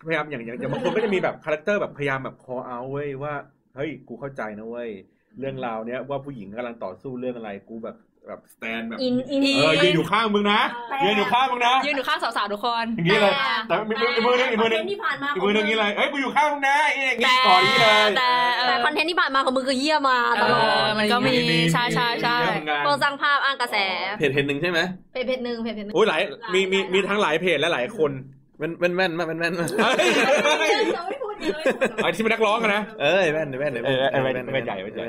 พยายามอย่างอย่างอย่างบางคนก็จะมีแบบคาแรคเตอร์แบบพยายามแบบ call out เว้ยว่าเฮ้ยกูเข้าใจนะเว้ยเรื่องราวเนี้ยว่าผู้หญิงกำลังต่อสู้เรื่องอะไรกูแบบแบบ stand แบบ
อิน อิน
เออยืนอยู่ข้างมึงนะ
แต่
ยืนอยู่ข้างมึงนะ
ยืนอยู่ข้างสาวๆทุกคน
อย่างนี้เลย
แต่
แต่มีมือนึงอีกมือนึง
ที่ผ่านมา
อีกมือนึงอย่างนี้เลยเอ้ยกูอยู่ข้างมึงนะไอ้อย่างงี้
แต่
กอดอย่างนี้เลย
แต่เอ
แต่
อ
คอนเทนต์ที่ผ่านมาของมึงคือเยี่ยมาตลอ
เออ
ด
มันก็มีใช่ใช่ใช่
เยอะเหมือนกัน
โปรสร้างภาพอ้างกระแส
เพจเพจหนึ่งใช่ไหม
เพจเพจหนึ่งเพจเพจหนึ่ง
โอ้ยหลายมีมีมีทั้งหลายเพจและหลายคน
แว่นแว่นแว่นมากแว่นแว่นมาก
เฮ้ย
เราไม่พูดเลย
ไอ้ที่เป็นนักร้องกันนะ
เอ้ยแว่นแว่นแว่น
เออเออแว่นแว่นใหญ่แว่นใหญ่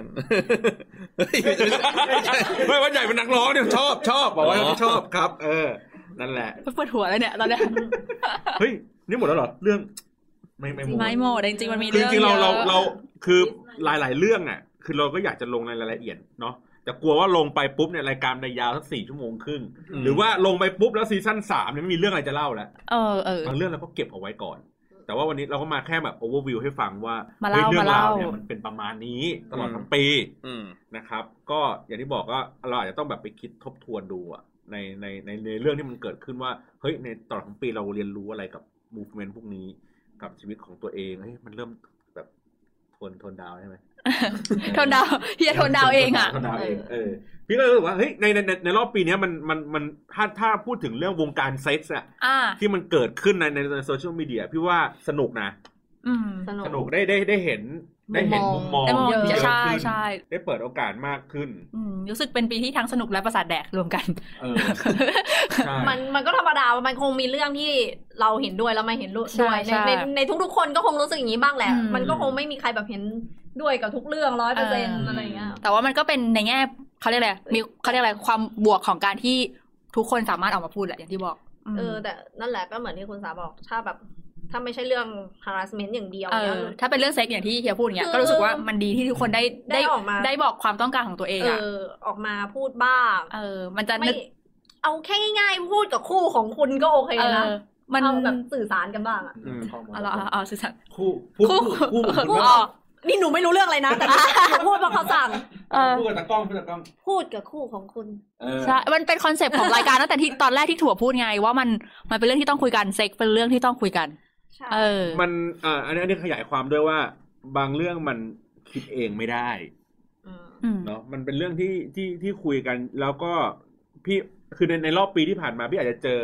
เฮ้ย ไม่ใช่ไม่ใช่
ไม่ว่าใหญ่เป็นนักร้องเนี่ยชอบชอบบอกว่า
อ๋อ
ชอบครับ เออ นั่นแหละ
ปวดหัวเลยเนี่ยตอนเนี้ย
เฮ้ย นี่หมดแล้วเหรอ เรื่อง ไม่ไม่หมด
ไม่หมดแต่จริงๆมันมี
คือ
เรื่อง
จริงๆเราเรา
ยอะ
เราคือหลาย ๆ เรื่องอ่ะ คือเราก็อยากจะลงในรายละเอียดเนาะแต่กลัวว่าลงไปปุ๊บเนี่ยรายการในยาวสักสี่ชั่วโมงครึ่ง
อืม
หรือว่าลงไปปุ๊บแล้วซีซั่นสามเนี่ยไม่มีเรื่องอะไรจะเล่าแล้ว
เออเออ
บางเรื่องเราก็เก็บเอาไว้ก่อน แต่ว่าวันนี้เราก็มาแค่แบบโอเวอร์วิวให้ฟังว่า
มา
ฮ้
เล่าย
เรื่องราวเนี่ย
มาเล่า
มันเป็นประมาณนี้ตลอดทั้งปี
อืม
นะครับ ก็อย่างที่บอกว่าเราอาจจะต้องแบบไปคิดทบทวนดูอะในในในในเรื่องที่มันเกิดขึ้นว่า เฮ้ยในตลอดทั้งปีเราเรียนรู้อะไรกับมูฟเมนต์พวกนี้กับชีวิตของตัวเองเฮ้ยมันเริ่มแบบทนทนดาวน์ใช่ไหม
ทนดาวเฮียทนดาวเองอ่ะ
ทนดาวเองเออพี่ก็เลยรู้สึกว่าเฮ้ยในในในในรอบปีเนี้ยมันมันมันถ้าถ้าพูดถึงเรื่องวงการเซ็กซ์อะ
อ่า
ที่มันเกิดขึ้นในในในโซเชียลมีเดียพี่ว่าสนุกนะ
อืม
สนุก
สนุกได้ได้ได้เห็นได้เห็นมุมมอง
ได้มอง
เยอะ
ที่
ใช่
ขึ้น
ใช่
ได้เปิดโอกาสมากขึ้น
อืมรู้สึกเป็นปีที่ทั้งสนุกและประสาทแดกรวมกัน
เออใช่
มันมันก็ธรรมดา มันคงมีเรื่องที่เราเห็นด้วยแล้วไม่เห็นด้วย
ใช่
ใน
ใช่
ในในทุกๆคนก็คงรู้สึกอย่างนี้บ้างแหละ
อืม
มันก็คงไม่มีใครแบบเห็นด้วยกับทุกเรื่องร้อยเปอร์เซ็น
เอออ
อะไรอย่างเงี้ย
แต่ว่ามันก็เป็นในแง่เขาเรียกอะไร มีเขาเรียกอะไร ความบวกของการที่ทุกคนสามารถออกมาพูดแหละอย่างที่บอกม
เออแต่นั่นแหละก็เหมือนที่คุณสาบอก ถ้าแบบถ้าไม่ใช่เรื่อง harassment อย่างเดียว
เอ
เนี่ย
อ ถ้าเป็นเรื่องเซ็กอย่างที่เฮียพูดอย่างเงี้ย
คือ
ก็รู้สึกว่ามันดีที่ทุกคนได้
ได้ออกมา
ได้บอกความต้องการของตัวเอง
เอ
อ่ะ
อออกมาพูดบ้าง
เออ มันจะ
ไม่
นึก
เอาแค่ง่ายๆพูดกับคู่ของคุณก็โอเค
เอ
นะ
อ มัน
เอาแบบสื่อสารกันบ้างอะ
อืม
เอาละเอาละเอาละสื่อสาร
คู่คู่คู่คู่
คู่คู่ออก
นี่หนูไม่รู้เรื่องเลยนะ แต่หนูพูดเพราะเขา สั่ง
เออ
คู่กับตากล้องคู่กับตากล้อง
พูดกับคู่ของคุณ
เออ
ใช่ มันเป็นคอนเซปต์ของรายการตั้งแต่ที่ตอนแรกที่ถั่วพูดไงว่ามันมันเป็นเรื่องที่ต้องคุยกันเซ็กเป็นเรื่องที่ต้องคุยกัน
ใช่
เออ
มันเอ่ออันนี้อันนี้ขยายความด้วยว่า บางเรื่องมันคิดเองไม่ได้
ม
อืม
เนาะมันเป็นเรื่องที่ที่ที่คุยกันแล้วก็พี่คือในในรอบปีที่ผ่านมาพี่อาจจะเจอ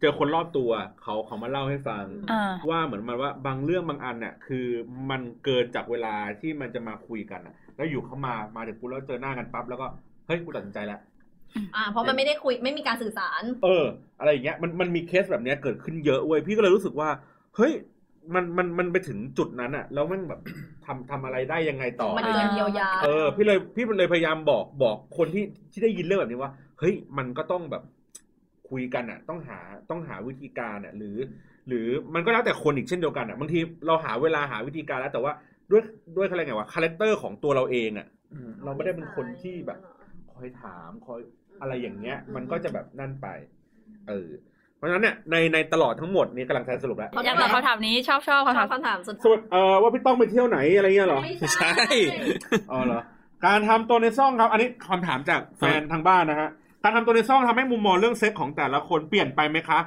เจอคนรอบตัวเขาเขามาเล่าให้ฟัง
อ่า
ว่าเหมือนมันว่าบางเรื่องบางอันน่ะคือมันเกินจากเวลาที่มันจะมาคุยกันน่ะ แล้วอยู่เข้ามามาถึงปุ๊บแล้วเจอหน้ากันปั๊บแล้วก็เฮ้ยกูตัดสินใจแล้ว
อ่าเพราะมันไม่ได้คุยไม่มีการสื่อสาร
เออ อะไรอย่างเงี้ยมันมันมีเคสแบบเนี้ยเกิดขึ้นเยอะเว้ยพี่ก็เลยรู้สึกว่า เฮ้ย มันมันมันไปถึงจุดนั้นอะแล้วมันแบบ ทำทำอะไรได้ยังไงต่อ
มัน
อะไร
ถึง
เงี้
จะ
ย
เยียวยา
เออ พี่เลยพี่เลยพยายามบอกบอกคนที่ที่ได้ยินเรื่องแบบนี้ว่า เฮ้ยมันก็ต้องแบบ คุยกันอ่ะ ต้องหาต้องหาวิธีการอ่ะ หรือ หรือมันก็แล้วแต่คนอีกเช่นเดียวกันอ่ะบางทีเราหาเวลาหาวิธีการแล้ว แต่ว่าด้วยด้วยอะไรไงวะคาแรคเตอร์ของตัวเราเองอ่ะ
อืม
เราไม่ได้เป็นคนที่แบบ คอยถามคอยอะไรอย่างเงี้ย มันก็จะแบบนั่นไป เออ เพราะฉะนั้นเนี่ยในในตลอดทั้งหมดนี่กำลังจะสรุปแล้ว
อยากตอบคำถามนี้ชอบชอบคำ
คำถา
ถาม ม
คำถามสุด
สรุปเอ่อว่าพี่ต้องไปเที่ยวไหนอะไรเงี้ยเหรอ
ไม่
ไม่ใช่
อ๋อเหรอ การทำตัวในซ่องครับ อันนี้คำถามจากแฟนทางบ้านนะฮะ การทำตัวในซ่องทำให้มุมมองเรื่องเซ็กของแต่ละคนเปลี่ยนไปไหมคะ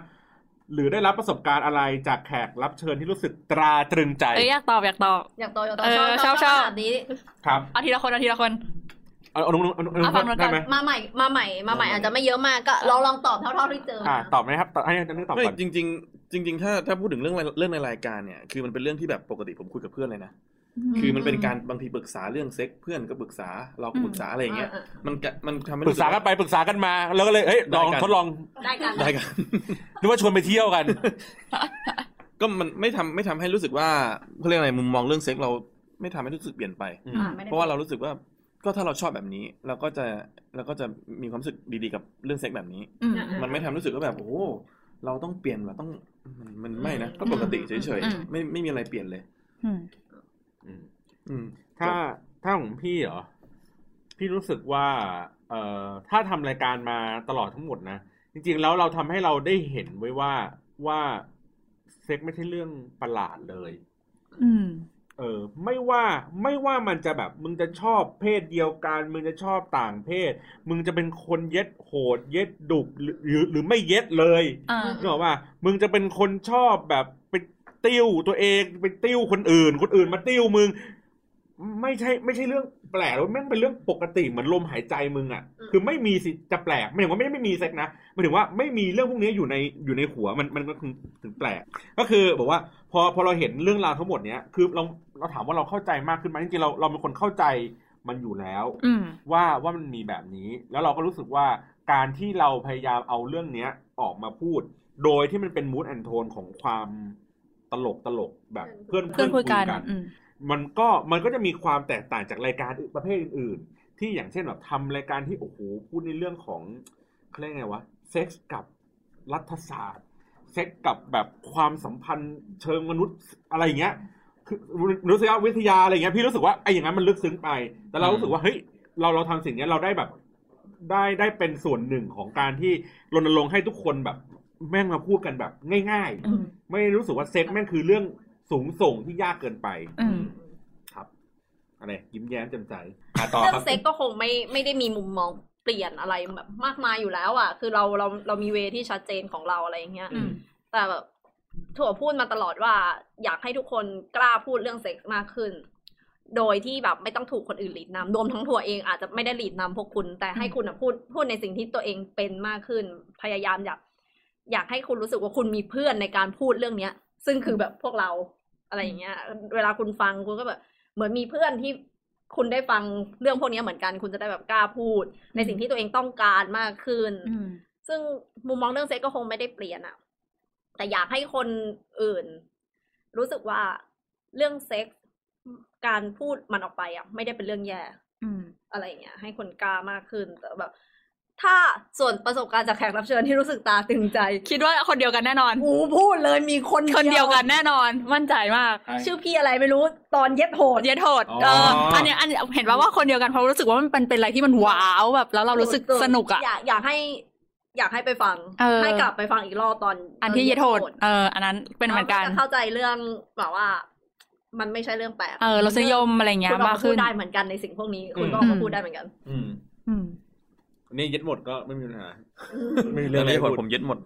หรือได้รับประสบการณ์อะไรจากแขกรับเชิญที่รู้สึกตราตรึงใจ
เอ้ยอยากตอบอยากตอบ
อยากโตอยากโต
เออ
ชอบ
ชอบชอบ
คำถามนี้
ครับ
เอาทีละคนเอาทีละคน
เอาเอานุเอานุ
เอาฝั่งนู้นก่
ได้
อน
ไหม
มาใหม่มาใหม่มาใหม่อาจจะไม่เยอะมากก็ลองลองตอบเท่าเท่าที่เจอ
อ่า
มา
ตอบไหมครับตอบให้ให้ให้ตอบ
ไม่
ก่อน
จริง ๆ จริง ๆ ถ้าถ้าพูดถึงเรื่องเรื่องในรายการเนี่ยคือมันเป็นเรื่องที่แบบปกติผมคุยกับเพื่อนเลยนะคือมันเป็นการบางทีปรึกษาเรื่องเซ็กเพื่อนก็ปรึกษาเราก็ปรึกษาอะไรอย่างเงี้ยมันจะมันทำให้
ปรึกษากันไปปรึกษากันมา แล้วก็เลยเอ้ยลองทดลอง
ได้กัน
ได้กัน
นึกว่าชวนไปเที่ยวกัน
ก็มันไม่ทำไม่ทำให้รู้สึกว่าเขาเรียกอะไรมุมมองเรื่องเซ็กเราไม่ทำให้รู้สึกเปลี่ยนไป
อ่ไม่ได้
เพราะว่าเรารู้สึกว่าก็ถ้าเราชอบแบบนี้เราก็จะเราก็จะมีความรู้สึกดีๆกับเรื่องเซ็กแบบนี้
อืม
มันไม่ทำรู้สึกว่าแบบโอ้โหเราต้องเปลี่ยนเราต้องมันมันไม่นะก็ปกติเฉย
อืม
ๆไม่ไม่มีอะไรเปลี่ยนเลย
อืม
อืม
ถ้าถ้าของพี่เหรอ พี่รู้สึกว่า เอ่อ ถ้าทำรายการมาตลอดทั้งหมดนะ จริง ๆ แล้วเราทำให้เราได้เห็นไว้ว่าว่าเซ็กไม่ใช่เรื่องประหลาดเลย
อืม
เออ ไม่ว่าไม่ว่ามันจะแบบมึงจะชอบเพศเดียวกัน มึงจะชอบต่างเพศ มึงจะเป็นคนเย็ดโหด เย็ดดุหรือหรือหรือไม่เย็ดเลย
อ่า
นึกออกว่ามึงจะเป็นคนชอบแบบไปติ้วตัวเองไปติ้วคนอื่น คนอื่นมาติ้วมึง ไม่ใช่ ไม่ใช่เรื่องแปลกหรอกแม่งเป็นเรื่องปกติเหมือนลมหายใจมึงอะ่ะ คือไม่มีสิจะแปลกไม่ถึงว่าไม่ไม่มีเซ็กนะหมายถึงว่าไม่มีเรื่องพวกนี้อยู่ในอยู่ในหัวมันมันก็ถึงถึงแปลก ก็คือบอกว่าพอพอเราเห็นเรื่องราวทั้งหมดเนี้ยคือเราเราถามว่าเราเข้าใจมากขึ้นไหมจริงๆเราเราเป็นคนเข้าใจมันอยู่แล้ว
อืม
ว่าว่ามันมีแบบนี้แล้วเราก็รู้สึกว่าการที่เราพยายามเอาเรื่องเนี้ยออกมาพูด โดยที่มันเป็นมูดแอนโทนของความตลกตลกแบบเพื่อน
เพื่อนคุยกัน อืม
มันก็มันก็จะมีความแตกต่างจากรายการอื่นประเภทอื่นๆที่อย่างเช่นแบบทำรายการที่โอ้โหพูดในเรื่องของเขาเรียกไงวะเซ็กส์กับรัฐศาสตร์ เซ็กส์กับแบบความสัมพันธ์เชิงมนุษย์อะไรอย่างเงี้ย คือมนุษยวิทยาอะไรเงี้ยพี่รู้สึกว่าไอ้อย่างนั้นมันลึกซึ้งไป แต่เรา
อืม
รู้สึกว่าเฮ้ยเราเราทำสิ่งเนี้ยเราได้แบบได้ได้เป็นส่วนหนึ่งของการที่รณรงค์ให้ทุกคนแบบแม่งมาพูดกันแบบง่าย
อืม
ๆ ไม่รู้สึกว่าเซ็กแม่งคือเรื่องสูงส่งที่ยากเกินไป
อืม
ครับอะไรยิ้มแย้มแจ่มใส
เรื่องเซ็กก็คงไม่ไม่ได้มีมุมมองเปลี่ยนอะไรแบบมากมายอยู่แล้วอ่ะ คือเราเราเรามีเวที่ชัดเจนของเราอะไรอย่างเงี้ย
อืม
แต่แบบถั่วพูดมาตลอดว่า อยากให้ทุกคนกล้าพูดเรื่องเซ็กส์มากขึ้น โดยที่แบบไม่ต้องถูกคนอื่นหลีดนำรวมทั้งถั่วเองอาจจะไม่ได้หลีดนำพวกคุณ แต่ให้คุณอะพูดพูดในสิ่งที่ตัวเองเป็นมากขึ้น พยายามอยากอยากให้คุณรู้สึกว่าคุณมีเพื่อนในการพูดเรื่องเนี้ย ซึ่งคือแบบพวกเราอะไรอย่างเงี้ย เวลาคุณฟังคุณก็แบบ เหมือนมีเพื่อนที่คุณได้ฟังเรื่องพวกเนี้ยเหมือนกัน คุณจะได้แบบกล้าพูด ในสิ่งที่ตัวเองต้องการมากขึ้น
อืม
ซึ่งมุมมองเรื่องเซ็กก็คงไม่ได้เปลี่ยนอะแต่อยากให้คนอื่น รู้สึกว่าเรื่องเซ็กส์การพูดมันออกไปอะไม่ได้เป็นเรื่องแย่
อืม
อะไรอย่างเงี้ย ให้คนกล้ามากขึ้นแต่แบบ ถ้าส่วนประสบการณ์จากแขกรับเชิญที่รู้สึกตาตึงใจ
คิดว่าคนเดียวกันแน่นอน
อูพูดเลยมีคน
คนเดียวกันแน่นอน มั่นใจมาก
ชื่อพี่อะไรไม่รู้ตอนเย็ดโหด
เย็ดโหดเอออันเนี้ยอันเนี้ยเห็นป่าว่าคนเดียวกันเพราะรู้สึกว่ามันเป็นอะไรที่มันว้าวแบบ แล้วเรารู้สึกสนุกอ่ะ
อยากอยากให้อยากให้ไปฟัง
เออ
ให้กลับไปฟังอีกรอบตอน
อันที่เย็ดโหด
ตอน
เออ อันนั้นเป็นเหมือนกัน
ราจะเข้าใจเรื่องแบบว่า มันไม่ใช่เรื่องแปลก
เออรสนิยมอะไรเงี้ย
คุณออก
มาก
มาพู
ขึ้
ด
น
ได้เหมือนกันในสิ่งพวกนี้ คุณก็อ
อื
อก
ม
มาพูดได้เหมือนกัน
อืม
อืม
นี่ยึดหมดก็ไม่มีปัญหาไม่มี
เรื่อ
เรื่อง ง
นี้
นี้
ผม
ผ
ผม มยึดหมด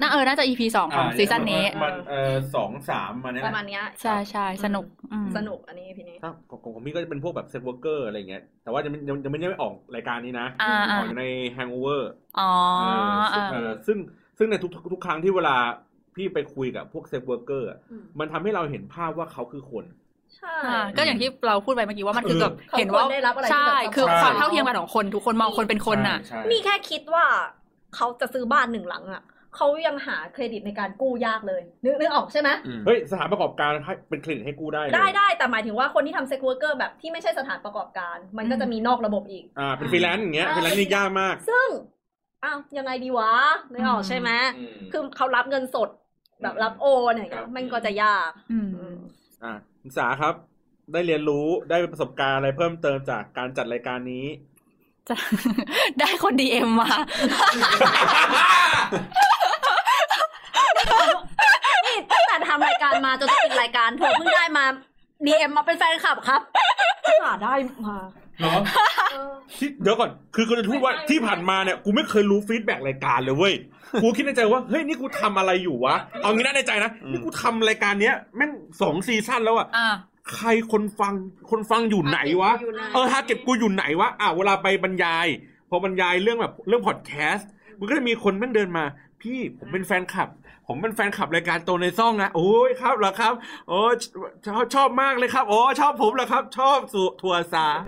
น่าเออ น่าจะ EP สองของ
อ่า
ซีซั่นนี้
มันเออสองสามมาเนี่
ป
ยแห
ระมาณ
ละ
เนี้ย
ใช่ใช่สนุกอืม
สนุกอันนี้พี่นี้
ถ้าของของของพี่ก็จะเป็นพวกแบบเซ็กเวอร์เกอร์อะไรอย่างเงี้ยแต่ว่าจะไม่ยังยังไม่ได้ออกรายการนี้นะ
อ่า
อ
อ่า
อกอยู่ใน Hangover
อ๋อ
เออ
อ่า
เออซึ่งซึ่งในทุกทุกครั้งที่เวลาพี่ไปคุยกับพวกเซ็กเวอร์เกอร์อะ
อืม
มันทำให้เราเห็นภาพว่าเขาคือคน
ใช่
อ่าก็อย่างที่เราพูดไปเมื่อกี้ว่ามันคือแบบ
เขา
เห็นว่า
ควรได้รับอะไรที่
ใช่
แบบ
คือ
ซัพพอร์
ความ
ต
เท่าเทียมกันของคนทุกคนมองคนเป็นคนน่ะ
ใช่
นี่แค่คิดว่าเขาจะซื้อบ้านหนึ่งหลังอ่ะเขายังหาเครดิตในการกู้ยากเลยนึกนึกออกใช่ไหม
อืม
เฮ้ยสถานประกอบการให้เป็นเครดิตให้กู้ได้เลย
ได้ได้แต่หมายถึงว่าคนที่ทำเซ็กเวอร์เกอร์แบบที่ไม่ใช่สถานประกอบการ มันก็จะมีนอกระบบอีก
อ่าเป็นฟรีแลนซ์อย่างเงี้ยฟรีแลนซ์นี่ยากมาก
ซึ่ง อ้าวยังไงดีวะนึกออกใช่ไหม
อืม
คือเขารับเงินสดแบบรับโอนอะไรอย่าง
ค
เงี้
รั
ย
บ
มันก็จะยาก
อืม
อ่ะคุณสาครับ ได้เรียนรู้ได้ประสบการณ์อะไรเพิ่มเติมจากการจัดรายการนี้
จะ ได้คนดีเอ็มมา
นี่ตั้งแต่ทำรายการมาจนเป็นรายการเธ อเพิ่งได้มาดีเอ็มมาเป็นแฟนคลับครับหาได้มา
เนาะที่เดี๋ยวก่อน คือกูจะพูดว่าที่ผ่านมาเนี่ย กูไม่เคยรู้ฟีดแบ็กรายการเลยเว้ย กูคิดในใจว่า เฮ้ย นี่กูทำอะไรอยู่วะ เอางี้นะในใจนะ นี่กูทำรายการเนี้ยแม่งสองซีซั่นแล้วอะ
อ่า
ใครคนฟัง คนฟังอยู่ไหนวะ
อยู่ไหน
เออทาเก็ตกูอยู่ไหนวะ อ่ะเวลาไปบรรยาย พอบรรยายเรื่องแบบเรื่องพอดแคสต์มันก็จะมีคนแม่งเดินมา พี่ผมเป็นแฟนคลับ ผมเป็นแฟนคลับรายการโตในซ่องนะโอ้ยครับเหรอครับ โอ้ยชอบชอบมากเลยครับโอ้ชอบผมเหรอครับ ชอบสุทัวซา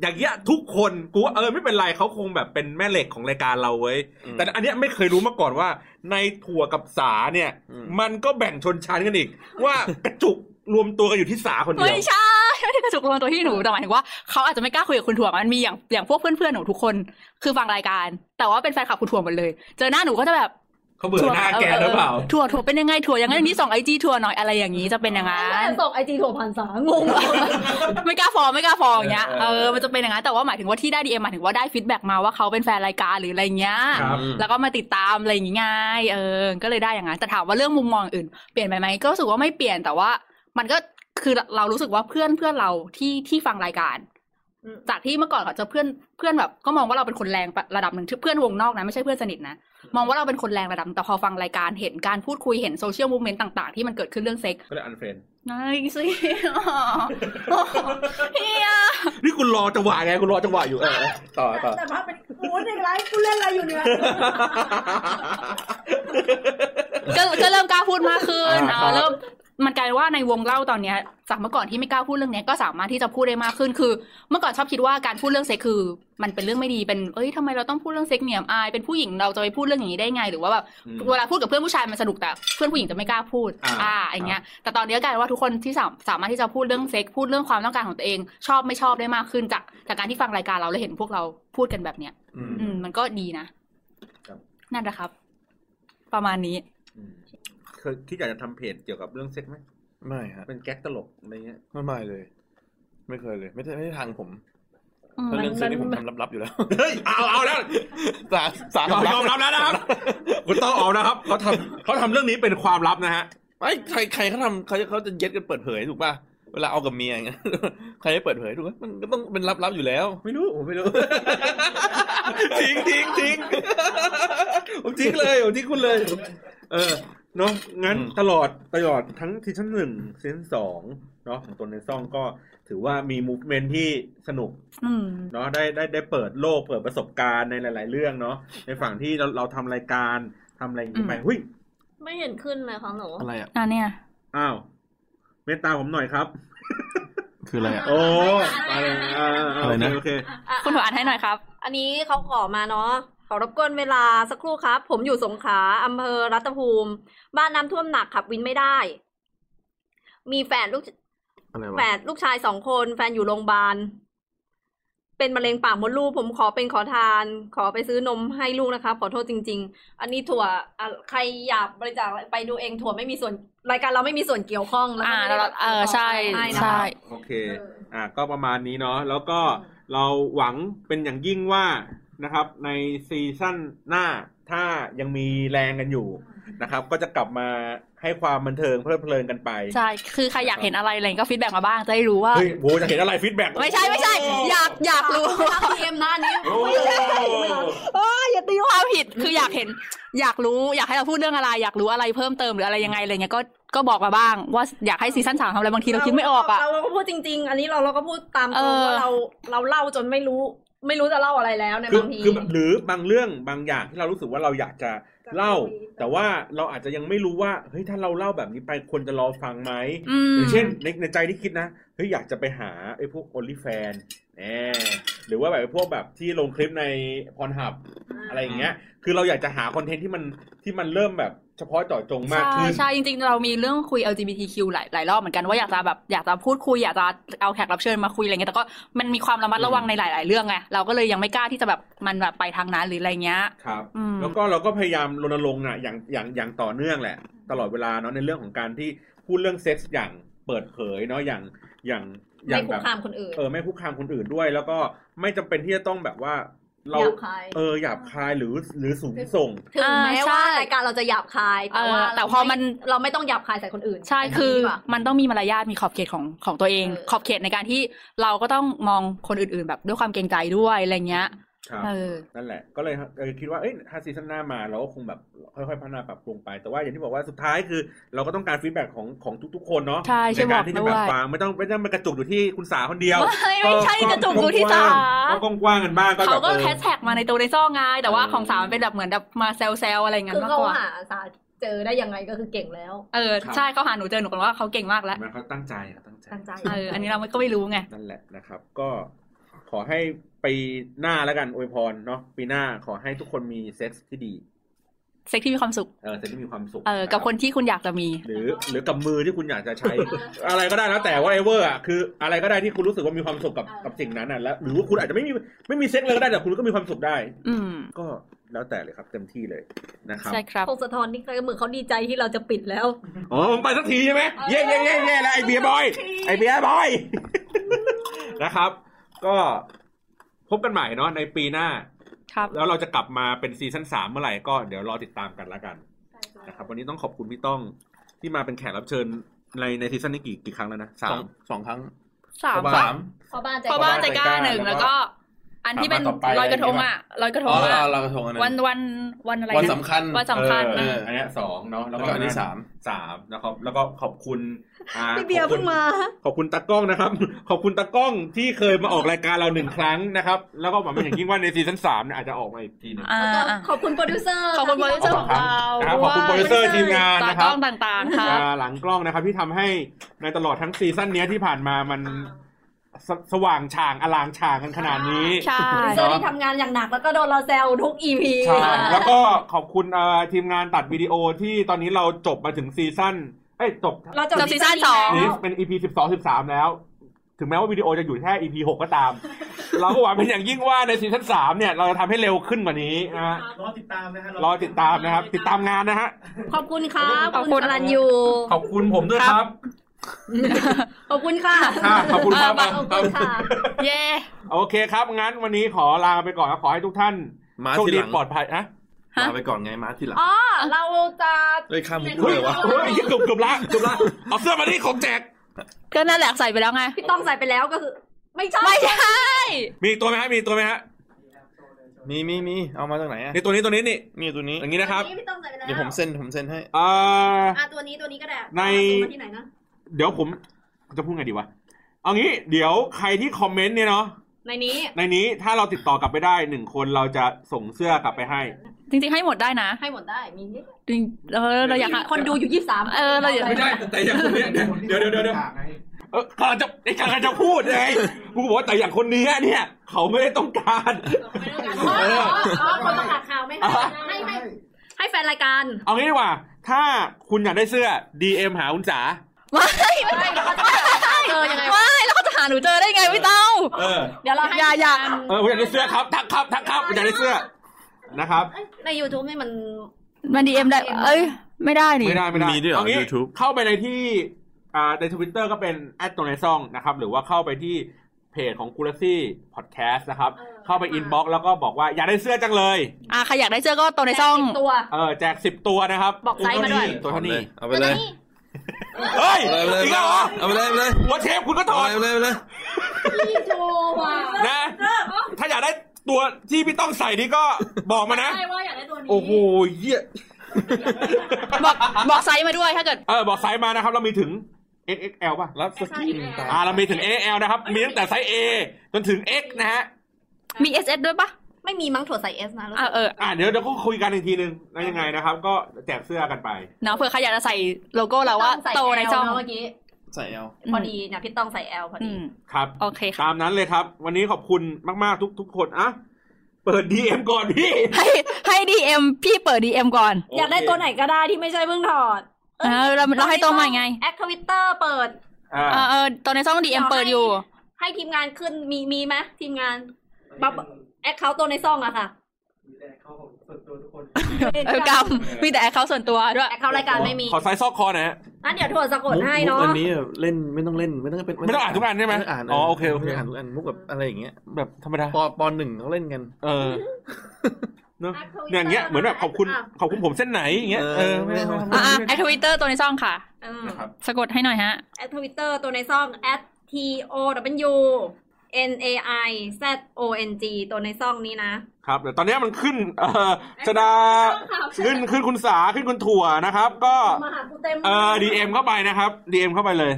อย่างเงี้ยทุกคนกูว่าเออไม่เป็นไรเขาคงแบบเป็นแม่เหล็กของรายการเราเว้ย
อืม
แต่อันเนี้ยไม่เคยรู้มาก่อนว่า ในถั่วกับสาเนี่ย
อืม
มันก็แบ่งชนชั้นกันอีก ว่ากระจุกรวมตัวกันอยู่ที่สาคนเดียว
ไม่ใช่ไม่ได้กระจุกรวมตัวที่หนูแต่หมายถึงว่าเขาอาจจะไม่กล้าคุยกับคุณถั่วมันมีอย่างอย่างพวกเพื่อนๆหนูทุกคน คือฟังรายการ แต่ว่าเป็นแฟนคลับคุณถั่วหมดเลย เจอหน้าหนูก็จะแบบ
เขาเบื่อหน้าแกหรือเปล่า
ถั่วถั่วเป็นยังไงถั่วอย่างนั้นอย่างนี้ส่งไอจีถั่วหน่อยอะไรอย่างนี้จะเป็นอย่างนั้น
ส่งไอจีถั่วผ่านสางง
ไม่กล้าฟอร์มไม่กล้าฟอร์มอย่างเงี้ย
เอ
เอ
อ
อมันจะเป็นอย่างนั้นแต่ว่าหมายถึงว่าที่ได้ดีเอ็มหมายถึงว่าได้ฟีดแบ็กมาว่าเขาเป็นแฟนรายการหรืออะไรเงี้ย
ครับ
แล้วก็มาติดตามอะไรอย่างงี้ไงเออ ก็เลยได้อย่างนั้นแต่ถามว่าเรื่องมุมมองอื่นเปลี่ยนไปไหมก็รู้สึกว่าไม่เปลี่ยนแต่ว่า มันก็คือเรารู้สึกว่าเพื่อนเพื่อนเราที่ที่ฟังรายการ
อืม
จากที่เมื่อก่อนเขาจะเพื่อนเพื่อนแบบ ก็มองว่าเราเป็นคนแรงระดับหนึ่งที่เพื่อนวงนอกนะไม่ใช่เพื่อนสนิทนะมองว่าเราเป็นคนแรงระดับหนึ่งแต่พอฟังรายการเห็นการพูดคุยเห็นโซเชียลมูเมนต์ต่างๆที่มันเกิดขึ้นเรื่องเซ็ก
ก็เลยอันเฟรน
นายสิอ๋อเฮีย
นี่คุณรอจังหวะไงคุณรอจังหวะอยู่เออต่อต่อ
แต่ว่าเป็นกูในไลฟ์กูเล่นอะไรอยู่เนี่ย
ก็ก็เริ่มกล้าพูดมากขึ้นเออเริ่มมันกลายเป็นว่าในวงเล่าตอนเนี้ยจากเมื่อก่อนที่ไม่กล้าพูดเรื่องเนี้ยก็สามารถที่จะพูดได้มากขึ้นคือ เมื่อก่อนชอบคิดว่าการพูดเรื่องเซ็กคือ มันเป็นเรื่องไม่ดีเป็นเอ้ยทำไมเราต้องพูดเรื่องเซ็กเหนี่ยมอายเป็นผู้หญิงเราจะไปพูดเรื่องอย่างนี้ได้ไงหรือว่าแบบ
อืม
เวลาพูดกับเพื่อนผู้ชายมันสนุกแต่เพื่อนผู้หญิงจะไม่กล้าพูด
อ่า
อย่างเงี้ย แต่ตอนนี้กลายเป็นว่าทุกคนที่สามสามารถที่จะพูดเรื่องเซ็กซ์พูดเรื่องความต้องการของตัวเอง ชอบไม่ชอบได้มากขึ้นจากจากการที่ฟังรายการเราแล้วเห็นพวกเราพูดกันแบบเนี้ย
อืม
อืมมันก็ดีนะครับ นั่นแหละครับ ประมาณนี้
อืมเคยคิดอยากจะทำเพจเกี่ยวกับเรื่องเซ็กไหม
ไม่ฮะ
เป็นแก๊กตลกอะไรเงี้ย
ไม่ไม่เลย ไม่เคยเลย ไม่ได้ไม่ได้ทางผม
อืม
เรื่องเซ็กนี่ผมทำลับๆอยู่แล้ว
เฮ้ยเอาเอาแล้ว
สาสาย
อมยอมรับแล้วนะครับคุณต้องเอานะครับเขาทำเขาทำเรื่องนี้เป็นความลับนะฮะ
ไม่ใครใครเขาทำเขาจะเขาจะเย็ดกันเปิดเผยถูกป่ะเวลาเอากับเมียอย่างเงี้ย ใครจะเปิดเผยถูกไหมมันก็ต้องเป็นลับๆอยู่แล้ว
ไม่รู้ผมไม่ รู้
ทิ้งทิ้งทิ้ง
ผมทิ้งเลยผมทิ้งคุณเลย เออเนาะงั้น
อืม
ตลอดตลอดทั้งซีซั่นหนึ่งซีซั่นสองเนาะของตัวในซ่องก็ถือว่ามีมูฟเมนที่สนุก
อืม
เนาะได้ได้ได้เปิดโลกเปิดประสบการณ์ในหลาย ๆ เรื่องเนาะในฝั่งที่เราเราทำรายการทำอะไรอย่างนี้ไป
อืม
เฮ้ย
ไม่เห็นขึ้นเลยของหนู
อะไรอ่ะ
อ่ะเนี่ย
อ้าวเมตตาผมหน่อยครับ
คืออะไรอ่ะ
โอ้
ไม่
อะ
ได้
อะไรนะ
โอเค
คุณถูอ่านให้หน่อยครับ
อันนี้เขาขอมาเนาะขอรบกวนเวลาสักครู่ครับ ผมอยู่สงขลาอำเภอรัตภูมิ บ้านน้ำท่วมหนักขับวินไม่ได้ มีแฟนลูก
อะไร
แฝ
วะ
ดลูกชายสองคน แฟนอยู่โรงพยาบาล เป็นมะเร็งปากมดลูก ผมขอเป็นขอทาน ขอไปซื้อนมให้ลูกนะคะ ขอโทษจริง ๆ อันนี้ถั่วอ่ะใครอยากบริจาคไปดูเองถั่วไม่มีส่วนรายการเราไม่มีส่วนเกี่ยวข้องแล้วก็
อ่า
ไม่
เราเรา
ได้แบบ
เออใช่
ห้นะ
ใช่
คะ
โอเค อ่ะก็ประมาณนี้เนาะแล้วก็เราหวังเป็นอย่างยิ่งว่านะครับ ในซีซั่นหน้าถ้ายังมีแรงกันอยู่นะครับ ก็จะกลับมาให้ความบันเทิงเพลิดเพลินกันไป
ใช่ คือใครอยากเห็นอะไรอะไรก็ฟีดแบ็กมาบ้างจะได้รู้ว่า
เฮ้ยโหจะเห็นอะไรฟีดแบ็ก
ไม่ใช่ไม่ใช่ อยากอยากรู้
ไม่รับเอ็มนะอันนี้
โอ้
เอออย่าตีความผิดคืออยากเห็น อยากรู้อยากให้เราพูดเรื่องอะไร อยากรู้อะไรเพิ่มเติมหรืออะไรยังไงอะไรเงี้ยก็ก็บอกมาบ้าง ว่าอยากให้ซีซั่นสามทำอะไรบางทีเราคิดไม่ออกอ่ะ
เราเราก็พูดจริง ๆ อันนี้เราเราก็พูดตามตรง
เออ
ว่าเราเราเล่าจนไม่รู้ ไม่รู้จะเล่าอะไรแล้ว
คืออบ
ในางที
คือหรือบางเรื่องบางอย่างที่เรารู้สึกว่าเราอยากจะเล่า แต่ว่าเราอาจจะยังไม่รู้ว่าเฮ้ยถ้าเราเล่าแบบนี้ไปคนจะรอฟังไหม
อืม
อย่างเช่นในในใจที่คิดนะเฮ้ยอยากจะไปหาไอ้พวก only fan แหมหรือว่าแบบพวกแบบที่ลงคลิปในพรหับอะไรอย่างเงี้ย คือเราอยากจะหาคอนเทนต์ที่มันที่มันเริ่มแบบ เฉพาะเจาะจงมาก
ใช่
ขึ้น
ใช่จริงๆ เรามีเรื่องคุย LGBTQ หลายหลายรอบเหมือนกันว่าอยากจะแบบอยากจะพูดคุยอยากจะเอาแขกรับเชิญมาคุยอะไรเงี้ยแต่ก็มันมีความระมัดระวังในหลาย ๆ เรื่องไงเราก็เลยยังไม่กล้าที่จะแบบมันแบบไปทางนั้นหรืออะไรเงี้ย
ครับ
อืม
แล้วก็เราก็พยายามรณรงค์อ่ะอย่างอย่างอย่างต่อเนื่องแหละ ตลอดเวลาเนาะในเรื่องของการที่พูดเรื่องเซ็กส์อย่างเปิดเผยเนาะอย่างอย่างอย่า
ไม่
ง
คุ
แบ
ก
บ
คามคนอื่น
เออไม่คุกคามคนอื่นด้วย แล้วก็ไม่จำเป็นที่จะต้องแบบว่า เรา
หยาบคาย
เออหยาบคายหรือหรือสูงส่ง
ถึงแม้
อ่า
ว่า
ใช่
รายการเราจะหยาบคายแต่
เอ
ว่า
อแต่พอมัน
เราไม่ต้องหยาบคายใส่คนอื่น
ใช่คือ
แบบนี้ดีกว่า
มันต้องมีมารยาทมีขอบเขตของของตัวเอง
เออ
ขอบเขตในการที่เราก็ต้องมองคนอื่น ๆ แบบด้วยความเกรงใจด้วยอะไรเงี้ย
ครับ
เออ
นั่นแหละ ก็เลยเออคิดว่าเอ้ยถ้าซีซั่นหน้ามาเราก็คงแบบค่อยๆพัฒนาปรับปรุงไปแต่ว่าอย่างที่บอกว่าสุดท้ายคือ เราก็ต้องการฟีดแบ็กของของทุกๆคนเนาะ
ใช่ใช่
การที่
บ
จะ
อก
แบบ
ด้วย
ฟังไม่ต้องไม่ต้องมากระจุกอยู่ที่คุณสาคนเดียว
ไม่ไม่ใช่กระจุกอยู่ที่ตา
ก็กว้างๆกันบ้างก็
เขา
แบบ
ก็
เออ
แฮชแท็กมาในตัวในซ่องไงแต่ว่า
เออ
ของสามมันเป็นแบบเหมือนแบบมาแซวๆอะไรเงี้ย
คือ
มาก
เขา
กว่า
หาสาเจอได้ยังไงก็คือเก่งแล้ว
เออใช่เขาหาหนูเจอหนูกันว่าเขาเก่งมากแล้ว
มันเขาตั้งใจอะตั้งใจ
ตั้งใจ
เอออันนี้เราก็ไม่รู้ไง
นั่นแหละนะครับ ก็ขอให้ปีหน้าแล้วกันอวยพรเนาะปีหน้าขอให้ทุกคนมีเซ็กส์ที่ดี
เซ็กที่มีความสุข
เออเซ็กส์ที่มีความสุข
เออ
ะรับ
กับคนที่คุณอยากจะมี
หรือหรือกับมือที่คุณอยากจะใช้ อะไรก็ได้แล้วแต่ว่าเอเวอร์อ่ะคืออะไรก็ได้ที่คุณรู้สึกว่ามีความสุขกับกับสิ่งนั้นอ่ะแล้วหรือว่าคุณอาจจะไม่มีไม่มีเซ็กส์เลยก็ได้แต่คุณก็มีความสุขได้
อืม
ก็แล้วแต่เลยครับ เต็มที่เลยนะครับ
ใช่ครับ
พงศธรนี่เหมือนเขาดีใจที่เราจะปิดแล้ว
อ๋อผมไปสักทีใช่ไหมเย้เย้เย้เย้แล้วไอเบียร์บอย ไอเบียร์บอย นะครับ ก็พบกันใหม่เนาะในปีหน้า
ครับ
แล้วเราจะกลับมาเป็นซีซั่นสามเมื่อไหร่ก็เดี๋ยวรอติดตามกันละกันนะครับ วันนี้ต้องขอบคุณพี่ต้องที่มาเป็นแขกรับเชิญในในซีซั่นนี้กี่กี่ครั้งแล้วนะสา
สอ
ม
งสองครั้ง
สาม
สาม
พ่อบ้านใจ
พ่อบ้านใจกล้าหนึ่ง
แล้
แล้ว ว
ก็
ก็ อันที่เป็น
สามวันต่อไป
ลอยกระทงอ่ะลอยกระท
อ๋
ง
อ
อ่ะ
เรากระทงอันนั้น
วันวันวันอะไร
วัน
นะ
สำคัญ
วันสำคัญ
เอ
นะ
ออันเนี้ยสองเนาะ
แล้
แล้ว
ว
ก็
ก็อันนี้สาม
สามนะครับ แล้วก็ขอบคุณอ่า
พี่เบีย
ข
ร์
อบคุ
เพิ่
ณ
งมา
ขอบคุณตากล้องนะครับ ขอบคุณตากล้องที่เคยมาออกรายการเราหนึ่งครั้งนะครับ แล้วก็หวังเป็นอย่างยิ่งว่าในซีซั่นสามเนี่ยอาจจะออกมาอีกทีหนึง
อ่า
แล้วก็ขอบคุณโปรดิวเซอร์
ขอบคุณโปรดิวเซอร์ของเรา
นะครับขอบคุณโปรดิวเซอร์ทีมงาน
ตา
นะครั
ก
บ
ล้องต่างๆครับ
อ่าหลังกล้องนะครับที่ทำให้ในตลอดทั้งซีซั่นเนี้ยที่ผ่านมามันสสว่างฉางอลางฉางกันขนาดนี้
ใช่
โปรดิวเซอร์ที่ทำงานอย่างหนักแล้วก็โดนเราแซวทุกอีพี
ใช่ แล้วก็ขอบคุณเอ่อทีมงานตัดวิดีโอที่ตอนนี้เราจบมาถึงซีซั่นเอ้ยจบ
เราจบ
จบซีซั่นสอง
นี้
แล้ว
เป็น EP 12 13 แล้ว ถึงแม้ว่าวิดีโอจะอยู่แค่ EP 6 ก็ตาม เราก็หวังเป็นอย่างยิ่งว่าในซีซั่น3เนี่ยเราจะทำให้เร็วขึ้นกว่านี้นะฮะ
รอติดตามนะฮะ
รอติดตามนะครับ ติดตามงานนะฮะ
ขอบคุณครับ
ขอบคุณ
ณอรันยู
ขอบคุณผมด้วยครับ
ขอบคุณค่ะ
ค่ะขอบคุณครับ
ขอบคุณค่ะ
เย่
โอเคครับ งั้นวันนี้ขอลาไปก่อนนะขอให้ทุกท่าน
มา
โชค
ที
ดี
หลัง
ปลอดภัยนะ
ลาไปก่อนไงมาทีหลัง
อ๋อ เราจะ
เลยข้ามมุก
เฮ้
เลย ยวะ
เฮ้ยเกือบเกือบละเกือบละเอาเสื้อมาดิของแจก
ก็นั่นแหละใส่ไปแล้วไง
พี่ต้องใส่ไปแล้วก็คือ ไม่ใช่
ไม่ใช่
มีตัวไหมฮะ มีตัวไหมฮะ
มีมีมีเอามาจากไหนอ่ะ
นี่ตัวนี้ตัวนี้นี่
นี่ตัวนี้
อย่างนี้นะครับ
พี่ต้องใส่ไปแล้ว
เดี๋ยวผมเซ็นผมเซ็นให้
อ่า
อ่ะตัวนี้ตัวนี้ก็ได้
ใน
เอาตัวมาที่ไหนนะ
เดี๋ยวผมจะพูดไงดีวะ เอางี้ เดี๋ยวใครที่คอมเมนต์เนี่ยเนาะ
ในนี้
ในนี้ถ้าเราติดต่อกลับไปได้หนึ่งคนเราจะส่งเสื้อกลับไปให้
จริงๆให้หมดได้นะ
ให้หมดได้ มีเยอะ
จริงเออเราอยากหา
คนดูอยู่ยี่สิบสาม
เออเราอย่า
ไม่ได้แต่อย่างคนเนี้ยเดี๋ยวเดี๋ยวเดี๋ยวเดี๋ยวเดี๋ยวเออกำลังจะไอ้กำลังจะพูดไงกูบอกว่าแต่อย่างคนเนี้ยเนี่ย เขาไม่ได้ต้องการ
อ๋ออ๋อคนประกาศข่าวไม่ให้ให้ให้ให้แฟนรายการ
เอางี้ดีกว่า ถ้าคุณอยากได้เสื้อ DM หาคุณจ๋า
ไม่
ไม่แล้วเขาจะหาเจอยังไงวะ
ไม่แล้วเขาจะหาหนูเจอได้ไงพี่เต้า
เออ
เดี๋ยวเราให้
อย่าอย่า
เออผมอยากได้เสื้อครับทักครับทักครับผมอยากได้เสื้อนะครับ
ใน YouTube นี่มัน
มันดีเอ็มได้ เอ้ย ไม่ได้นี่
ไม่ได้ไม่ได้
มีด้วยเหรอ
เอางี้
YouTube
เข้าไปในที่อ่าในทวิตเตอร์ก็เป็นแอดตรงในซ่องนะครับ หรือว่าเข้าไปที่เพจของกูลาซี่พอดแคสต์นะครับ
เออ
เข้าไปอินบ็อกซ์แล้วก็บอกว่าอยากได้เสื้อจังเลย
อ่ะใครอยากได้เสื้อก็ตัวในช่อง
แปดสิบตัว
เออแจกสิบตัวนะครับ
บอกไซส์มาด้วย
ตัวเท่านี้
เอาไปเลย
เฮ้ย
เอาไปเลย
อีกแล้วเหรอ
เอาไปเลยเอาไปเลย
หัวเชฟคุณก็ถ
เอา
อ
ไป
ด
เลยเอาไปเลยเอาไปเลย
พี่โจว่ะ
นะ ถ้าอยากได้ตัวที่พี่ต้องใส่นี่ก็บอกมานะ
ใช่ว่าอยากได้ตัวนี้
โอ้โหเยี่ย
บอกบอกไซส์มาด้วยถ้าเกิด
เออบอกไซส์มานะครับ เรามีถึง XXL ป่ะ
รับสกินตา
อ่าเรามีถึง AL นะครับ มีตั้งแต่ไซส์ A จนถึง X นะฮะ
มี SS ด้วยปะ
ไม่มีมั้งถั่วใส่เอสนะรู้
อ่ะ
สึก
เออ
อ่าเดี๋ยวเดี๋ยวก็คุยกันอีกทีนึงแล้วยังไงนะครับ ก็แจกเสื้อกันไป
เนาะเผื่อใครอยากจะใส่โลโก้เราว่า
ต้องใส่
โตในช่อง
L เมื่อกี้
ใส่เอา
พอดีเนี่ยพี่ต้องใส่แอลพอ
อื
ดี
ม
ครับ
โอเคค่ะ
ตามนั้นเลยครับ วันนี้ขอบคุณมาก ๆ ทุกทุกคนอะ เปิดดีเอ็มก่อนพี่
ให้ให้ดีเอ็มพี่เปิดดีเอ็มก่อน
อยากได้ตัวไหนก็ได้ที่ไม่ใช่เพิ่งถอด
เออเราเราให้ตัวใหม่ไง
แอคทวิตเตอร์เปิด
อ่า
เออเออตอนนี้ช่องดีเอ็มเปิดอยู่
ให้ทีมงานขึ้นมีมีไหมทีมงานบับแอคเคาตัวในซ่องอะค่ะ
เออกรรมมีแต่เขาส่วนตัวด้วย
แอคเคารายการไม่มี
ขอไซส์ซอกคอหนะฮะ
นั้นเดี๋ยวถั่วสะกดให้
มุก
เนาะ
อันนี้แบบเล่นไม่ต้องเล่นไม่ต้องเป็น
ไม่ต้องอ่านทุกอันใช่ไหม
ไม่ต้องอ่าน
อ๋อโอเคโอเค
ไม่ต้งอ่านทุกอันมุกแบบอะไรอย่างเงี้ย
แบบธรรมดา
ปปหนึ่งเขาเล่นกัน
เออเนอะเนี่ยอย่างเงี้ยเหมือนแบบขอบคุณขอบคุณผมเส้นไหนอย่างเงี้ย เออไม่ไม่ไม่
อ่ะแอคทวิตเตอร์ตัวในช่องค่ะ
นะครับ
สะกดให้หน่อยฮะ
แอคทวิตเตอร์ตัวในซ่อง at t o w n a i z o n g ตัวในซ่องนี้นะครับ
เดี๋ยวตอนเนี้ยมันขึ้น เออชดาขึ้นขึ้นคุณสาขึ้นคุณถั่วนะครับ ก็
มาหากูเต็ม
เออดีเอ็มเข้าไปนะครับดีเอ็มเข้าไปเลย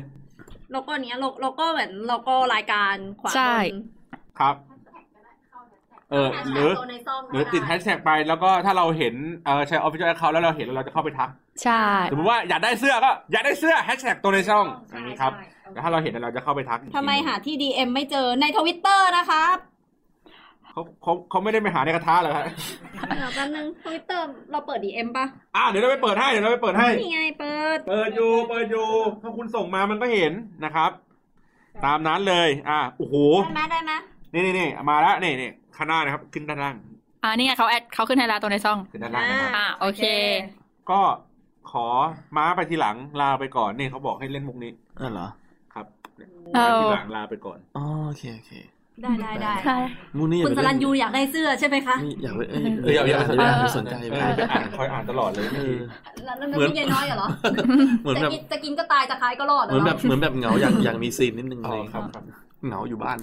โลโก้เนี้ยโลโลโก้เหมือนโลโก้รายการขวาบน
ใช่
ครับ เออ
แฮช
ห
แท็
รือก
ตัวในซ่อง
หรือ
ก็ไ
ติดแฮชแท็กไปแล้วก็ถ้าเราเห็นเออใช้ออฟฟิเชียลแอคเคาท์แล้วเราเห็นเราจะเข้าไปทัก
ใช่
สมมติว่าอยากได้เสื้อก็อยากได้เสื้อแฮชแท็กตัวในช่อง
ใช่
อย่างนี้ครับ
ใช่
แล้วถ้าเราเห็นเราจะเข้าไปทักอีก
ทำไมหาที่ DM ไม่เจอในทวิตเตอร์นะครับ
เขาเขาเขาไม่ได้ไปหาในกระทะเหรอครับ
เดี๋ยวแป๊บนึงทวิตเตอร์เราเปิด DM ป่ะ
อ่าเดี๋ยวเราไปเปิดให้เดี๋ยวเราไปเปิดให้
นี่ไงเปิด
เปิดอยู่เปิดอยู่ถ้าคุณส่งมามันก็เห็นนะครับ ตามนั้นเลย อ่าโอ้โห
ได้ไหมได้ไหม
นี่นี่นี่มาแล้วนี่นี่ข้างหน้านะครับ ขึ้นด้านล่าง
อ่านี่ไงเขาแอดเขาขึ้นไฮไลท์ตัวในช่อง
ขึ้นด้านล่างนะครับ
อ่าโอเค
ก็ขอม้าไปทีหลังลาไปก่อนนี่เขาบอกให้เล่นมุกนี้
อ่าเหรอ
ครับเนี่ย
เอา
ม้าทีหลังลาไปก่อน
อ๋อโอเคโอเค
ได้ได้ได้
ใช่
มุกนี่อย่า
คุณ
ไปเล่
ส
น
รันยูอยากได้เสื้อใช่ไหมคะ
ไม่อยากไปเอ้ย
เอออย่าอย่า
เ
เออ
สนใจ
เอ
ไม่
อ
ได้
จะอ่านคอยอ่านตลอดเลย
เอ
เมื่
อ
อกี้
แล้วนั่นไม่ใช่น้อยเหรอ
เหมือน
จะ
แบบ
กินจะกินก็ตายจะคายก็รอด
เหมือนแบบ
หร
เหมือนแบบเหงาอยากอยากมีซีนนิดนึง
อ๋
อะ
อ
ไรอย่าง
ครับ
เงี้ย
ครับ
เหงาอยู่บ้าน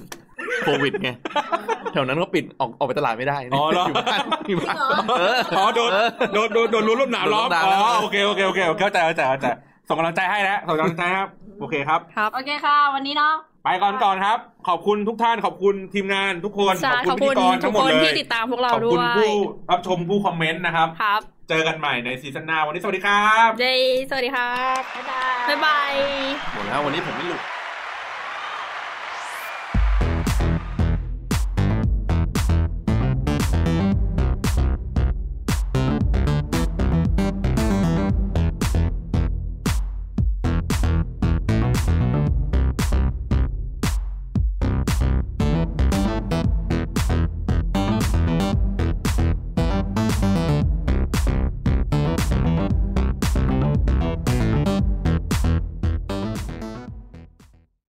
โควิดไงแถวนั้นก็ปิดออกออกไปตลาดไม่ได้
อ๋อเหรอ
ยู่บ้านอยู่บ้านเออ
อ๋อโดน
เออ
โดนโดนโดนรู้ร่มหนาวล้อม
โดน
อ๋
ล้อมหนาว
อโอเคโอเคโอเคเข้าใจเข้าใจเข้าใจส่งกำลังใจให้นะส่งกำลังใจนะครับ โอเคครับ
ครับ
โอเคค่ะ วันนี้เนาะ
ไปก่อนก่อนครับ ขอบคุณทุกท่านขอบคุณทีมงานทุกคน
ใช่ขอบคุณ
พิธีกร
ทุ
ทั้
ก
งหม
ค
ด
น
เลย
ที่ติดตามพวกเรา
ขอบ
ด้
คุ
ว
ณ
ย
ผู้รับชมผู้คอมเมนต์นะครับ
ครับ
เจอกันใหม่ในซีซั่นหน้าวันนี้สวัสดีครับ
เจสวัสดีครับ บ๊ายบาย
หมดแล้ววันนี้ผมไม่หลุด